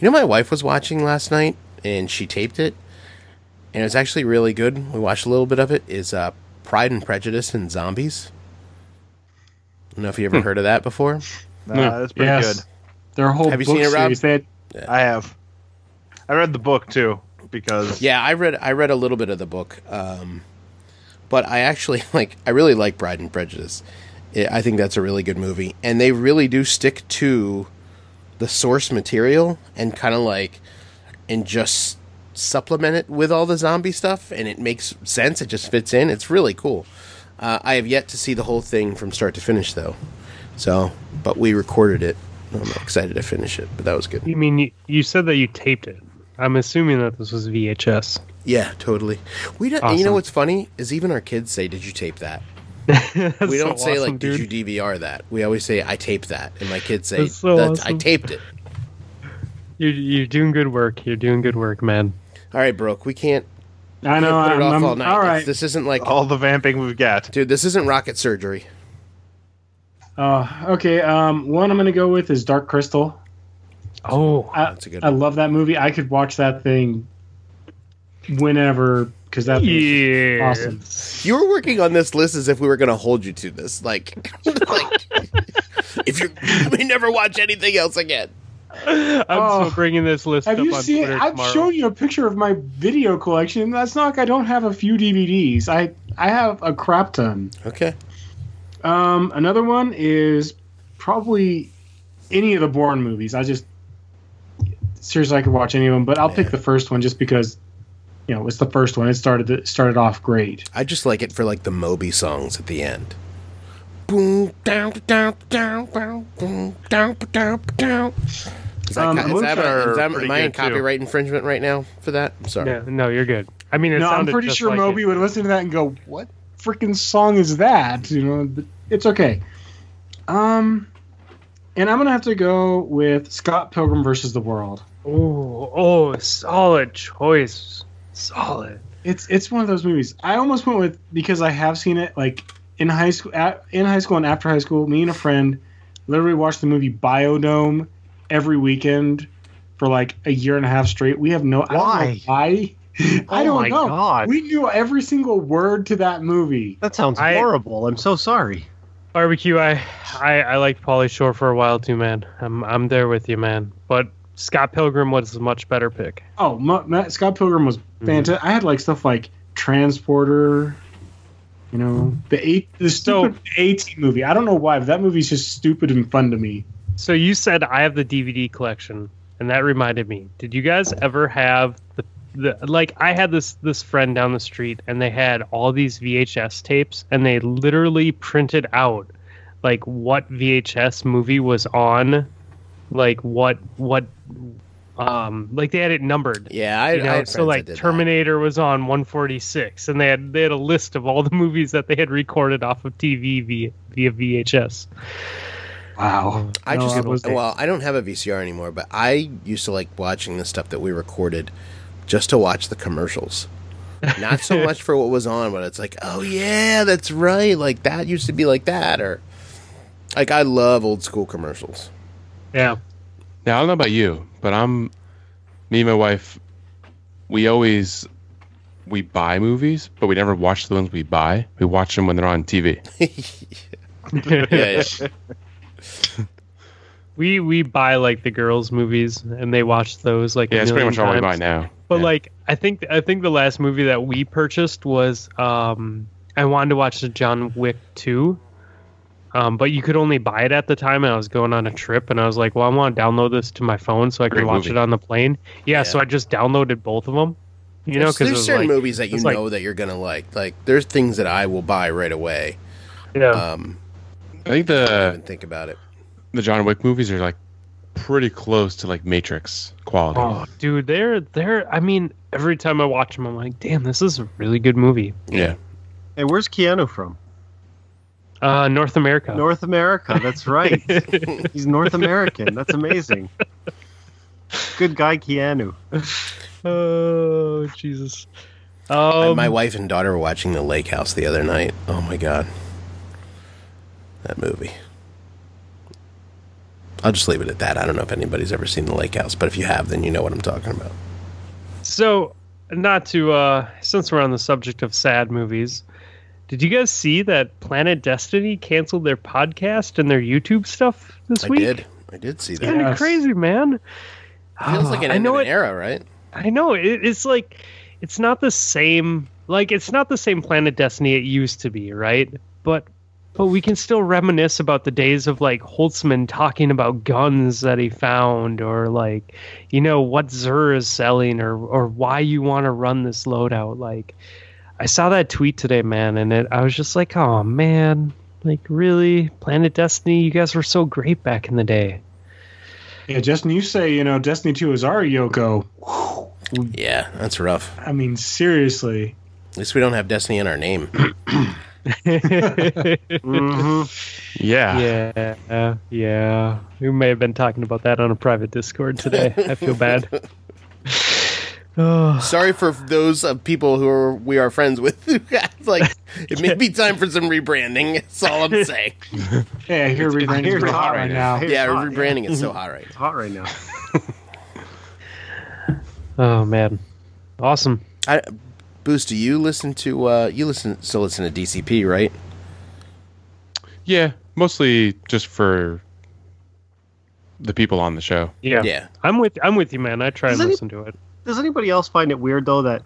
Speaker 6: You know, my wife was watching last night, and she taped it, and it was actually really good. We watched a little bit of it. Is uh, Pride and Prejudice and Zombies? I don't know if you ever heard of that before.
Speaker 3: Uh, that's pretty
Speaker 4: yes. Their whole
Speaker 6: Have you
Speaker 4: book
Speaker 6: seen it, Rob?
Speaker 4: series. They had,
Speaker 3: good. I have. I read the book too because
Speaker 6: Yeah, I read I read a little bit of the book, um, but I actually (laughs) like I really like Pride and Prejudice. I I think that's a really good movie, and they really do stick to the source material and kind of like and just supplement it with all the zombie stuff, and it makes sense. It just fits in. It's really cool. Uh, I have yet to see the whole thing from start to finish, though. So, but we recorded it. I'm excited to finish it, but that was good.
Speaker 1: You mean you, you said that you taped it? I'm assuming that this was (laughs) VHS.
Speaker 6: Yeah, totally. We don't. and You know
Speaker 1: Awesome.
Speaker 6: what's funny is even our kids say, "Did you tape that?" we don't say like, "Did you DVR that?" We always say, "I taped that," and my kids say,
Speaker 1: That's so
Speaker 6: "That's- "I
Speaker 1: awesome.
Speaker 6: taped it."
Speaker 1: you? You're, you're doing good work. You're doing good work, man.
Speaker 6: All right, Brooke, we can't,
Speaker 4: I
Speaker 6: we
Speaker 4: know.
Speaker 6: can't put
Speaker 4: I'm,
Speaker 6: it off
Speaker 4: I'm-
Speaker 6: all night.
Speaker 4: all
Speaker 6: It's-
Speaker 4: right.
Speaker 6: This isn't like,
Speaker 3: all the vamping we've got.
Speaker 6: dude, this isn't rocket surgery.
Speaker 4: Uh, okay. Um, one I'm going to go with is Dark Crystal.
Speaker 1: Oh,
Speaker 4: I,
Speaker 6: That's a good
Speaker 4: I love that movie. I could watch that thing whenever because that movie
Speaker 1: yeah.
Speaker 4: awesome.
Speaker 6: You were working on this list as if we were going to hold you to this, like, (laughs) like if you (laughs) you may never watch anything else again.
Speaker 1: I'm
Speaker 4: Oh.
Speaker 1: still bringing this list
Speaker 4: Have
Speaker 1: up
Speaker 4: you
Speaker 1: on
Speaker 4: seen?
Speaker 1: Twitter
Speaker 4: I've
Speaker 1: tomorrow.
Speaker 4: shown you a picture of my video collection. That's not like I don't have a few DVDs. I I have a crap ton.
Speaker 6: Okay,
Speaker 4: Um, another one is probably any of the Bourne movies. I just seriously I could watch any of them, but I'll pick the first one just because you know it's the first one. It started it started off great.
Speaker 6: I just like it for like the Moby songs at the end. Boom, down, down, down, down, boom, down, down, down. Is that,
Speaker 4: Um,
Speaker 6: co- is
Speaker 4: those
Speaker 6: that,
Speaker 3: are
Speaker 6: is that,
Speaker 3: pretty
Speaker 6: am I in
Speaker 3: good, too.
Speaker 6: copyright infringement right now for that? I'm sorry.
Speaker 1: No, no, you're good. I mean, it
Speaker 4: no, I'm
Speaker 1: sounded
Speaker 4: pretty
Speaker 1: just
Speaker 4: sure
Speaker 1: like it.
Speaker 4: Moby would listen to that and go, "What freaking song is that?" You know, but it's okay. Um, and I'm gonna have to go with Scott Pilgrim versus the World.
Speaker 1: Oh, oh, solid choice. Solid.
Speaker 4: It's it's one of those movies. I almost went with because I have seen it like in high school, at, in high school and after high school. Me and a friend literally watched the movie Biodome every weekend for like a year and a half straight. We have no I don't know
Speaker 7: Why?
Speaker 4: why. (laughs) I
Speaker 7: Oh
Speaker 4: don't
Speaker 7: my
Speaker 4: know.
Speaker 7: God.
Speaker 4: We knew every single word to that movie.
Speaker 7: That sounds
Speaker 1: I-
Speaker 7: horrible. I'm so sorry.
Speaker 1: Barbecue, I, I, I liked Polly Shore for a while too, man. I'm, I'm there with you, man. But Scott Pilgrim was a much better pick.
Speaker 4: Oh,
Speaker 7: Mm-hmm.
Speaker 4: Ma- Ma- Scott Pilgrim was fantastic. I had like stuff like Transporter, You know, the eight, the stupid eighteen movie. I don't know why, but that movie's just stupid and fun to me.
Speaker 1: So you said I have the DVD collection, and that reminded me. Did you guys ever have the, the like I had this this friend down the street, and they had all these VHS tapes, and they literally printed out like what VHS movie was on, like what what um like they had it numbered.
Speaker 6: Yeah, I,
Speaker 1: you know,
Speaker 6: I had friends
Speaker 1: so
Speaker 6: that
Speaker 1: like
Speaker 6: did that.
Speaker 1: Terminator was on 146, and they had they had a list of all the movies that they had recorded off of TV via, via VHS.
Speaker 4: Wow.
Speaker 6: I just
Speaker 4: I was-
Speaker 6: well, I don't have a VCR anymore, but I used to like watching the stuff that we recorded just to watch the commercials. Not so much for what was on, but it's like, oh yeah, that's right. Like that used to be like that, or like I love old school commercials.
Speaker 1: (laughs) Yeah,
Speaker 5: Now, I don't know about you, but I'm me and my wife. We always we buy movies, but we never watch the ones we buy. We watch them when they're on TV.
Speaker 6: Yeah, yeah.
Speaker 1: we we buy like the girls' movies, and they watch those like a
Speaker 5: Yeah, it's pretty
Speaker 1: million
Speaker 5: much all we
Speaker 1: times.
Speaker 5: buy now.
Speaker 1: But
Speaker 5: Yeah.
Speaker 1: like, I think I think the last movie that we purchased was um, I wanted to watch the John Wick two, um, but you could only buy it at the time, and I was going on a trip, and I was like, well, I want to download this to my phone so I can
Speaker 5: Great
Speaker 1: watch
Speaker 5: movie.
Speaker 1: it on the plane. Yeah, so I just downloaded both of them. You know,
Speaker 6: There's-
Speaker 1: because it
Speaker 6: there's
Speaker 1: was
Speaker 6: certain
Speaker 1: like,
Speaker 6: movies that you
Speaker 1: it's like-
Speaker 6: know that you're gonna like. Like there's things that I will buy right away.
Speaker 1: yeah,
Speaker 6: Um,
Speaker 5: I think the
Speaker 6: and think about it.
Speaker 5: the John Wick movies are like pretty close to like Matrix quality.
Speaker 1: oh, dude, they're they're. I mean, every time I watch them, I'm like, damn, this is a really good movie.
Speaker 5: yeah.
Speaker 7: Hey, where's Keanu from?
Speaker 1: Uh, North America.
Speaker 7: North America. (laughs) That's right. He's North American. That's amazing. Good guy, Keanu.
Speaker 1: Oh Jesus! Um,
Speaker 6: my wife and daughter were watching The Lake House the other night. Oh my god, that movie! I'll just leave it at that. I don't know if anybody's ever seen The Lake House, but if you have, then you know what I'm talking about.
Speaker 1: so not to uh, since we're on the subject of sad movies, did you guys see that Planet Destiny canceled their podcast and their YouTube stuff this
Speaker 6: I
Speaker 1: week?
Speaker 6: did. I did see that.
Speaker 1: Kind of
Speaker 4: Yes.
Speaker 1: crazy, man.
Speaker 6: Feels like an
Speaker 1: Ah, I
Speaker 6: end
Speaker 1: know
Speaker 6: of
Speaker 1: it.
Speaker 6: an era, right?
Speaker 1: I know it, it's like it's not the same. Like it's not the same Planet Destiny it used to be, right? But but we can still reminisce about the days of like Holtzman talking about guns that he found, or like you know what Zur is selling, or or why you want to run this loadout. Like I saw that tweet today, man, and it, I was just like, oh man. Like really, Planet Destiny, you guys were so great back in the day. (laughs)
Speaker 4: Yeah, Justin, you say you know Destiny Two is our Yoko.
Speaker 6: Yeah, that's rough.
Speaker 4: I mean, seriously.
Speaker 6: At least we don't have Destiny in our name.
Speaker 7: Mm-hmm. (laughs)
Speaker 5: Yeah.
Speaker 1: Yeah, yeah. We may have been talking about that on a private Discord today. I feel bad. (sighs) Oh,
Speaker 6: Sorry for those of people who are, we are friends with. who have, like, it may be time for some rebranding. That's all
Speaker 1: (laughs)
Speaker 6: I'm saying.
Speaker 4: Hey, I hear rebranding
Speaker 7: it's
Speaker 4: is pretty
Speaker 7: hot
Speaker 4: hot
Speaker 7: right
Speaker 4: right
Speaker 7: now.
Speaker 4: now.
Speaker 6: Yeah,
Speaker 7: hot,
Speaker 6: rebranding is
Speaker 1: Mm-hmm.
Speaker 6: so hot right now.
Speaker 7: It's hot right now.
Speaker 1: oh man, awesome.
Speaker 6: I, Boost, do you listen to uh, you listen still listen to DCP, right?
Speaker 5: Yeah, mostly just for the people on the show.
Speaker 1: Yeah.
Speaker 6: Yeah.
Speaker 1: I'm with I'm with you, man. I try and
Speaker 7: Does any-
Speaker 1: listen to it.
Speaker 7: Does anybody else find it weird though that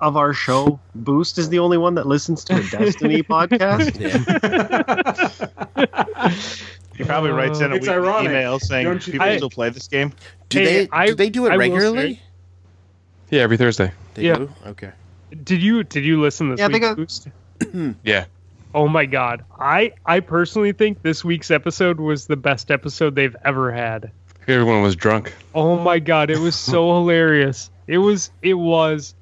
Speaker 7: of our show, Boost is the only one that listens (laughs) to a Destiny podcast?
Speaker 1: (laughs)
Speaker 6: Yeah.
Speaker 3: He probably writes
Speaker 1: Uh,
Speaker 3: in a
Speaker 4: It's
Speaker 3: weekly
Speaker 4: ironic.
Speaker 3: email saying
Speaker 4: Don't you
Speaker 3: people
Speaker 1: think-
Speaker 3: still play this game.
Speaker 6: Do
Speaker 1: Hey,
Speaker 6: they
Speaker 1: I-
Speaker 6: do they do it
Speaker 1: I will say-
Speaker 6: regularly?
Speaker 5: Yeah, every Thursday.
Speaker 6: They
Speaker 1: Yeah.
Speaker 6: do? Okay.
Speaker 1: Did you did you listen this
Speaker 7: Yeah, I
Speaker 1: week?
Speaker 7: think I-
Speaker 1: Boost?
Speaker 5: Yeah.
Speaker 1: Oh my god. I I personally think this week's episode was the best episode they've ever had.
Speaker 5: Everyone was drunk.
Speaker 1: Oh my god, it was
Speaker 5: (laughs)
Speaker 1: so hilarious. It was it was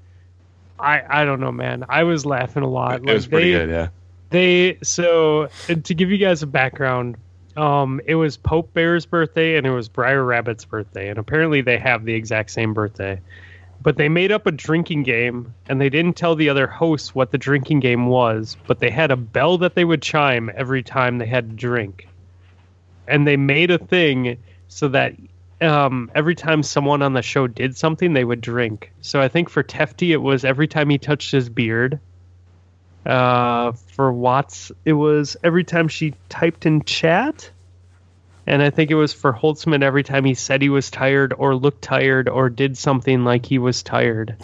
Speaker 1: I I don't know, man. I was laughing a lot.
Speaker 5: It was
Speaker 1: Like,
Speaker 5: pretty
Speaker 1: they-
Speaker 5: good, yeah.
Speaker 1: they so uh, to give you guys a background um it was pope bear's birthday and it was briar rabbit's birthday and apparently they have the exact same birthday but they made up a drinking game and they didn't tell the other hosts what the drinking game was but they had a bell that they would chime every time they had a drink and they made a thing so that um, every time someone on the show did something they would drink so i think for tefty it was every time he touched his beard uh, for Watts, it was every time she typed in chat, And I think it was for Holtzman every time he said he was tired or looked tired or did something like he was tired.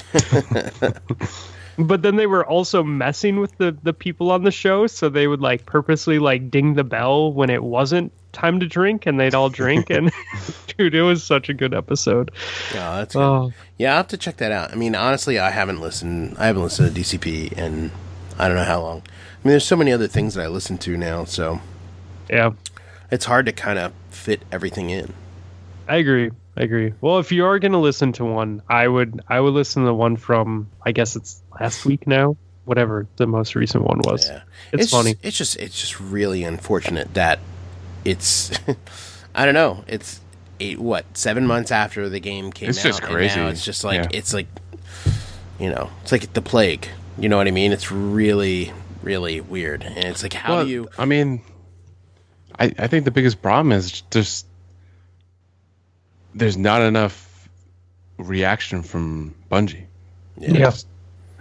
Speaker 1: but then they were also messing with the, the people on the show. So they would like purposely like ding the bell when it wasn't time to drink and they'd all drink. And (laughs) dude, it was such a good episode.
Speaker 6: Yeah, that's good.
Speaker 1: Oh,
Speaker 6: Yeah, I'll have to check that out. I mean, honestly, I haven't listened. I haven't listened to DCP in I don't know how long. I mean, there's so many other things that I listen to now, so
Speaker 1: yeah.
Speaker 6: it's hard to kind of fit everything in.
Speaker 1: I agree. I agree. Well, if you are going to listen to one, I would I would listen to the one from I guess it's last week now, whatever the most recent one was.
Speaker 6: Yeah.
Speaker 1: It's, funny.
Speaker 6: Just, it's just it's just really unfortunate that it's (laughs) I don't know. It's eight, what seven months after the game came
Speaker 5: It's
Speaker 6: out.
Speaker 5: just
Speaker 6: and now
Speaker 5: crazy.
Speaker 6: it's just like
Speaker 5: Yeah.
Speaker 6: it's like you know it's like the plague. You know what I mean? It's really really weird, and it's like how
Speaker 5: Well,
Speaker 6: do you?
Speaker 5: I mean, I, I think the biggest problem is just there's not enough reaction from Bungie.
Speaker 1: Yeah.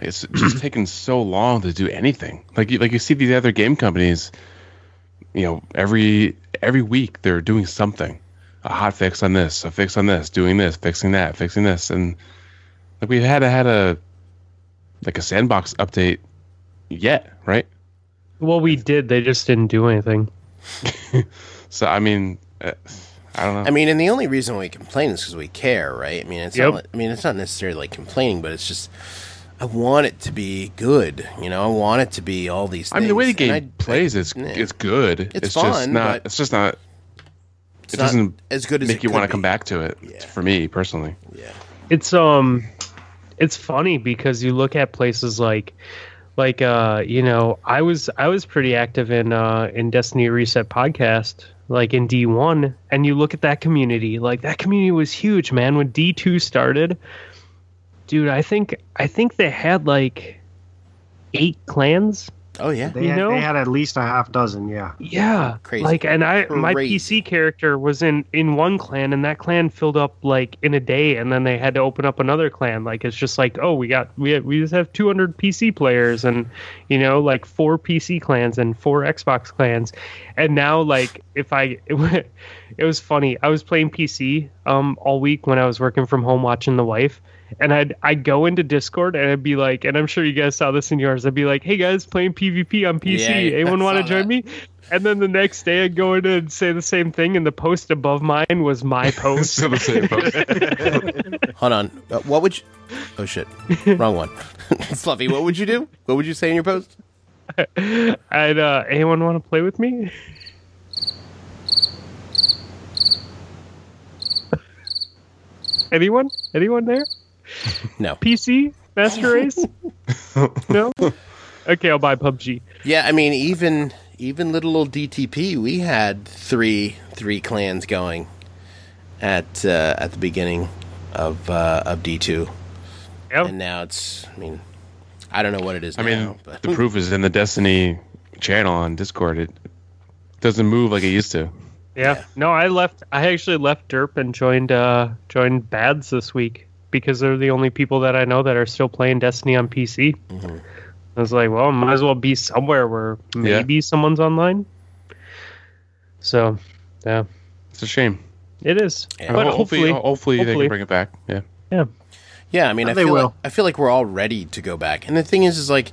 Speaker 5: It's just taken so long to do anything. Like you, like you see these other game companies, you know, every every week they're doing something, a hot fix on this, a fix on this, doing this, fixing that, fixing this, and like we had had a like a sandbox update yet, right?
Speaker 1: Well, we did. They just didn't do anything.
Speaker 5: So I mean, uh, I don't know.
Speaker 6: I mean, and the only reason we complain is because we care, right? I mean, it's
Speaker 1: Yep.
Speaker 6: not. I mean, it's not necessarily like complaining, but it's just I want it to be good. You know, I want it to be all these.
Speaker 5: I mean, the way the
Speaker 6: things,
Speaker 5: game
Speaker 6: and I-
Speaker 5: plays is
Speaker 6: yeah.
Speaker 5: it's good. It's, just
Speaker 6: fun,
Speaker 5: not.
Speaker 6: but
Speaker 5: It's just not.
Speaker 6: it's
Speaker 5: it
Speaker 6: not
Speaker 5: doesn't
Speaker 6: as good as
Speaker 5: make
Speaker 6: it
Speaker 5: you
Speaker 6: could
Speaker 5: want to
Speaker 6: be.
Speaker 5: come back to it.
Speaker 6: Yeah.
Speaker 5: For me
Speaker 6: (laughs)
Speaker 5: personally,
Speaker 6: Yeah.
Speaker 1: It's um it's funny because you look at places like like uh you know, I was I was pretty active in uh in Destiny Reset podcast like in D1 and you look at that community like that community was huge man when D2 started dude I think I think they had like eight clans
Speaker 6: Oh yeah.
Speaker 1: You
Speaker 7: They, had,
Speaker 1: know?
Speaker 7: they had at least a half dozen, yeah.
Speaker 1: Yeah,
Speaker 6: Crazy.
Speaker 1: Like, and I my
Speaker 6: Crazy.
Speaker 1: PC character was in in one clan, and that clan filled up like in a day, and then they had to open up another clan. Like, it's just like, oh, we got we we just have 200 PC players, and you know, like four PC clans and four Xbox clans, and now like if I (laughs) it, wa- it was funny. I was playing PC um all week when I was working from home watching the wife. And I'd I'd go into Discord and I'd be like, and I'm sure you guys saw this in yours. I'd be like, hey guys, playing PvP on PC.
Speaker 6: Yeah, yeah, I
Speaker 1: Anyone want to
Speaker 6: saw
Speaker 1: join
Speaker 6: that.
Speaker 1: me? And then the next day I'd go in and say the same thing, and the post above mine was my post.
Speaker 5: (laughs) still the same. folks.
Speaker 6: Hold on. Uh, what would you? Oh shit. Wrong one. (laughs) Fluffy, what would you do? What would you say in your post?
Speaker 1: I'd uh, anyone want to play with me? Anyone? Anyone there?
Speaker 6: No.
Speaker 1: PC Master Race? no. Okay, I'll buy PUBG.
Speaker 6: Yeah, I mean, even even little old DTP, we had three three clans going at uh, at the beginning of uh, of D two,
Speaker 1: Yep.
Speaker 6: and now it's. I mean, I don't know what it is.
Speaker 5: I
Speaker 6: now, (laughs)
Speaker 5: mean,
Speaker 6: but
Speaker 5: the proof is in the Destiny channel on Discord. It doesn't move like it used to.
Speaker 1: Yeah. No, I left. I actually left Derp and joined uh joined Bads this week because they're the only people that I know that are still playing Destiny on PC. I was like, well, might as well be somewhere where
Speaker 5: Yeah.
Speaker 1: maybe someone's online. So, yeah,
Speaker 5: It's a shame.
Speaker 1: it is.
Speaker 6: Yeah.
Speaker 1: But
Speaker 5: Ho-
Speaker 1: hopefully,
Speaker 5: hopefully, hopefully they
Speaker 1: hopefully.
Speaker 5: can bring it back. Yeah.
Speaker 6: yeah, I mean, I
Speaker 7: Uh, They
Speaker 6: feel
Speaker 7: will.
Speaker 6: Like, I feel like we're all ready to go back. And the thing is, is like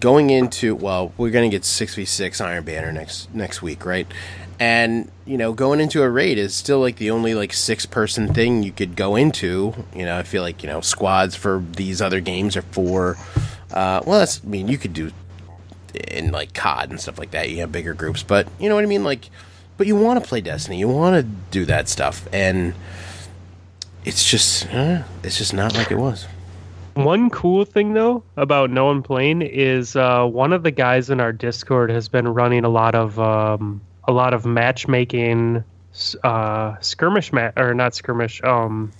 Speaker 6: going into well, we're gonna get six v six Iron Banner next next week, right? And you know, going into a raid is still like the only like six person thing you could go into. You know, I feel like you know squads for these other games are four. Uh, well, that's I mean, you could do in like COD and stuff like that. You have bigger groups, but you know what I mean, like. But you want to play Destiny, you want to do that stuff, and it's just uh, it's just not like it was.
Speaker 1: (laughs) One cool thing though about no one playing is uh, one of the guys in our Discord has been running a lot of um, a lot of matchmaking s- uh, skirmish ma- or not skirmish um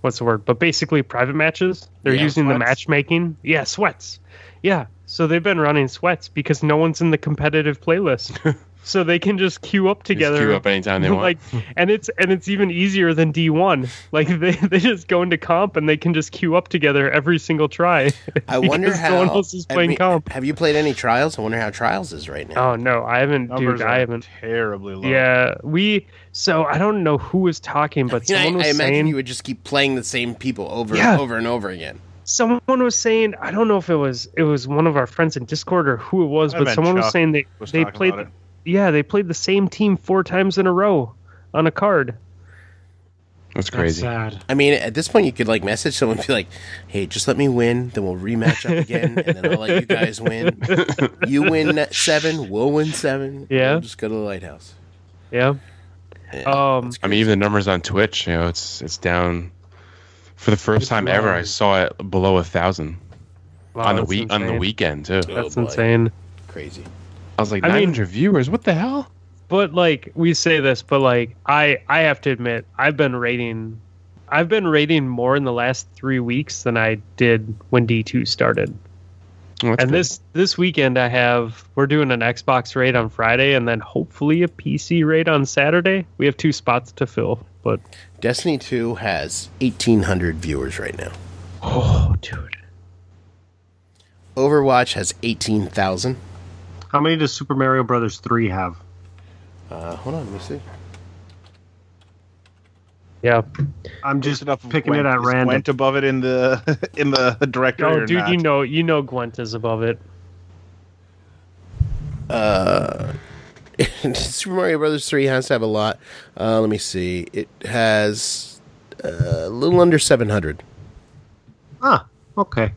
Speaker 1: what's the word but basically private matches. They're
Speaker 6: Yeah,
Speaker 1: using the
Speaker 6: sweats.
Speaker 1: matchmaking. Yeah, sweats. Yeah. So they've been running sweats because no one's in the competitive playlist. (laughs) so they can just queue up
Speaker 5: Just
Speaker 1: together.
Speaker 5: queue up anytime
Speaker 1: (laughs)
Speaker 5: they want.
Speaker 1: like and it's and it's even easier than D1. Like they, (laughs) they just go into comp and they can just queue up together every single try. (laughs)
Speaker 6: I wonder
Speaker 1: Because
Speaker 6: how
Speaker 1: no one else is
Speaker 6: I
Speaker 1: playing
Speaker 6: mean,
Speaker 1: comp.
Speaker 6: Have you played any trials? I wonder how trials is right now.
Speaker 1: Oh no, I haven't
Speaker 3: Numbers
Speaker 1: dude,
Speaker 3: are
Speaker 1: I haven't.
Speaker 3: terribly low.
Speaker 1: Yeah, we so I don't know who was talking but
Speaker 6: (laughs) You know,
Speaker 1: someone was
Speaker 6: I, I imagine
Speaker 1: saying
Speaker 6: you would just keep playing the same people over
Speaker 1: Yeah.
Speaker 6: and over and over again.
Speaker 1: someone was saying I don't know if it was it was one of our friends in Discord or who it was,
Speaker 3: I
Speaker 1: but
Speaker 3: bet
Speaker 1: someone was
Speaker 3: Chuck
Speaker 1: saying they
Speaker 3: was
Speaker 1: they
Speaker 3: talking
Speaker 1: played
Speaker 3: about it.
Speaker 1: yeah they played the same team four times in a row on a card.
Speaker 4: That's
Speaker 5: That's crazy.
Speaker 4: sad.
Speaker 6: I mean, at this point, you could like message someone and be like, "Hey, just let me win, then we'll rematch up again, and then I'll let you
Speaker 1: (laughs)
Speaker 6: guys win. You win seven, we'll win seven.
Speaker 1: Yeah.
Speaker 6: we'll just go to the lighthouse."
Speaker 1: Yeah.
Speaker 6: Yeah.
Speaker 1: Um.
Speaker 5: I mean, even the numbers on Twitch, you know, it's it's down. For the first
Speaker 4: It's
Speaker 5: time ever, I
Speaker 4: low.
Speaker 5: saw it below a thousand
Speaker 1: wow,
Speaker 5: on the
Speaker 1: Oh, that's
Speaker 5: week on the
Speaker 1: insane.
Speaker 5: weekend too.
Speaker 1: That's
Speaker 6: Oh, boy.
Speaker 1: insane.
Speaker 6: Crazy.
Speaker 5: I was like,
Speaker 1: I mean-
Speaker 5: nine hundred viewers. What the hell?
Speaker 1: But like we say this, but like I I have to admit I've been rating, I've been rating more in the last three weeks than I did when D two started.
Speaker 5: Well, Oh, that's
Speaker 1: and
Speaker 5: good.
Speaker 1: this this weekend I have we're doing an Xbox raid on Friday and then hopefully a PC raid on Saturday. We have two spots to fill, but
Speaker 6: Destiny Two has eighteen hundred viewers right now.
Speaker 1: oh dude,
Speaker 6: Overwatch has eighteen thousand.
Speaker 7: How many does Super Mario Brothers 3 have?
Speaker 6: Uh, hold on, let me see.
Speaker 1: yeah.
Speaker 7: I'm
Speaker 3: Just
Speaker 7: just
Speaker 3: enough of
Speaker 7: picking
Speaker 3: Gwent.
Speaker 7: it at
Speaker 3: Is
Speaker 7: random.
Speaker 3: Gwent above it in the (laughs) in the directory.
Speaker 1: Oh
Speaker 3: or
Speaker 1: dude,
Speaker 3: not?
Speaker 1: you know you know Gwent is above it.
Speaker 6: (laughs) Super Mario Brothers 3 has to have a lot. Uh, let me see. It has uh, a little under 700.
Speaker 7: Ah, okay.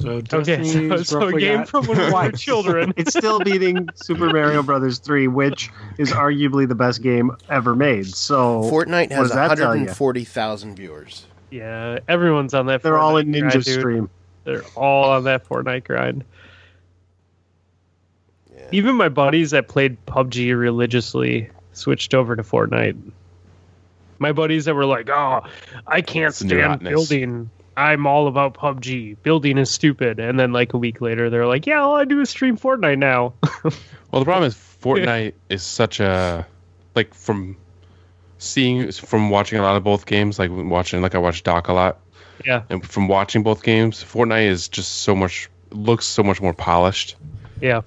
Speaker 4: So
Speaker 1: Okay, (laughs)
Speaker 4: Destiny's
Speaker 1: so, so a
Speaker 4: roughly
Speaker 1: game
Speaker 4: at-
Speaker 1: from when we
Speaker 4: (laughs)
Speaker 7: (laughs)
Speaker 1: were
Speaker 7: Twice.
Speaker 1: children. (laughs)
Speaker 7: It's
Speaker 3: (laughs)
Speaker 7: still beating Super Mario Brothers 3, which is arguably the best game ever made. So
Speaker 6: Fortnite
Speaker 7: what
Speaker 6: has
Speaker 7: does that tell you?
Speaker 6: 140,000 viewers.
Speaker 1: Yeah, everyone's on that.
Speaker 7: They're all in
Speaker 1: Fortnite grind,
Speaker 7: Ninja
Speaker 1: dude.
Speaker 7: Stream.
Speaker 1: They're all on that Fortnite grind. Even my buddies that played PUBG religiously switched over to Fortnite. My buddies that were like, "Oh, I can't
Speaker 5: It's the new
Speaker 1: stand
Speaker 5: hotness."
Speaker 1: building. I'm all about PUBG. Building is stupid." And then like a week later, they're like, "Yeah, all I do is stream Fortnite now." (laughs)
Speaker 5: Well, the problem is Fortnite is such a like from seeing from watching a lot of both games, like watching like I watch Doc a lot.
Speaker 1: Yeah.
Speaker 5: And from watching both games, Fortnite is just so much looks so much more polished.
Speaker 4: (laughs)
Speaker 1: yeah,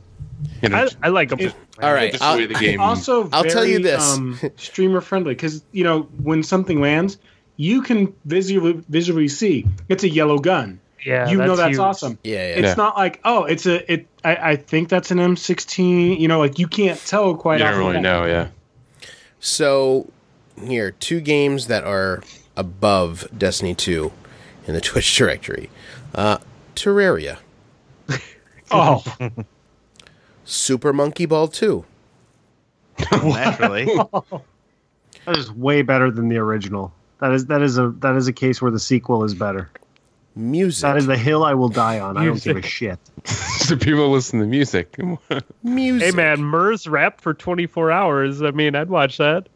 Speaker 5: And
Speaker 1: I,
Speaker 5: it's
Speaker 1: I like them.
Speaker 6: All right.
Speaker 5: just the way
Speaker 6: I'll,
Speaker 5: the game.
Speaker 4: also
Speaker 6: I'll
Speaker 4: very,
Speaker 6: tell you this.
Speaker 4: um, streamer friendly because you know when something lands you can visually visually see it's a yellow gun
Speaker 1: Yeah,
Speaker 4: you know that's
Speaker 1: huge.
Speaker 4: awesome
Speaker 6: yeah, yeah.
Speaker 4: it's not like oh it's a it I, I think that's an m16 you know like you can't tell
Speaker 5: you
Speaker 4: quite
Speaker 5: don't
Speaker 4: off the
Speaker 5: really
Speaker 4: bat.
Speaker 5: know, yeah.
Speaker 6: So, here, two games that are above Destiny 2 in the (laughs) Twitch directory uh, Terraria,
Speaker 4: oh
Speaker 6: Super Monkey Ball 2,
Speaker 3: naturally.
Speaker 7: That is way better than the original. That is that is a that is a case where the sequel is better.
Speaker 6: Music.
Speaker 7: That is the hill I will die on. I don't give a shit.
Speaker 5: (laughs) so people listen to music. (laughs)
Speaker 6: music.
Speaker 1: Hey man, Murs rap for 24 hours. I mean, I'd watch that.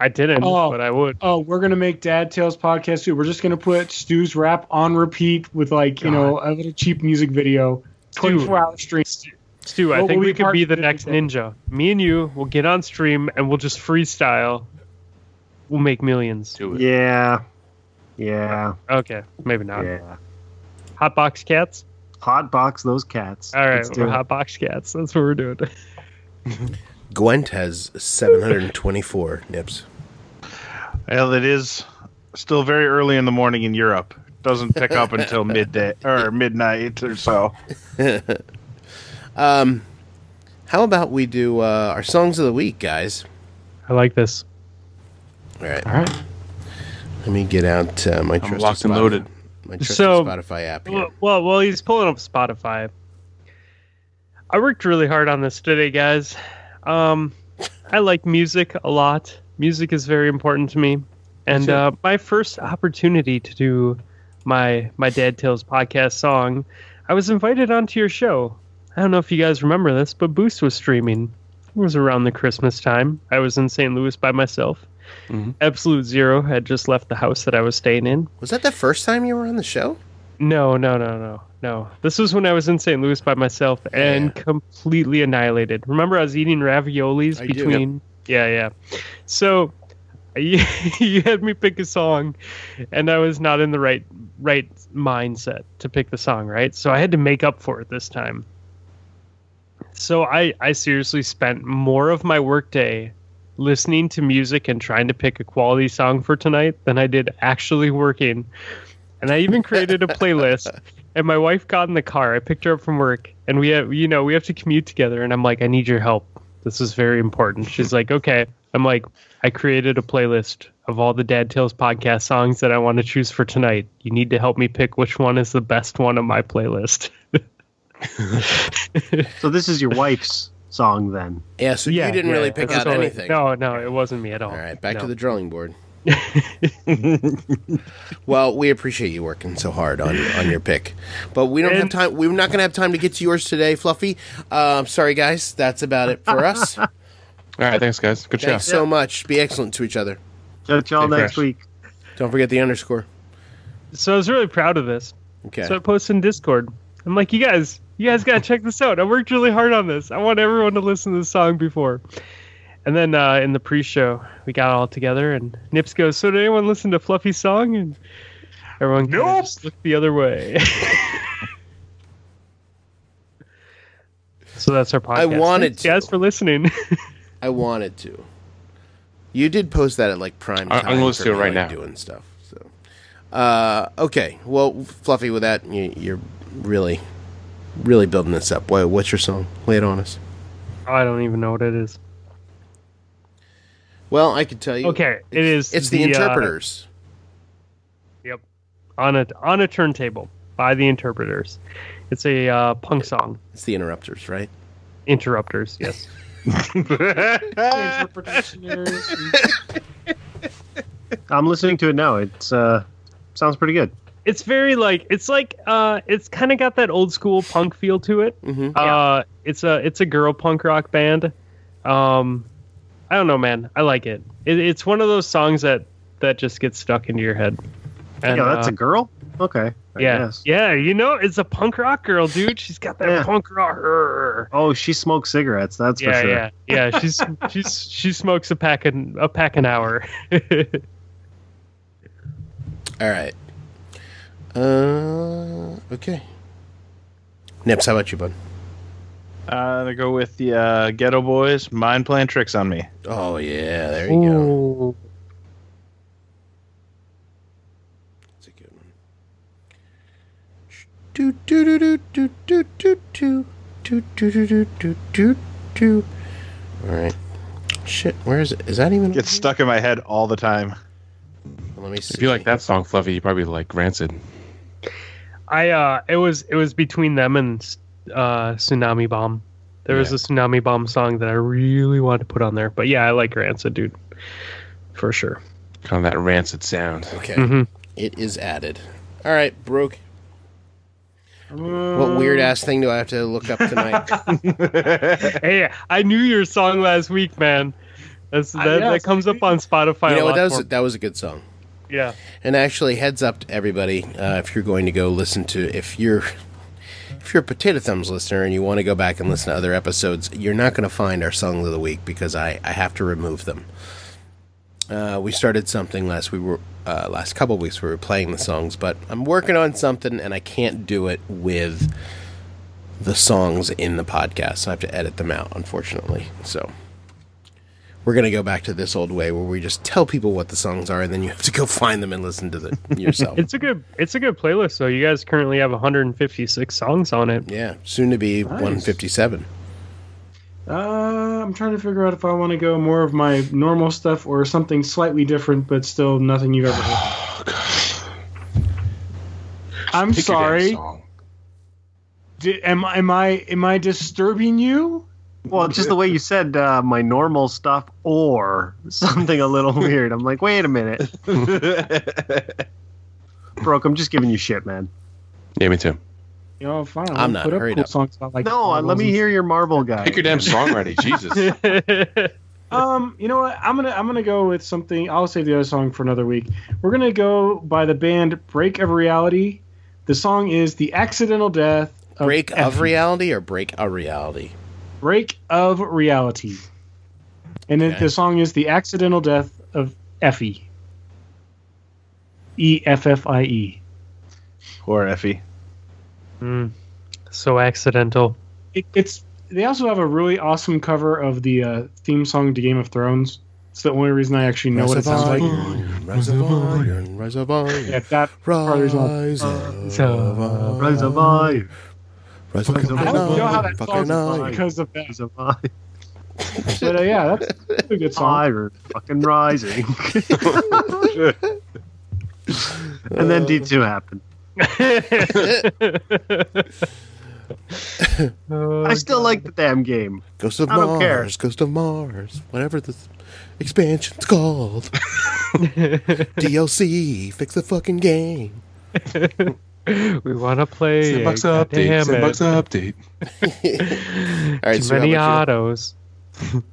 Speaker 1: I didn't,
Speaker 4: Oh.
Speaker 1: but I would.
Speaker 4: oh we're gonna make dad tales podcast too we're just gonna put stu's rap on repeat with like you know a little cheap music video 24 hour stream
Speaker 1: Stu, I
Speaker 4: Well,
Speaker 1: think
Speaker 4: we
Speaker 1: we could
Speaker 4: part-
Speaker 1: be the next ninja. Me and you will get on stream and we'll just freestyle. We'll make millions.
Speaker 5: Do
Speaker 7: Yeah. Yeah.
Speaker 1: Okay, maybe not.
Speaker 7: Yeah.
Speaker 1: Hotbox cats.
Speaker 7: Hot box those cats.
Speaker 1: All right,
Speaker 7: Let's do
Speaker 1: we're
Speaker 7: it.
Speaker 1: hotbox cats. That's what we're doing.
Speaker 6: Gwent has 724 nips.
Speaker 3: well, it is still very early in the morning in Europe. Doesn't pick up (laughs) until midday or midnight or so.
Speaker 6: Um, how about we do uh, our songs of the week, guys?
Speaker 1: I like this.
Speaker 6: All right.
Speaker 5: All right.
Speaker 6: Let me get out uh, my
Speaker 5: I'm
Speaker 6: trusty
Speaker 5: locked and
Speaker 6: Spotify-
Speaker 5: loaded.
Speaker 6: My trusty
Speaker 1: So-
Speaker 6: Spotify app. Here.
Speaker 1: Well, well, well, he's pulling up Spotify. I worked really hard on this today, guys. Um, I like music a lot. Music is very important to me, and uh, my first opportunity to do my my Dad Tales podcast song, I was invited onto your show. I don't know if you guys remember this, but Boost was streaming. It was around the Christmas time. I was in St. Louis by myself.
Speaker 5: Mhm.
Speaker 1: Absolute Zero had just left the house that I was staying in.
Speaker 6: Was that the first time you were on the show?
Speaker 1: No, no, no, no, no. This was when I was in St. Louis by myself and completely annihilated. Remember, I was eating raviolis
Speaker 6: I do.
Speaker 1: between. Yeah, yeah. So (laughs) you, you had me pick a song, and I was not in the right right mindset to pick the song. Right, so I had to make up for it this time. So I I seriously spent more of my workday listening to music and trying to pick a quality song for tonight than I did actually working. And I even created a
Speaker 6: (laughs)
Speaker 1: playlist. And my wife got in the car. I picked her up from work, and we have, you know, we have to commute together. And I'm like, I need your help. This is very important. She's like, okay. I'm like, I created a playlist of all the Dad Tales podcast songs that I want to choose for tonight. You need to help me pick which one is the best one on my playlist.
Speaker 7: So this is your wife's song then.
Speaker 6: Yeah, so you didn't really pick
Speaker 1: that's
Speaker 6: out
Speaker 1: totally-
Speaker 6: anything.
Speaker 1: No, no, it wasn't me at all.
Speaker 6: All right, back
Speaker 1: No.
Speaker 6: to the
Speaker 5: (laughs)
Speaker 6: drawing board. well, we appreciate you working so hard on on your pick, but we don't have
Speaker 1: And-
Speaker 6: time. We're not going to have time to get to yours today, Fluffy. Uh, sorry, guys, that's about it
Speaker 5: (laughs)
Speaker 6: for us.
Speaker 5: All right, thanks, guys. Good
Speaker 6: Thanks
Speaker 5: show.
Speaker 6: so much. Be excellent to each other.
Speaker 7: Catch y'all
Speaker 5: Hey,
Speaker 7: next
Speaker 5: Crash.
Speaker 7: week.
Speaker 6: Don't forget the underscore.
Speaker 1: So I was really proud of this.
Speaker 6: Okay.
Speaker 1: So I posted in Discord. I'm like, you guys, you guys gotta check this out. I worked really hard on this. I want everyone to listen to this song before. And then uh, in the pre-show, we got all together, and Nips goes, "So did anyone listen to Fluffy's song?" And everyone kinda
Speaker 4: Nope.
Speaker 1: just looked the other way. (laughs) so that's our podcast.
Speaker 6: I wanted
Speaker 1: Thanks, guys
Speaker 6: to.
Speaker 1: for listening. (laughs)
Speaker 6: I wanted to. You did post that at like prime.
Speaker 5: I- I'm
Speaker 6: time
Speaker 5: gonna listen
Speaker 6: for
Speaker 5: to it right
Speaker 6: me,
Speaker 5: now.
Speaker 6: Doing stuff. So, uh, okay. Well, Fluffy, with that, you, you're really, really building this up. Wha- What's your song? Lay it on us.
Speaker 1: oh, I don't even know what it is.
Speaker 6: Well, I could tell you.
Speaker 1: Okay, it is.
Speaker 6: It's the,
Speaker 1: uh,
Speaker 6: interpreters.
Speaker 1: Yep. On a on a turntable by the interpreters. It's a uh, punk song.
Speaker 6: It's the interrupters, right?
Speaker 1: Interrupters. Yes.
Speaker 7: (laughs)
Speaker 4: Interpretationers.
Speaker 7: I'm listening to it now. It's uh sounds pretty good.
Speaker 1: it's very like it's like uh it's kind of got that old school punk feel to it.
Speaker 6: Mm-hmm.
Speaker 1: Uh it's a it's a girl punk rock band. Um I don't know, man. I like it. it it's one of those songs that that just gets stuck into your head. And,
Speaker 7: yeah, that's
Speaker 1: uh,
Speaker 7: a girl. Okay. I
Speaker 1: yeah,
Speaker 7: guess.
Speaker 1: yeah. You know, it's a punk rock girl, dude. She's got that
Speaker 7: Yeah.
Speaker 1: punk rock.
Speaker 7: Oh, she smokes cigarettes. That's
Speaker 1: yeah,
Speaker 7: for sure.
Speaker 1: yeah, yeah. She's she's she smokes a pack an a pack an hour. (laughs)
Speaker 6: All right. Uh, okay. Nips, how about you, bud?
Speaker 3: Uh, they go with the uh, Ghetto Boys. Mind playing tricks on me.
Speaker 6: Oh yeah, there you go.
Speaker 1: Ooh.
Speaker 6: That's a good one. Do do do do do do do do do do do do do do do. All right. Shit, where is it? Is that even?
Speaker 3: Gets stuck in my head all the time.
Speaker 6: Let me see.
Speaker 5: If you like that song, Fluffy, you probably like Rancid.
Speaker 1: I uh, it was it was between them and uh, Tsunami Bomb. There was a Tsunami Bomb song that I really wanted to put on there, but yeah, I like Rancid, dude, for sure.
Speaker 5: Kind of that Rancid sound.
Speaker 6: Okay,
Speaker 1: Mhm.
Speaker 6: it is added. All right, broke. What weird ass thing do I have to look up tonight?
Speaker 1: (laughs) Hey, I knew your song last week, man. That's that,
Speaker 4: I- yeah,
Speaker 1: that comes up on Spotify.
Speaker 6: you
Speaker 1: a
Speaker 6: know
Speaker 1: lot
Speaker 6: what? That
Speaker 1: for
Speaker 6: was
Speaker 1: me.
Speaker 6: that was a good song.
Speaker 1: yeah.
Speaker 6: And actually, heads up to everybody uh, if you're going to go listen to if you're if you're a Potato Thumbs listener and you want to go back and listen to other episodes, you're not going to find our songs of the week because I I have to remove them. Uh, we started something last we were uh, last couple of weeks we were playing the songs, but I'm working on something and I can't do it with the songs in the podcast. I have to edit them out, unfortunately. So. We're gonna go back to this old way where we just tell people what the songs are, and then you have to go find them and listen to them
Speaker 1: (laughs)
Speaker 6: yourself.
Speaker 1: It's a good it's a good playlist. So you guys currently have 156 songs on it.
Speaker 6: Yeah, soon to be 157.
Speaker 4: Uh, I'm trying to figure out if I want to go more of my normal stuff or something slightly different, but still nothing you've ever heard. I'm
Speaker 5: Pick your damn
Speaker 4: sorry.
Speaker 5: song.
Speaker 4: Di- am am I am I disturbing you?
Speaker 7: Well, it's just the way you said uh, my normal stuff or (laughs) something
Speaker 1: (laughs)
Speaker 7: a little weird. I'm like, wait a minute,
Speaker 5: (laughs)
Speaker 7: Brooke. I'm just giving you shit, man.
Speaker 5: Yeah, me too.
Speaker 4: You know, fine. I'll
Speaker 6: I'm not,
Speaker 4: Put up
Speaker 6: hurry
Speaker 4: cool
Speaker 6: up.
Speaker 4: songs about like.
Speaker 7: No, uh, let me hear your Marvel guy.
Speaker 5: Pick your damn song (laughs) already, Jesus.
Speaker 4: Um, you know what? I'm gonna I'm gonna go with something. I'll save the other song for another week. We're gonna go by the band Break of Reality The song is The Accidental Death of
Speaker 6: Break of
Speaker 4: Effie.
Speaker 6: reality or break a reality?
Speaker 4: Break of Reality. And it,
Speaker 6: Okay.
Speaker 4: the song is The Accidental Death of Effie. E F F I E.
Speaker 3: Poor Effie.
Speaker 1: Mm. So accidental.
Speaker 4: It- It's they also have a really awesome cover of the uh, theme song to Game of Thrones. It's the only reason I actually know what it sounds like.
Speaker 6: Rise of iron, rise of iron,
Speaker 4: Yeah, that part of the reason why-
Speaker 6: rise of
Speaker 4: uh,
Speaker 6: iron,
Speaker 1: Rise of iron.
Speaker 6: rise of
Speaker 4: I don't know how that
Speaker 6: iron,
Speaker 4: song
Speaker 6: fucking
Speaker 4: is
Speaker 6: iron.
Speaker 4: because of that.
Speaker 7: of iron.
Speaker 4: But uh, yeah, that's a pretty
Speaker 6: (laughs)
Speaker 4: good song.
Speaker 7: Iron
Speaker 3: (laughs)
Speaker 7: fucking rising. (laughs) and then D2 happened. I still like the damn game.
Speaker 6: Ghost of
Speaker 7: I
Speaker 6: Mars,
Speaker 7: don't care.
Speaker 6: Ghost of Mars, whatever the expansion's called. DLC, fix the fucking game.
Speaker 1: (laughs) we want to play.
Speaker 5: Sandbox
Speaker 1: God
Speaker 5: update.
Speaker 1: damn
Speaker 5: Sandbox
Speaker 1: it.
Speaker 5: update.
Speaker 6: All right,
Speaker 1: Too
Speaker 6: Sue, how
Speaker 1: many
Speaker 6: about
Speaker 1: autos.
Speaker 6: you?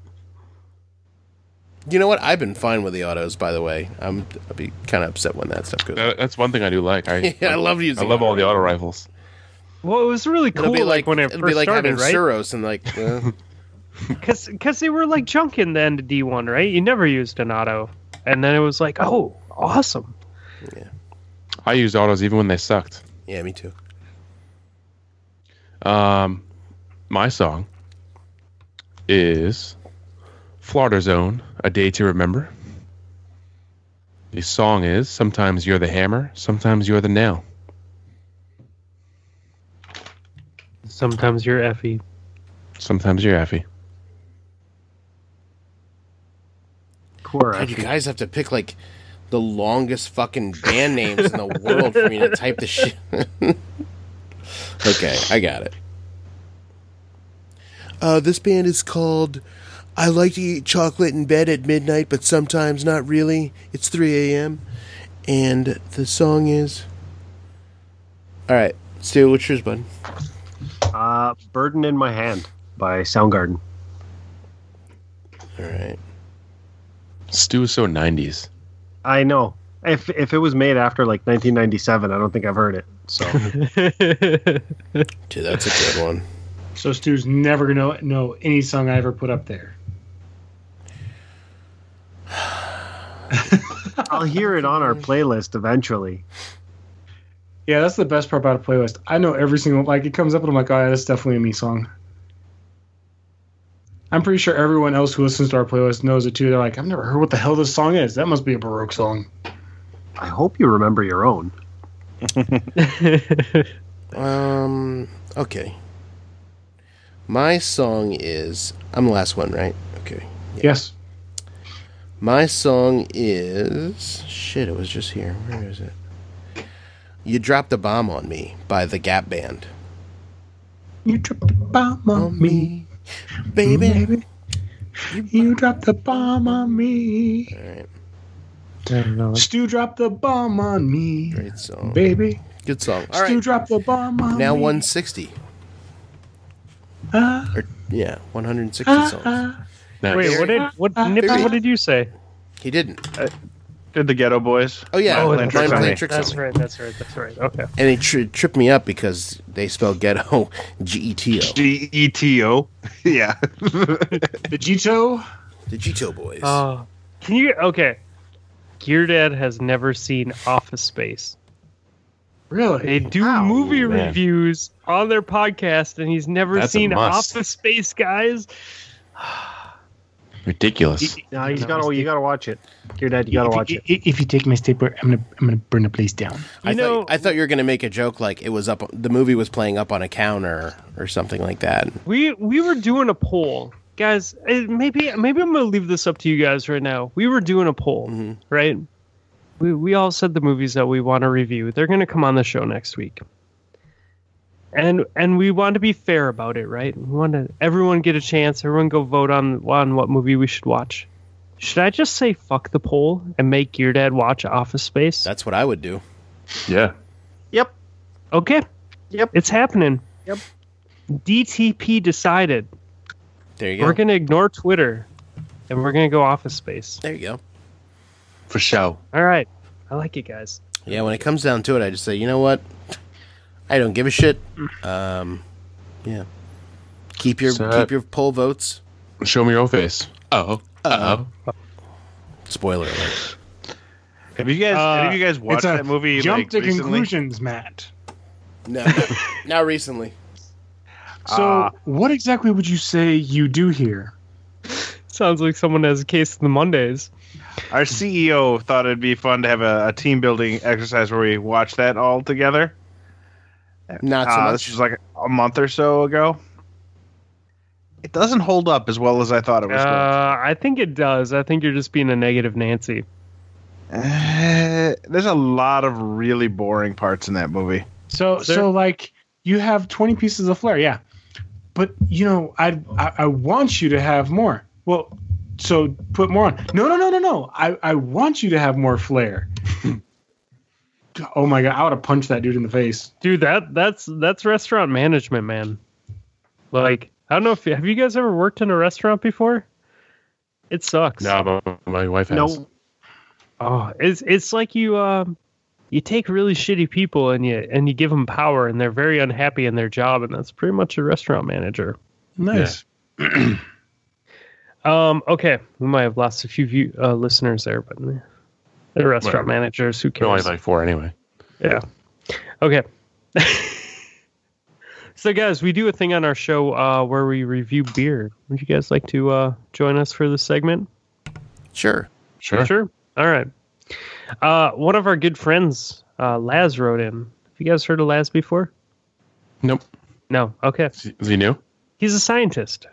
Speaker 6: you know what? I've been fine with the autos, by the way. I'm, I'll be kind of upset when that stuff goes. (laughs)
Speaker 5: That- Uh, That's one thing I do like. (laughs) I,
Speaker 6: Yeah, I love
Speaker 5: I
Speaker 6: using.
Speaker 5: love all the auto rifles.
Speaker 1: Well, it was really cool.
Speaker 6: It'll be
Speaker 1: like,
Speaker 6: like,
Speaker 1: when it
Speaker 6: it'll
Speaker 1: first
Speaker 6: be like
Speaker 1: started,
Speaker 6: having
Speaker 1: right?
Speaker 6: Suros and
Speaker 1: (laughs)
Speaker 6: like uh,
Speaker 1: Because they were like junk in the end of D one, right? You never used an auto, and then it was like, oh, awesome.
Speaker 5: I used autos even when they sucked.
Speaker 6: yeah,
Speaker 1: (laughs)
Speaker 6: me too.
Speaker 5: Um, my song is Florida Zone, A Day to Remember. The song is Sometimes You're the Hammer, Sometimes You're the Nail.
Speaker 1: Sometimes you're (laughs) Effie.
Speaker 5: Sometimes you're Effie.
Speaker 7: Core.
Speaker 6: God, you guys have to pick like the longest fucking band names in the world for me to type the shit. (laughs) okay, I got it. Uh, this band is called I Like to Eat Chocolate in Bed at Midnight, but sometimes not really. It's 3 a.m. And the song is. All right, Stu, what's yours, bud?
Speaker 7: Uh, Burden in My Hand by Soundgarden.
Speaker 6: All right.
Speaker 5: Stu is so 90s.
Speaker 7: I know. If if it was made after like 1997, I don't think I've heard it. (laughs) So
Speaker 6: Dude, that's a good one.
Speaker 4: So Stu's never gonna know any song I ever put up there.
Speaker 7: I'll hear it on our playlist eventually.
Speaker 4: Yeah, that's the best part about a playlist. I know every single like it comes up and I'm like, oh yeah, that's definitely a me song. I'm pretty sure everyone else who listens to our playlist knows it too. They're like, I've never heard what the hell this song is. That must be a
Speaker 1: (laughs)
Speaker 4: Baroque song.
Speaker 7: I hope you remember your own.
Speaker 6: (laughs) Um. Okay. My song is. I'm the last one, right? Okay.
Speaker 4: Yes.
Speaker 6: My song is. Shit, it was just here. Where is it? You dropped a bomb on me by the Gap Band.
Speaker 4: You dropped the bomb on me,
Speaker 6: baby.
Speaker 4: baby. You dropped the bomb on me.
Speaker 6: All right,
Speaker 4: Stu dropped the bomb on me,
Speaker 6: great song.
Speaker 4: baby.
Speaker 6: Good song. All
Speaker 4: Stu
Speaker 6: right.
Speaker 4: dropped the bomb on
Speaker 6: Now
Speaker 4: me.
Speaker 6: 160.
Speaker 4: Ah,
Speaker 6: Or yeah, 160
Speaker 4: ah,
Speaker 6: songs.
Speaker 4: ah.
Speaker 5: Now,
Speaker 1: Wait, what did what Nippy?
Speaker 6: Very-
Speaker 1: What did you say?
Speaker 6: He didn't.
Speaker 3: Did the Ghetto Boys?
Speaker 6: Oh yeah,
Speaker 1: Oh,
Speaker 6: Blind
Speaker 1: that's right.
Speaker 6: Playing Tricks on
Speaker 1: That's
Speaker 6: Me.
Speaker 1: right. That's right. That's right. Okay.
Speaker 6: And it tri- tripped me up because they spell ghetto (laughs) G E T O.
Speaker 3: G E T O. (laughs) Yeah.
Speaker 4: The Gito.
Speaker 6: The Gito Boys.
Speaker 1: Uh, can you? Okay. Gear Dad has never seen Office Space. They
Speaker 4: Really?
Speaker 1: do movie
Speaker 5: man.
Speaker 1: reviews on their podcast, and he's never
Speaker 5: That's a
Speaker 1: seen
Speaker 5: must.
Speaker 1: Office Space, guys.
Speaker 5: ridiculous.
Speaker 7: No, you got to you got to watch it. Your dad, you got to watch it.
Speaker 4: If you take my stapler, I'm gonna I'm gonna burn the place down.
Speaker 1: You
Speaker 6: I
Speaker 1: know,
Speaker 6: thought, I thought you were going to make a joke like it was up. The movie was playing up on a counter or something like that.
Speaker 1: we we were doing a poll, guys. eh, Maybe maybe I'm gonna leave this up to you guys right now. We were doing a poll,
Speaker 6: Mhm.
Speaker 1: right? We we all said the movies that we want to review. They're gonna come on the show next week. And and we want to be fair about it, right? We want to everyone get a chance. Everyone go vote on on what movie we should watch. Should I just say fuck the poll and make your dad watch Office Space?
Speaker 6: That's what I would do.
Speaker 5: Yeah.
Speaker 7: Yep.
Speaker 1: Okay.
Speaker 7: Yep.
Speaker 1: It's happening.
Speaker 7: Yep.
Speaker 1: DTP decided.
Speaker 6: There you go.
Speaker 1: We're going to ignore Twitter and we're going to go office space.
Speaker 6: there you go.
Speaker 5: For show.
Speaker 1: All right. I like it, guys.
Speaker 6: Yeah, when it comes down to it, I just say, you know what? I don't give a shit. Um, yeah. Keep your
Speaker 5: So-
Speaker 6: keep your poll votes.
Speaker 5: Show me your face. Oh, oh.
Speaker 6: Spoiler alert.
Speaker 3: Have you guys?
Speaker 4: Uh,
Speaker 3: any of you guys watched
Speaker 4: it's a
Speaker 3: that movie?
Speaker 4: Jump
Speaker 3: like,
Speaker 4: to
Speaker 3: recently?
Speaker 4: conclusions, Matt.
Speaker 6: No, not, not recently.
Speaker 4: So,
Speaker 3: Uh,
Speaker 4: what exactly would you say you do here?
Speaker 1: Sounds like someone has a case in the Mondays.
Speaker 3: Our CEO thought it'd be fun to have a, a team building exercise where we watch that all together.
Speaker 6: Not so
Speaker 3: Uh,
Speaker 6: much.
Speaker 3: This was like a month or so ago. It doesn't hold up as well as I thought it was. going
Speaker 1: Uh, I think it does. I think you're just being a negative Nancy.
Speaker 3: to. Uh, (sighs) there's a lot of really boring parts in that movie.
Speaker 4: So
Speaker 1: Sir?
Speaker 4: so like you have 20 pieces of flair, yeah. But you know, I, I I want you to have more. Well, so put more on. No, no, no, no, no. I I want you to have more flair. oh my god, I would have punched that dude in the face.
Speaker 1: Dude, that that's that's restaurant management, man. Like, I don't know if have you guys ever worked in a restaurant before? It sucks.
Speaker 5: No, my, my wife has.
Speaker 1: No. Oh, it's it's like you um you take really shitty people and you and you give them power and they're very unhappy in their job and that's pretty much a restaurant manager.
Speaker 4: Nice.
Speaker 1: Um okay, we might have lost a few view, uh, listeners there, but eh, they're restaurant managers who
Speaker 5: We're only
Speaker 1: cares.
Speaker 5: like four anyway.
Speaker 1: Yeah. Okay. (laughs) so, guys, we do a thing on our show uh, where we review beer. Would you guys like to uh, join us for this segment?
Speaker 6: sure.
Speaker 5: Sure.
Speaker 1: Sure. All right. Uh, one of our good friends, uh, Laz, wrote in. Have you guys heard of Laz before?
Speaker 5: Nope.
Speaker 1: No. Okay.
Speaker 5: Is he- is he new?
Speaker 1: He's a scientist.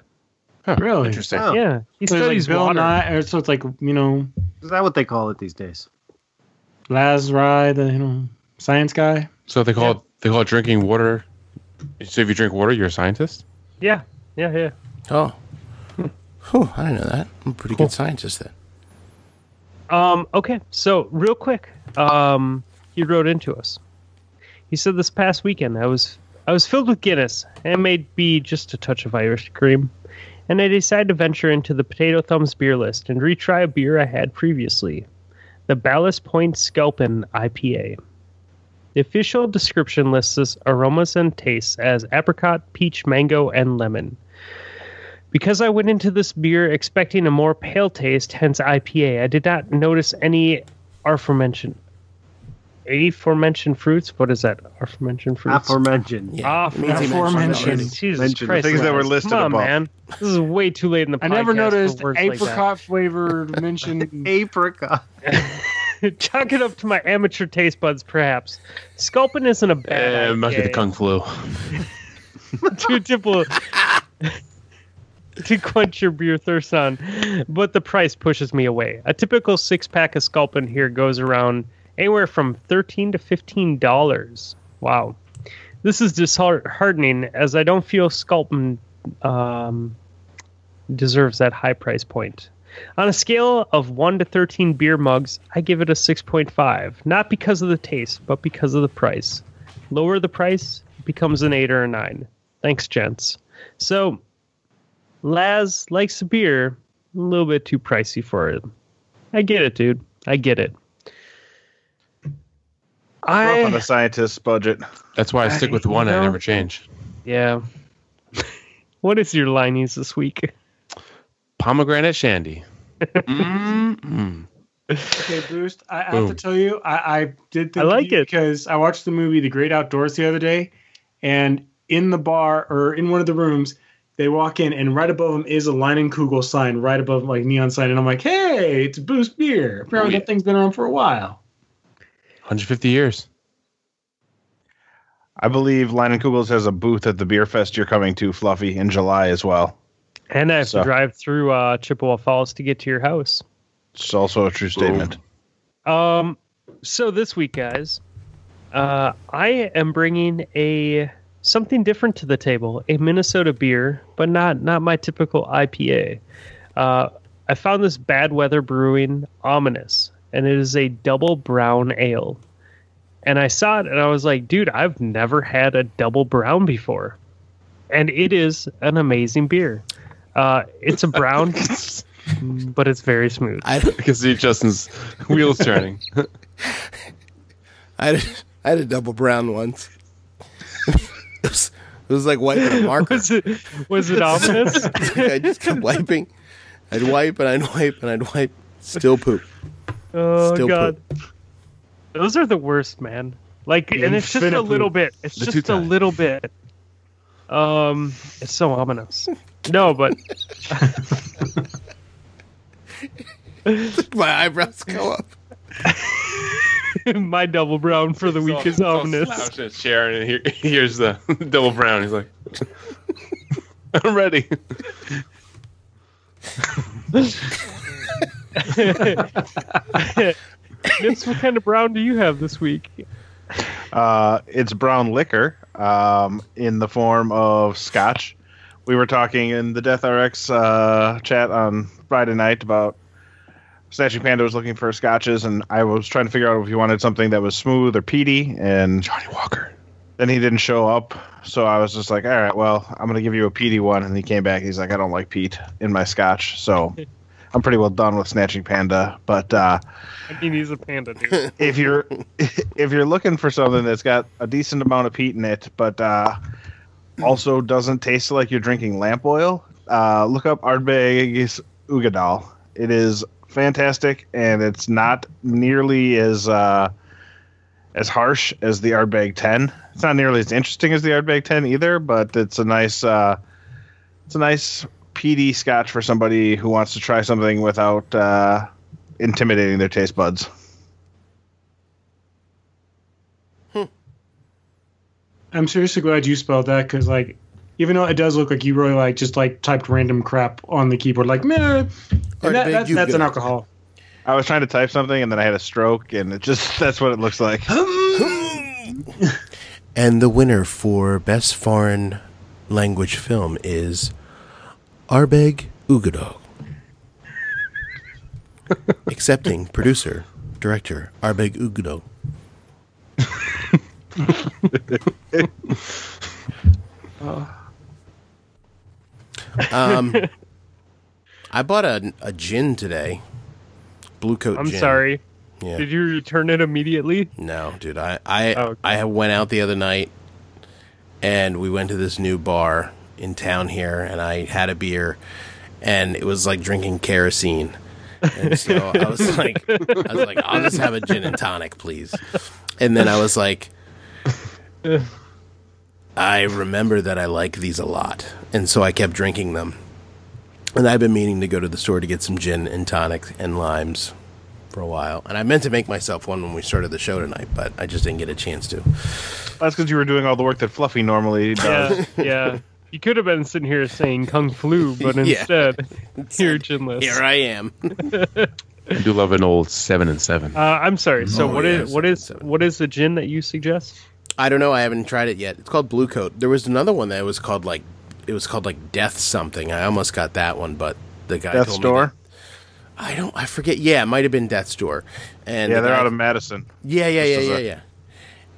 Speaker 4: Really?
Speaker 5: Interesting.
Speaker 2: Oh.
Speaker 1: Yeah. He
Speaker 4: So it's like
Speaker 1: studies
Speaker 4: Bill
Speaker 1: water.
Speaker 4: Nye, or so it's like, you know,
Speaker 7: Is that what they call it these days?
Speaker 4: Laz Rye, the you know, science guy.
Speaker 5: So they call it they call it drinking water. So if you drink water, you're a scientist.
Speaker 1: Yeah. Yeah. Yeah.
Speaker 6: Oh. Whew, I didn't know that. I'm a pretty good scientist then.
Speaker 1: Um, okay, so real quick, um, he wrote into us. He said this past weekend I was I was filled with Guinness, handmade be just a touch of Irish cream, and I decided to venture into the Potato Thumbs beer list and retry a beer I had previously, the Ballast Point Skelpin IPA. The official description lists its aromas and tastes as apricot, peach, mango, and lemon. Because I went into this beer expecting a more pale taste, hence IPA, I did not notice any aforementioned aforementioned fruits. What is that? Aforementioned fruits.
Speaker 7: Aforementioned.
Speaker 6: Yeah.
Speaker 1: Ah,
Speaker 6: It means he mentioned
Speaker 4: aforementioned.
Speaker 6: already.
Speaker 1: Jesus
Speaker 7: Mentioned
Speaker 1: Christ!
Speaker 7: the
Speaker 3: things that were
Speaker 1: Lance.
Speaker 3: listed
Speaker 1: Come on,
Speaker 3: above.
Speaker 1: man. This is way too late in the podcast.
Speaker 4: I never
Speaker 1: for
Speaker 4: noticed
Speaker 1: words like that.
Speaker 4: apricot flavored mentioned
Speaker 7: Apricot.
Speaker 1: (laughs) Chalk it up to my amateur taste buds, perhaps. Sculpin isn't a bad.
Speaker 5: Eh, must be the
Speaker 1: IPA.
Speaker 5: kung flu.
Speaker 1: to tipple to quench your beer thirst on, but the price pushes me away. A typical six pack of Sculpin here goes around anywhere from thirteen to fifteen dollars. Wow, this is disheartening as I don't feel Sculpin um, deserves that high price point. On a scale of 1 to 13 beer mugs, I give it a 6.5. Not because of the taste, but because of the price. Lower the price, it becomes an 8 or a 9. Thanks, gents. So, Laz likes the beer, a little bit too pricey for him. I get it, dude. I get it.
Speaker 3: Rough on a
Speaker 1: I
Speaker 3: scientist's budget.
Speaker 5: That's why I stick with one. and I never change.
Speaker 1: yeah. (laughs) what is your lineies this week?
Speaker 5: Pomegranate (laughs) shandy. Mm-mm.
Speaker 4: Okay, Boost. I, I have to
Speaker 5: Boom.
Speaker 4: tell you, I, I did. Think
Speaker 1: I
Speaker 4: of
Speaker 1: like
Speaker 4: you
Speaker 1: it.
Speaker 4: because I watched the movie The Great Outdoors the other day, and in the bar or in one of the rooms, they walk in, and right above them is a Leinenkugel sign, right above like neon sign, and I'm like, hey, it's Boost beer. Apparently,
Speaker 5: Oh, yeah.
Speaker 4: that thing's been around for a while.
Speaker 5: 150 years.
Speaker 3: I believe Lion and Kugels has a booth at the beer fest you're coming to, Fluffy, in July as well.
Speaker 1: And I have
Speaker 3: So-
Speaker 1: to drive through uh, Chippewa Falls to get to your house.
Speaker 3: It's also a true statement.
Speaker 1: Um, so this week, guys, uh, I am bringing a something different to the table, a Minnesota beer, but not not my typical IPA. Uh, I found this Bad Weather Brewing ominous, and it is a double brown ale. And I saw it, and I was like, dude, I've never had a double brown before, and it is an amazing beer. Uh, it's a brown, but it's very smooth.
Speaker 6: I,
Speaker 5: I can see Justin's wheels (laughs) turning.
Speaker 6: I, I had a double brown once. (laughs) was like wiping a marker.
Speaker 1: Was (laughs) it was it
Speaker 6: (laughs)
Speaker 1: ominous?
Speaker 6: I just kept wiping. I'd wipe and I'd wipe and I'd wipe. Still poop.
Speaker 1: Oh
Speaker 6: Still
Speaker 1: god, those are the worst, man. Like, and it's just
Speaker 4: Infinite
Speaker 1: a little
Speaker 4: poop.
Speaker 1: bit. It's
Speaker 5: The
Speaker 1: just a
Speaker 5: two-time.
Speaker 1: little bit. Um, it's so ominous. No, but (laughs)
Speaker 6: poop. My eyebrows go up.
Speaker 1: my double brown for the week is ominous. (laughs)
Speaker 5: Slouched in a (laughs) chair and here, here's the (laughs) double brown. He's like, (laughs) I'm ready.
Speaker 1: Nips, what kind of brown do you have this week?
Speaker 3: Uh, it's brown liquor um, in the form of scotch. We were talking in the Death RX uh, chat on Friday night about Snatchy Panda was looking for scotches, and I was trying to figure out if he wanted something that was smooth or peaty, and
Speaker 5: Johnny Walker.
Speaker 3: then he didn't show up. So I was just like, all right, well, I'm going to give you a peaty one. And he came back. He's like, I don't like peat in my scotch.
Speaker 5: (laughs)
Speaker 3: So I'm pretty well done with Snatching Panda. But uh,
Speaker 1: I mean, he's a panda
Speaker 6: (laughs)
Speaker 1: dude.
Speaker 3: if you're if you're looking for something that's got a decent amount of peat in it, but uh, also doesn't taste like you're drinking lamp oil, uh, look up Ardbeg's Ugadal. It is fantastic, and it's not nearly as uh, as harsh as the Ardbeg Ten. It's not nearly as interesting as the Ardbeg Ten either, but it's a nice uh, it's a nice peaty scotch for somebody who wants to try something without uh, intimidating their taste buds.
Speaker 4: I'm seriously glad you spelled that because, like, even though it does look like you really like just like typed random crap on the keyboard, like meh,
Speaker 6: Or
Speaker 4: and that,
Speaker 6: did
Speaker 4: that's,
Speaker 6: you
Speaker 4: that's an
Speaker 6: go-
Speaker 4: alcohol.
Speaker 3: I was trying to type something and then I had a stroke and it just (laughs) that's what it looks like.
Speaker 6: And the winner for Best Foreign Language Film is Arbeg
Speaker 1: (laughs)
Speaker 6: Ugadog. Accepting producer, director, Arbeg
Speaker 1: (laughs)
Speaker 6: Ugadog. um, I bought a, a gin today. Blue coat
Speaker 1: I'm
Speaker 6: gin.
Speaker 1: sorry.
Speaker 6: Yeah.
Speaker 1: Did you return it immediately?
Speaker 6: No, dude. I I
Speaker 1: Oh, okay.
Speaker 6: I went out the other night, and we went to this new bar in town here, and I had a beer, and it was like drinking kerosene. And so
Speaker 1: (laughs)
Speaker 6: I was like, I was like, I'll just have a gin and tonic, please. And then I was like, I remember that I like these a lot, and so I kept drinking them. And I've been meaning to go to the store to get some gin and tonic and limes for a while, and I meant to make myself one when we started the show tonight, but I just didn't get a chance to.
Speaker 3: That's because you were doing all the work that Fluffy normally does.
Speaker 1: Yeah, yeah. You could have been sitting here saying kung flu, but
Speaker 6: (laughs) Yeah.
Speaker 1: instead, you're ginless.
Speaker 6: Here I am. (laughs)
Speaker 5: I do love an old seven and seven.
Speaker 1: Uh, I'm sorry. So
Speaker 6: Oh,
Speaker 1: what
Speaker 6: yeah,
Speaker 1: is what is
Speaker 6: seven, seven.
Speaker 1: what is the gin that you suggest?
Speaker 6: I don't know. I haven't tried it yet. It's called Blue Coat. There was another one that was called like it was called like Death something. I almost got that one, but the guy
Speaker 3: Death
Speaker 6: told
Speaker 3: Store.
Speaker 6: me that, I don't. I forget. Yeah, it might have been Death Store. And
Speaker 3: Yeah,
Speaker 6: the
Speaker 3: they're
Speaker 6: guy-
Speaker 3: out of Madison.
Speaker 6: Yeah, yeah, yeah,
Speaker 3: is
Speaker 6: yeah,
Speaker 3: a-
Speaker 6: yeah.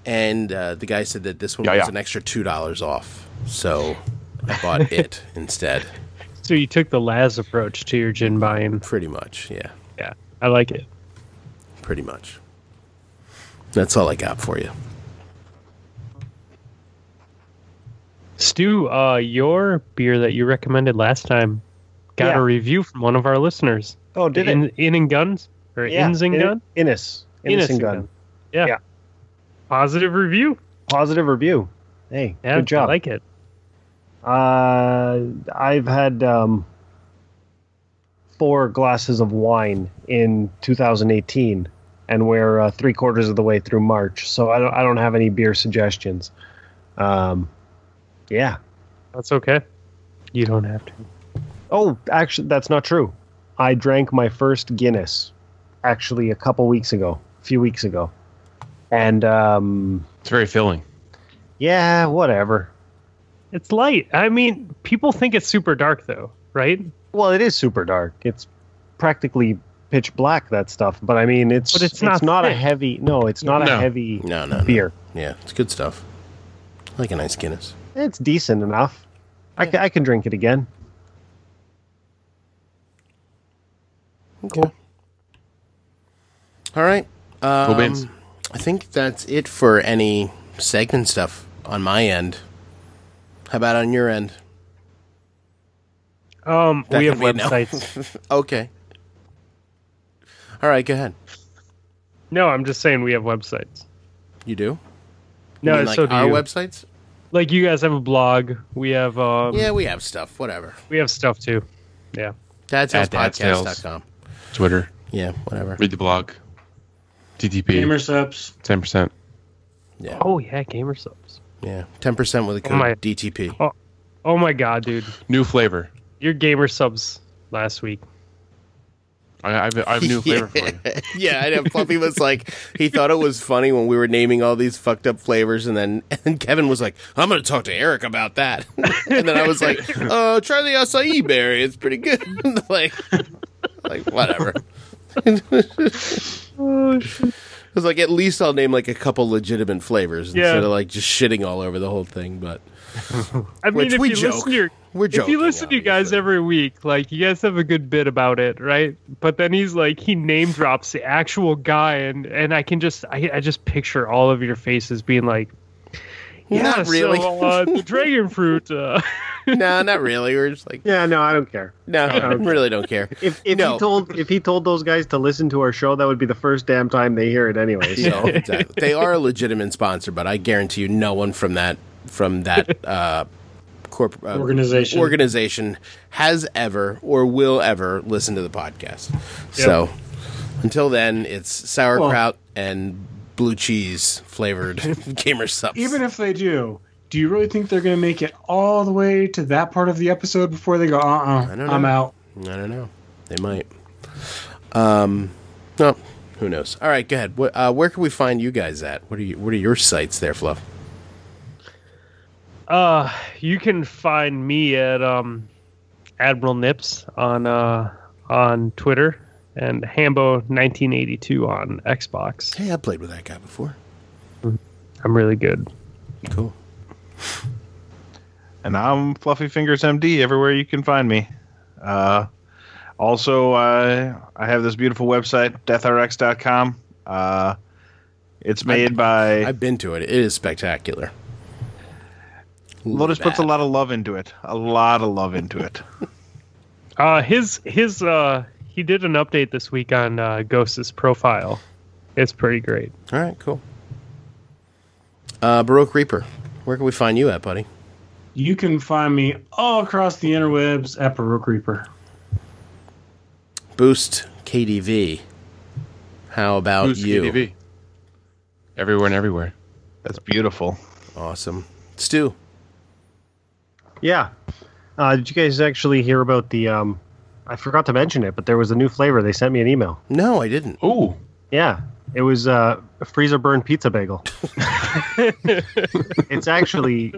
Speaker 6: And uh, the guy said that this one
Speaker 5: Yeah,
Speaker 6: was
Speaker 5: yeah.
Speaker 6: an extra two dollars off, so I
Speaker 3: (laughs)
Speaker 6: bought it instead.
Speaker 1: So you took the Laz approach to your gin buying.
Speaker 6: Pretty much, yeah,
Speaker 1: Yeah, I like it.
Speaker 6: pretty much. That's all I got for you.
Speaker 1: Stu, uh, your beer that you recommended last time got
Speaker 7: Yeah.
Speaker 1: a review from one of our listeners.
Speaker 7: Oh, did
Speaker 1: in,
Speaker 7: it?
Speaker 1: In and Guns or
Speaker 7: Yeah.
Speaker 1: Inns and
Speaker 7: In-
Speaker 1: Gun?
Speaker 7: Innis. Innis and Gun.
Speaker 1: Yeah.
Speaker 7: Yeah.
Speaker 1: Positive review.
Speaker 7: Positive review. Hey,
Speaker 1: Yeah,
Speaker 7: good job.
Speaker 1: I like it.
Speaker 7: Uh, I've had um, four glasses of wine in 2018, and we're uh, three quarters of the way through March, so I don't I don't have any beer suggestions. Um, yeah.
Speaker 1: That's okay. You don't have to.
Speaker 7: Oh, actually, that's not true. I drank my first Guinness, actually, a couple weeks ago, a few weeks ago, and um,
Speaker 5: It's very filling.
Speaker 7: yeah, whatever.
Speaker 1: It's light. I mean, people think it's super dark though, right?
Speaker 7: Well, it is super dark. It's practically pitch black that stuff. But I mean, it's
Speaker 1: But it's
Speaker 7: it's,
Speaker 1: not
Speaker 7: not, a
Speaker 1: thick.
Speaker 7: heavy. No, it's not
Speaker 5: No.
Speaker 7: a heavy
Speaker 6: No, no, no.
Speaker 7: beer.
Speaker 6: Yeah, it's good stuff. I like a nice Guinness.
Speaker 7: It's decent enough. I, ca- I can drink it again.
Speaker 6: Cool. All right. Um,
Speaker 5: Beans.
Speaker 6: I think that's it for any segment stuff on my end. How about on your end?
Speaker 1: Um,
Speaker 6: That
Speaker 1: we have
Speaker 6: could be a no.
Speaker 1: websites.
Speaker 6: (laughs) Okay. All right, go ahead.
Speaker 1: No. I'm just saying we have websites.
Speaker 6: You do?
Speaker 1: No,
Speaker 6: You mean,
Speaker 1: it's
Speaker 6: like
Speaker 1: so do
Speaker 6: our
Speaker 1: you.
Speaker 6: websites?
Speaker 1: like you guys have a blog. We have um,
Speaker 6: Yeah, we have stuff. Whatever.
Speaker 1: we have stuff too. Yeah.
Speaker 6: Dadtailspodcast.com.
Speaker 5: Twitter,
Speaker 6: Yeah, whatever.
Speaker 5: read the blog, TTP,
Speaker 4: Gamer subs.
Speaker 5: ten percent.
Speaker 6: Yeah,
Speaker 1: Oh yeah, gamer subs.
Speaker 6: yeah. Ten percent with a code
Speaker 1: my-
Speaker 6: DTP.
Speaker 1: Oh my god, dude,
Speaker 5: New flavor.
Speaker 1: your gamer subs last week.
Speaker 5: I, I've, I have (laughs) new flavor for you.
Speaker 6: yeah, I know. Fluffy was like, he thought it was funny when we were naming all these fucked up flavors, and then (laughs) and Kevin was like, "I'm going to talk to Eric about that," (laughs) and then I was like, "Uh, try the acai berry; it's pretty good." (laughs) like, like whatever.
Speaker 1: (laughs) Oh shit.
Speaker 6: I was like, at least I'll name like a couple legitimate flavors instead
Speaker 1: Yeah.
Speaker 6: of like just shitting all over the whole thing. But
Speaker 1: I mean,
Speaker 6: Which
Speaker 1: if
Speaker 6: we
Speaker 1: you
Speaker 6: joke.
Speaker 1: listen to your
Speaker 6: we're
Speaker 1: if
Speaker 6: joking.
Speaker 1: you listen to you guys
Speaker 6: obviously.
Speaker 1: every week, like you guys have a good bit about it, right? But then he's like, he name drops the actual guy, and and I can just I, I just picture all of your faces being like, yeah,
Speaker 6: Not really.
Speaker 1: so, uh, the dragon fruit. Uh,
Speaker 6: (laughs) no, not really. We're just like,
Speaker 7: Yeah, no, I don't care.
Speaker 1: (laughs)
Speaker 6: no, I (laughs)
Speaker 7: okay.
Speaker 6: really don't care.
Speaker 7: If, if
Speaker 6: No.
Speaker 7: he told if he told those guys to listen to our show, that would be the first damn time they hear
Speaker 6: (laughs)
Speaker 7: it anyway.
Speaker 6: you
Speaker 7: So
Speaker 6: know, exactly. they are a legitimate sponsor, but I guarantee you, no one from that
Speaker 4: (laughs)
Speaker 6: from that uh, corp- uh,
Speaker 4: Organization.
Speaker 6: organization has ever or will ever listen to the podcast. So until then, it's sauerkraut and blue cheese flavored
Speaker 4: (laughs)
Speaker 6: gamer subs.
Speaker 4: Even if they do, do you really think they're going to make it all the way to that part of the episode before they go, uh uh-uh,
Speaker 6: don't know.
Speaker 4: I'm out?
Speaker 6: I don't know, they might. Um, no, who knows? All right, go ahead. What, uh, where can we find you guys at? What are you? What are your sites there, Fluff?
Speaker 1: Uh, you can find me at um, Admiral Nips on uh, on Twitter and Hambo1982 on Xbox.
Speaker 6: Hey, I played with that guy before.
Speaker 1: I'm really good.
Speaker 6: Cool.
Speaker 3: and I'm Fluffy Fingers MD everywhere you can find me. Uh, also, uh, I have this beautiful website, deathrx.com. Uh, it's made by
Speaker 6: I've been to it. It is spectacular.
Speaker 3: Lotus puts a lot of love into it. A lot of love into it.
Speaker 1: Uh, his his uh, he did an update this week on uh, Ghost's profile. It's pretty great.
Speaker 6: All right, cool. Uh, Baroque Reaper, where can we find you at, buddy?
Speaker 4: You can find me all across the interwebs at Baroque Reaper.
Speaker 6: Boost KDV. How about
Speaker 5: Boost
Speaker 6: you?
Speaker 5: KDV. Everywhere and everywhere.
Speaker 3: That's beautiful.
Speaker 6: Awesome. Stu.
Speaker 7: yeah. Uh, did you guys actually hear about the? Um, I forgot to mention it, but there was a new flavor. They sent me an email.
Speaker 6: No, I didn't.
Speaker 5: Ooh,
Speaker 7: Yeah, it was uh, a freezer burn pizza bagel.
Speaker 6: (laughs)
Speaker 7: it's actually,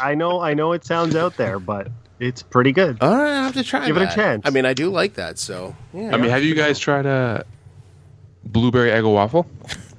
Speaker 7: I know, I know, it sounds out there, but it's pretty good.
Speaker 6: All right, I'll have to try
Speaker 7: Give it a
Speaker 6: that.
Speaker 7: chance.
Speaker 6: I mean, I do like that, so. Yeah.
Speaker 5: I mean, have you guys tried a blueberry egg waffle?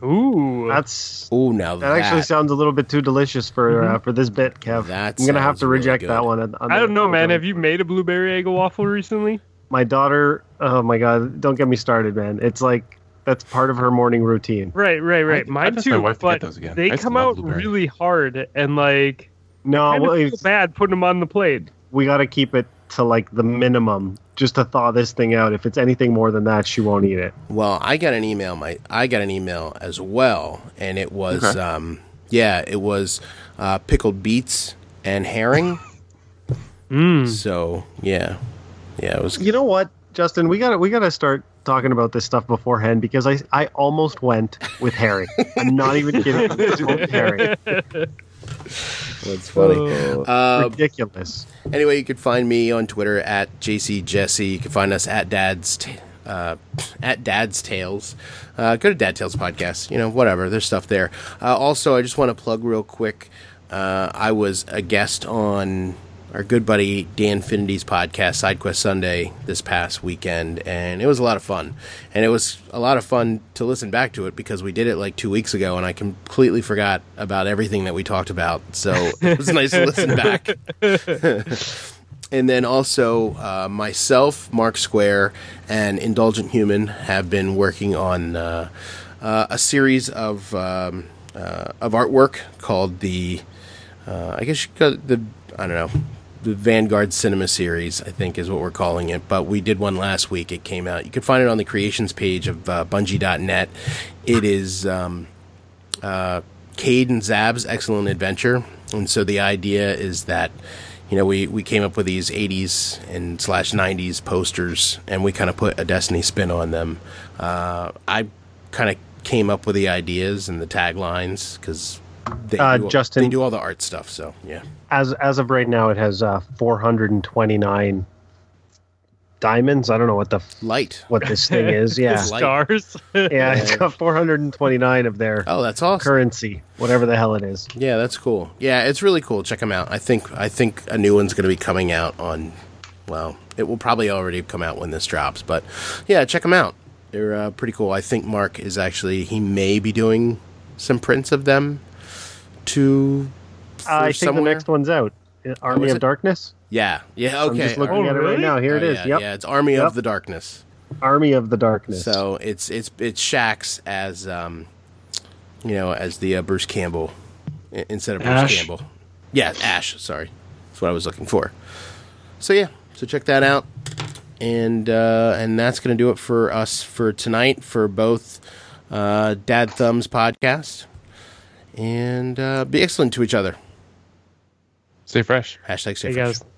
Speaker 1: Ooh,
Speaker 7: That's
Speaker 6: oh, now
Speaker 7: that, actually sounds a little bit too delicious for uh, for this bit, Kev.
Speaker 6: Mm-hmm. That
Speaker 7: I'm gonna have
Speaker 6: sounds
Speaker 7: to
Speaker 6: really
Speaker 7: reject
Speaker 6: good.
Speaker 7: that one. on- on
Speaker 1: I
Speaker 7: the-
Speaker 1: don't know,
Speaker 7: on the-
Speaker 1: man. Have you made a blueberry egg waffle recently?
Speaker 7: My daughter. Oh my god! Don't get me started, man. It's like that's part of her morning routine.
Speaker 1: Right, right, right.
Speaker 5: I
Speaker 1: Mine
Speaker 5: asked my
Speaker 1: too,
Speaker 5: wife to
Speaker 1: but
Speaker 5: get those again. I
Speaker 1: they
Speaker 5: used to
Speaker 1: come
Speaker 5: love
Speaker 1: out
Speaker 5: blueberry.
Speaker 1: really hard and like
Speaker 7: No,
Speaker 1: kind
Speaker 7: well,
Speaker 1: of feel
Speaker 7: it's-
Speaker 1: bad putting them on the plate.
Speaker 7: we got to keep it to like the minimum just to thaw this thing out. If it's anything more than that, she won't eat it.
Speaker 6: Well, I got an email. My I got an email as well, and it was um, yeah, it was uh, pickled beets and herring.
Speaker 1: Mm.
Speaker 6: so yeah, yeah, it was
Speaker 7: You know what, Justin? We gotta we gotta start talking about this stuff beforehand because I I almost went with Harry. I'm not even kidding. Harry,
Speaker 6: that's funny. Uh,
Speaker 7: ridiculous.
Speaker 6: Anyway, you can find me on Twitter at JC Jesse. You can find us at Dad's t- uh, at Dad's Tales. Uh, go to Dad Tales podcast. You know, whatever. There's stuff there. Uh, also, I just want to plug real quick. Uh, I was a guest on our good buddy Dan Finity's podcast, SideQuest Sunday, this past weekend, and it was a lot of fun. And it was a lot of fun to listen back to it because we did it like two weeks ago, and I completely forgot about everything that we talked about. So it was nice to listen back. And then also, uh, myself, Mark Square, and Indulgent Human have been working on uh, uh, a series of um, uh, of artwork called the, uh, I guess you call it the I don't know. The Vanguard Cinema Series, I think, is what we're calling it. But we did one last week. It came out. You can find it on the creations page of uh, Bungie.net. It is um, uh, Cade and Zab's Excellent Adventure. And so the idea is that, you know, we, we came up with these 80s and slash 90s posters and we kind of put a Destiny spin on them. Uh, I kind of came up with the ideas and the taglines because they,
Speaker 7: Uh,
Speaker 6: do all-
Speaker 7: Justin-
Speaker 6: they do all the art stuff. So, yeah.
Speaker 7: As as of right now, it has uh, 429 diamonds. I don't know what the f-
Speaker 6: Light.
Speaker 7: what this
Speaker 6: (laughs)
Speaker 7: thing is. Yeah,
Speaker 6: Light.
Speaker 1: Stars. (laughs)
Speaker 7: yeah, it's got 429 of their
Speaker 6: Oh, that's awesome.
Speaker 7: currency, whatever the hell it is.
Speaker 6: Yeah, that's cool. Yeah, it's really cool. Check them out. I think I think a new one's going to be coming out on. Well, it will probably already have come out when this drops, but yeah, check them out. They're uh, pretty cool. I think Mark is actually he may be doing some prints of them to. for
Speaker 7: I think the
Speaker 6: somewhere. Oh,
Speaker 7: next one's out. Uh, Army
Speaker 6: is
Speaker 7: of
Speaker 6: it?
Speaker 7: Darkness.
Speaker 6: Yeah, yeah.
Speaker 7: I'm
Speaker 6: Okay.
Speaker 7: just looking
Speaker 1: Oh,
Speaker 7: at it right
Speaker 1: really?
Speaker 7: now. Here it
Speaker 6: Oh,
Speaker 7: is.
Speaker 6: Yeah,
Speaker 7: yep.
Speaker 6: yeah, it's Army
Speaker 7: Yep.
Speaker 6: of the Darkness.
Speaker 7: Army of the Darkness.
Speaker 6: So it's it's it's Shax as um, you know, as the uh, Bruce Campbell i- instead of Bruce
Speaker 4: Ash.
Speaker 6: Campbell. Yeah, Ash. Sorry, that's what I was looking for. So yeah, so check that out, and uh, and that's gonna do it for us for tonight for both uh, Dad Thumbs podcast, and uh, be excellent to each other.
Speaker 5: Stay fresh.
Speaker 6: Hashtag stay
Speaker 1: Hey
Speaker 6: fresh.
Speaker 1: guys,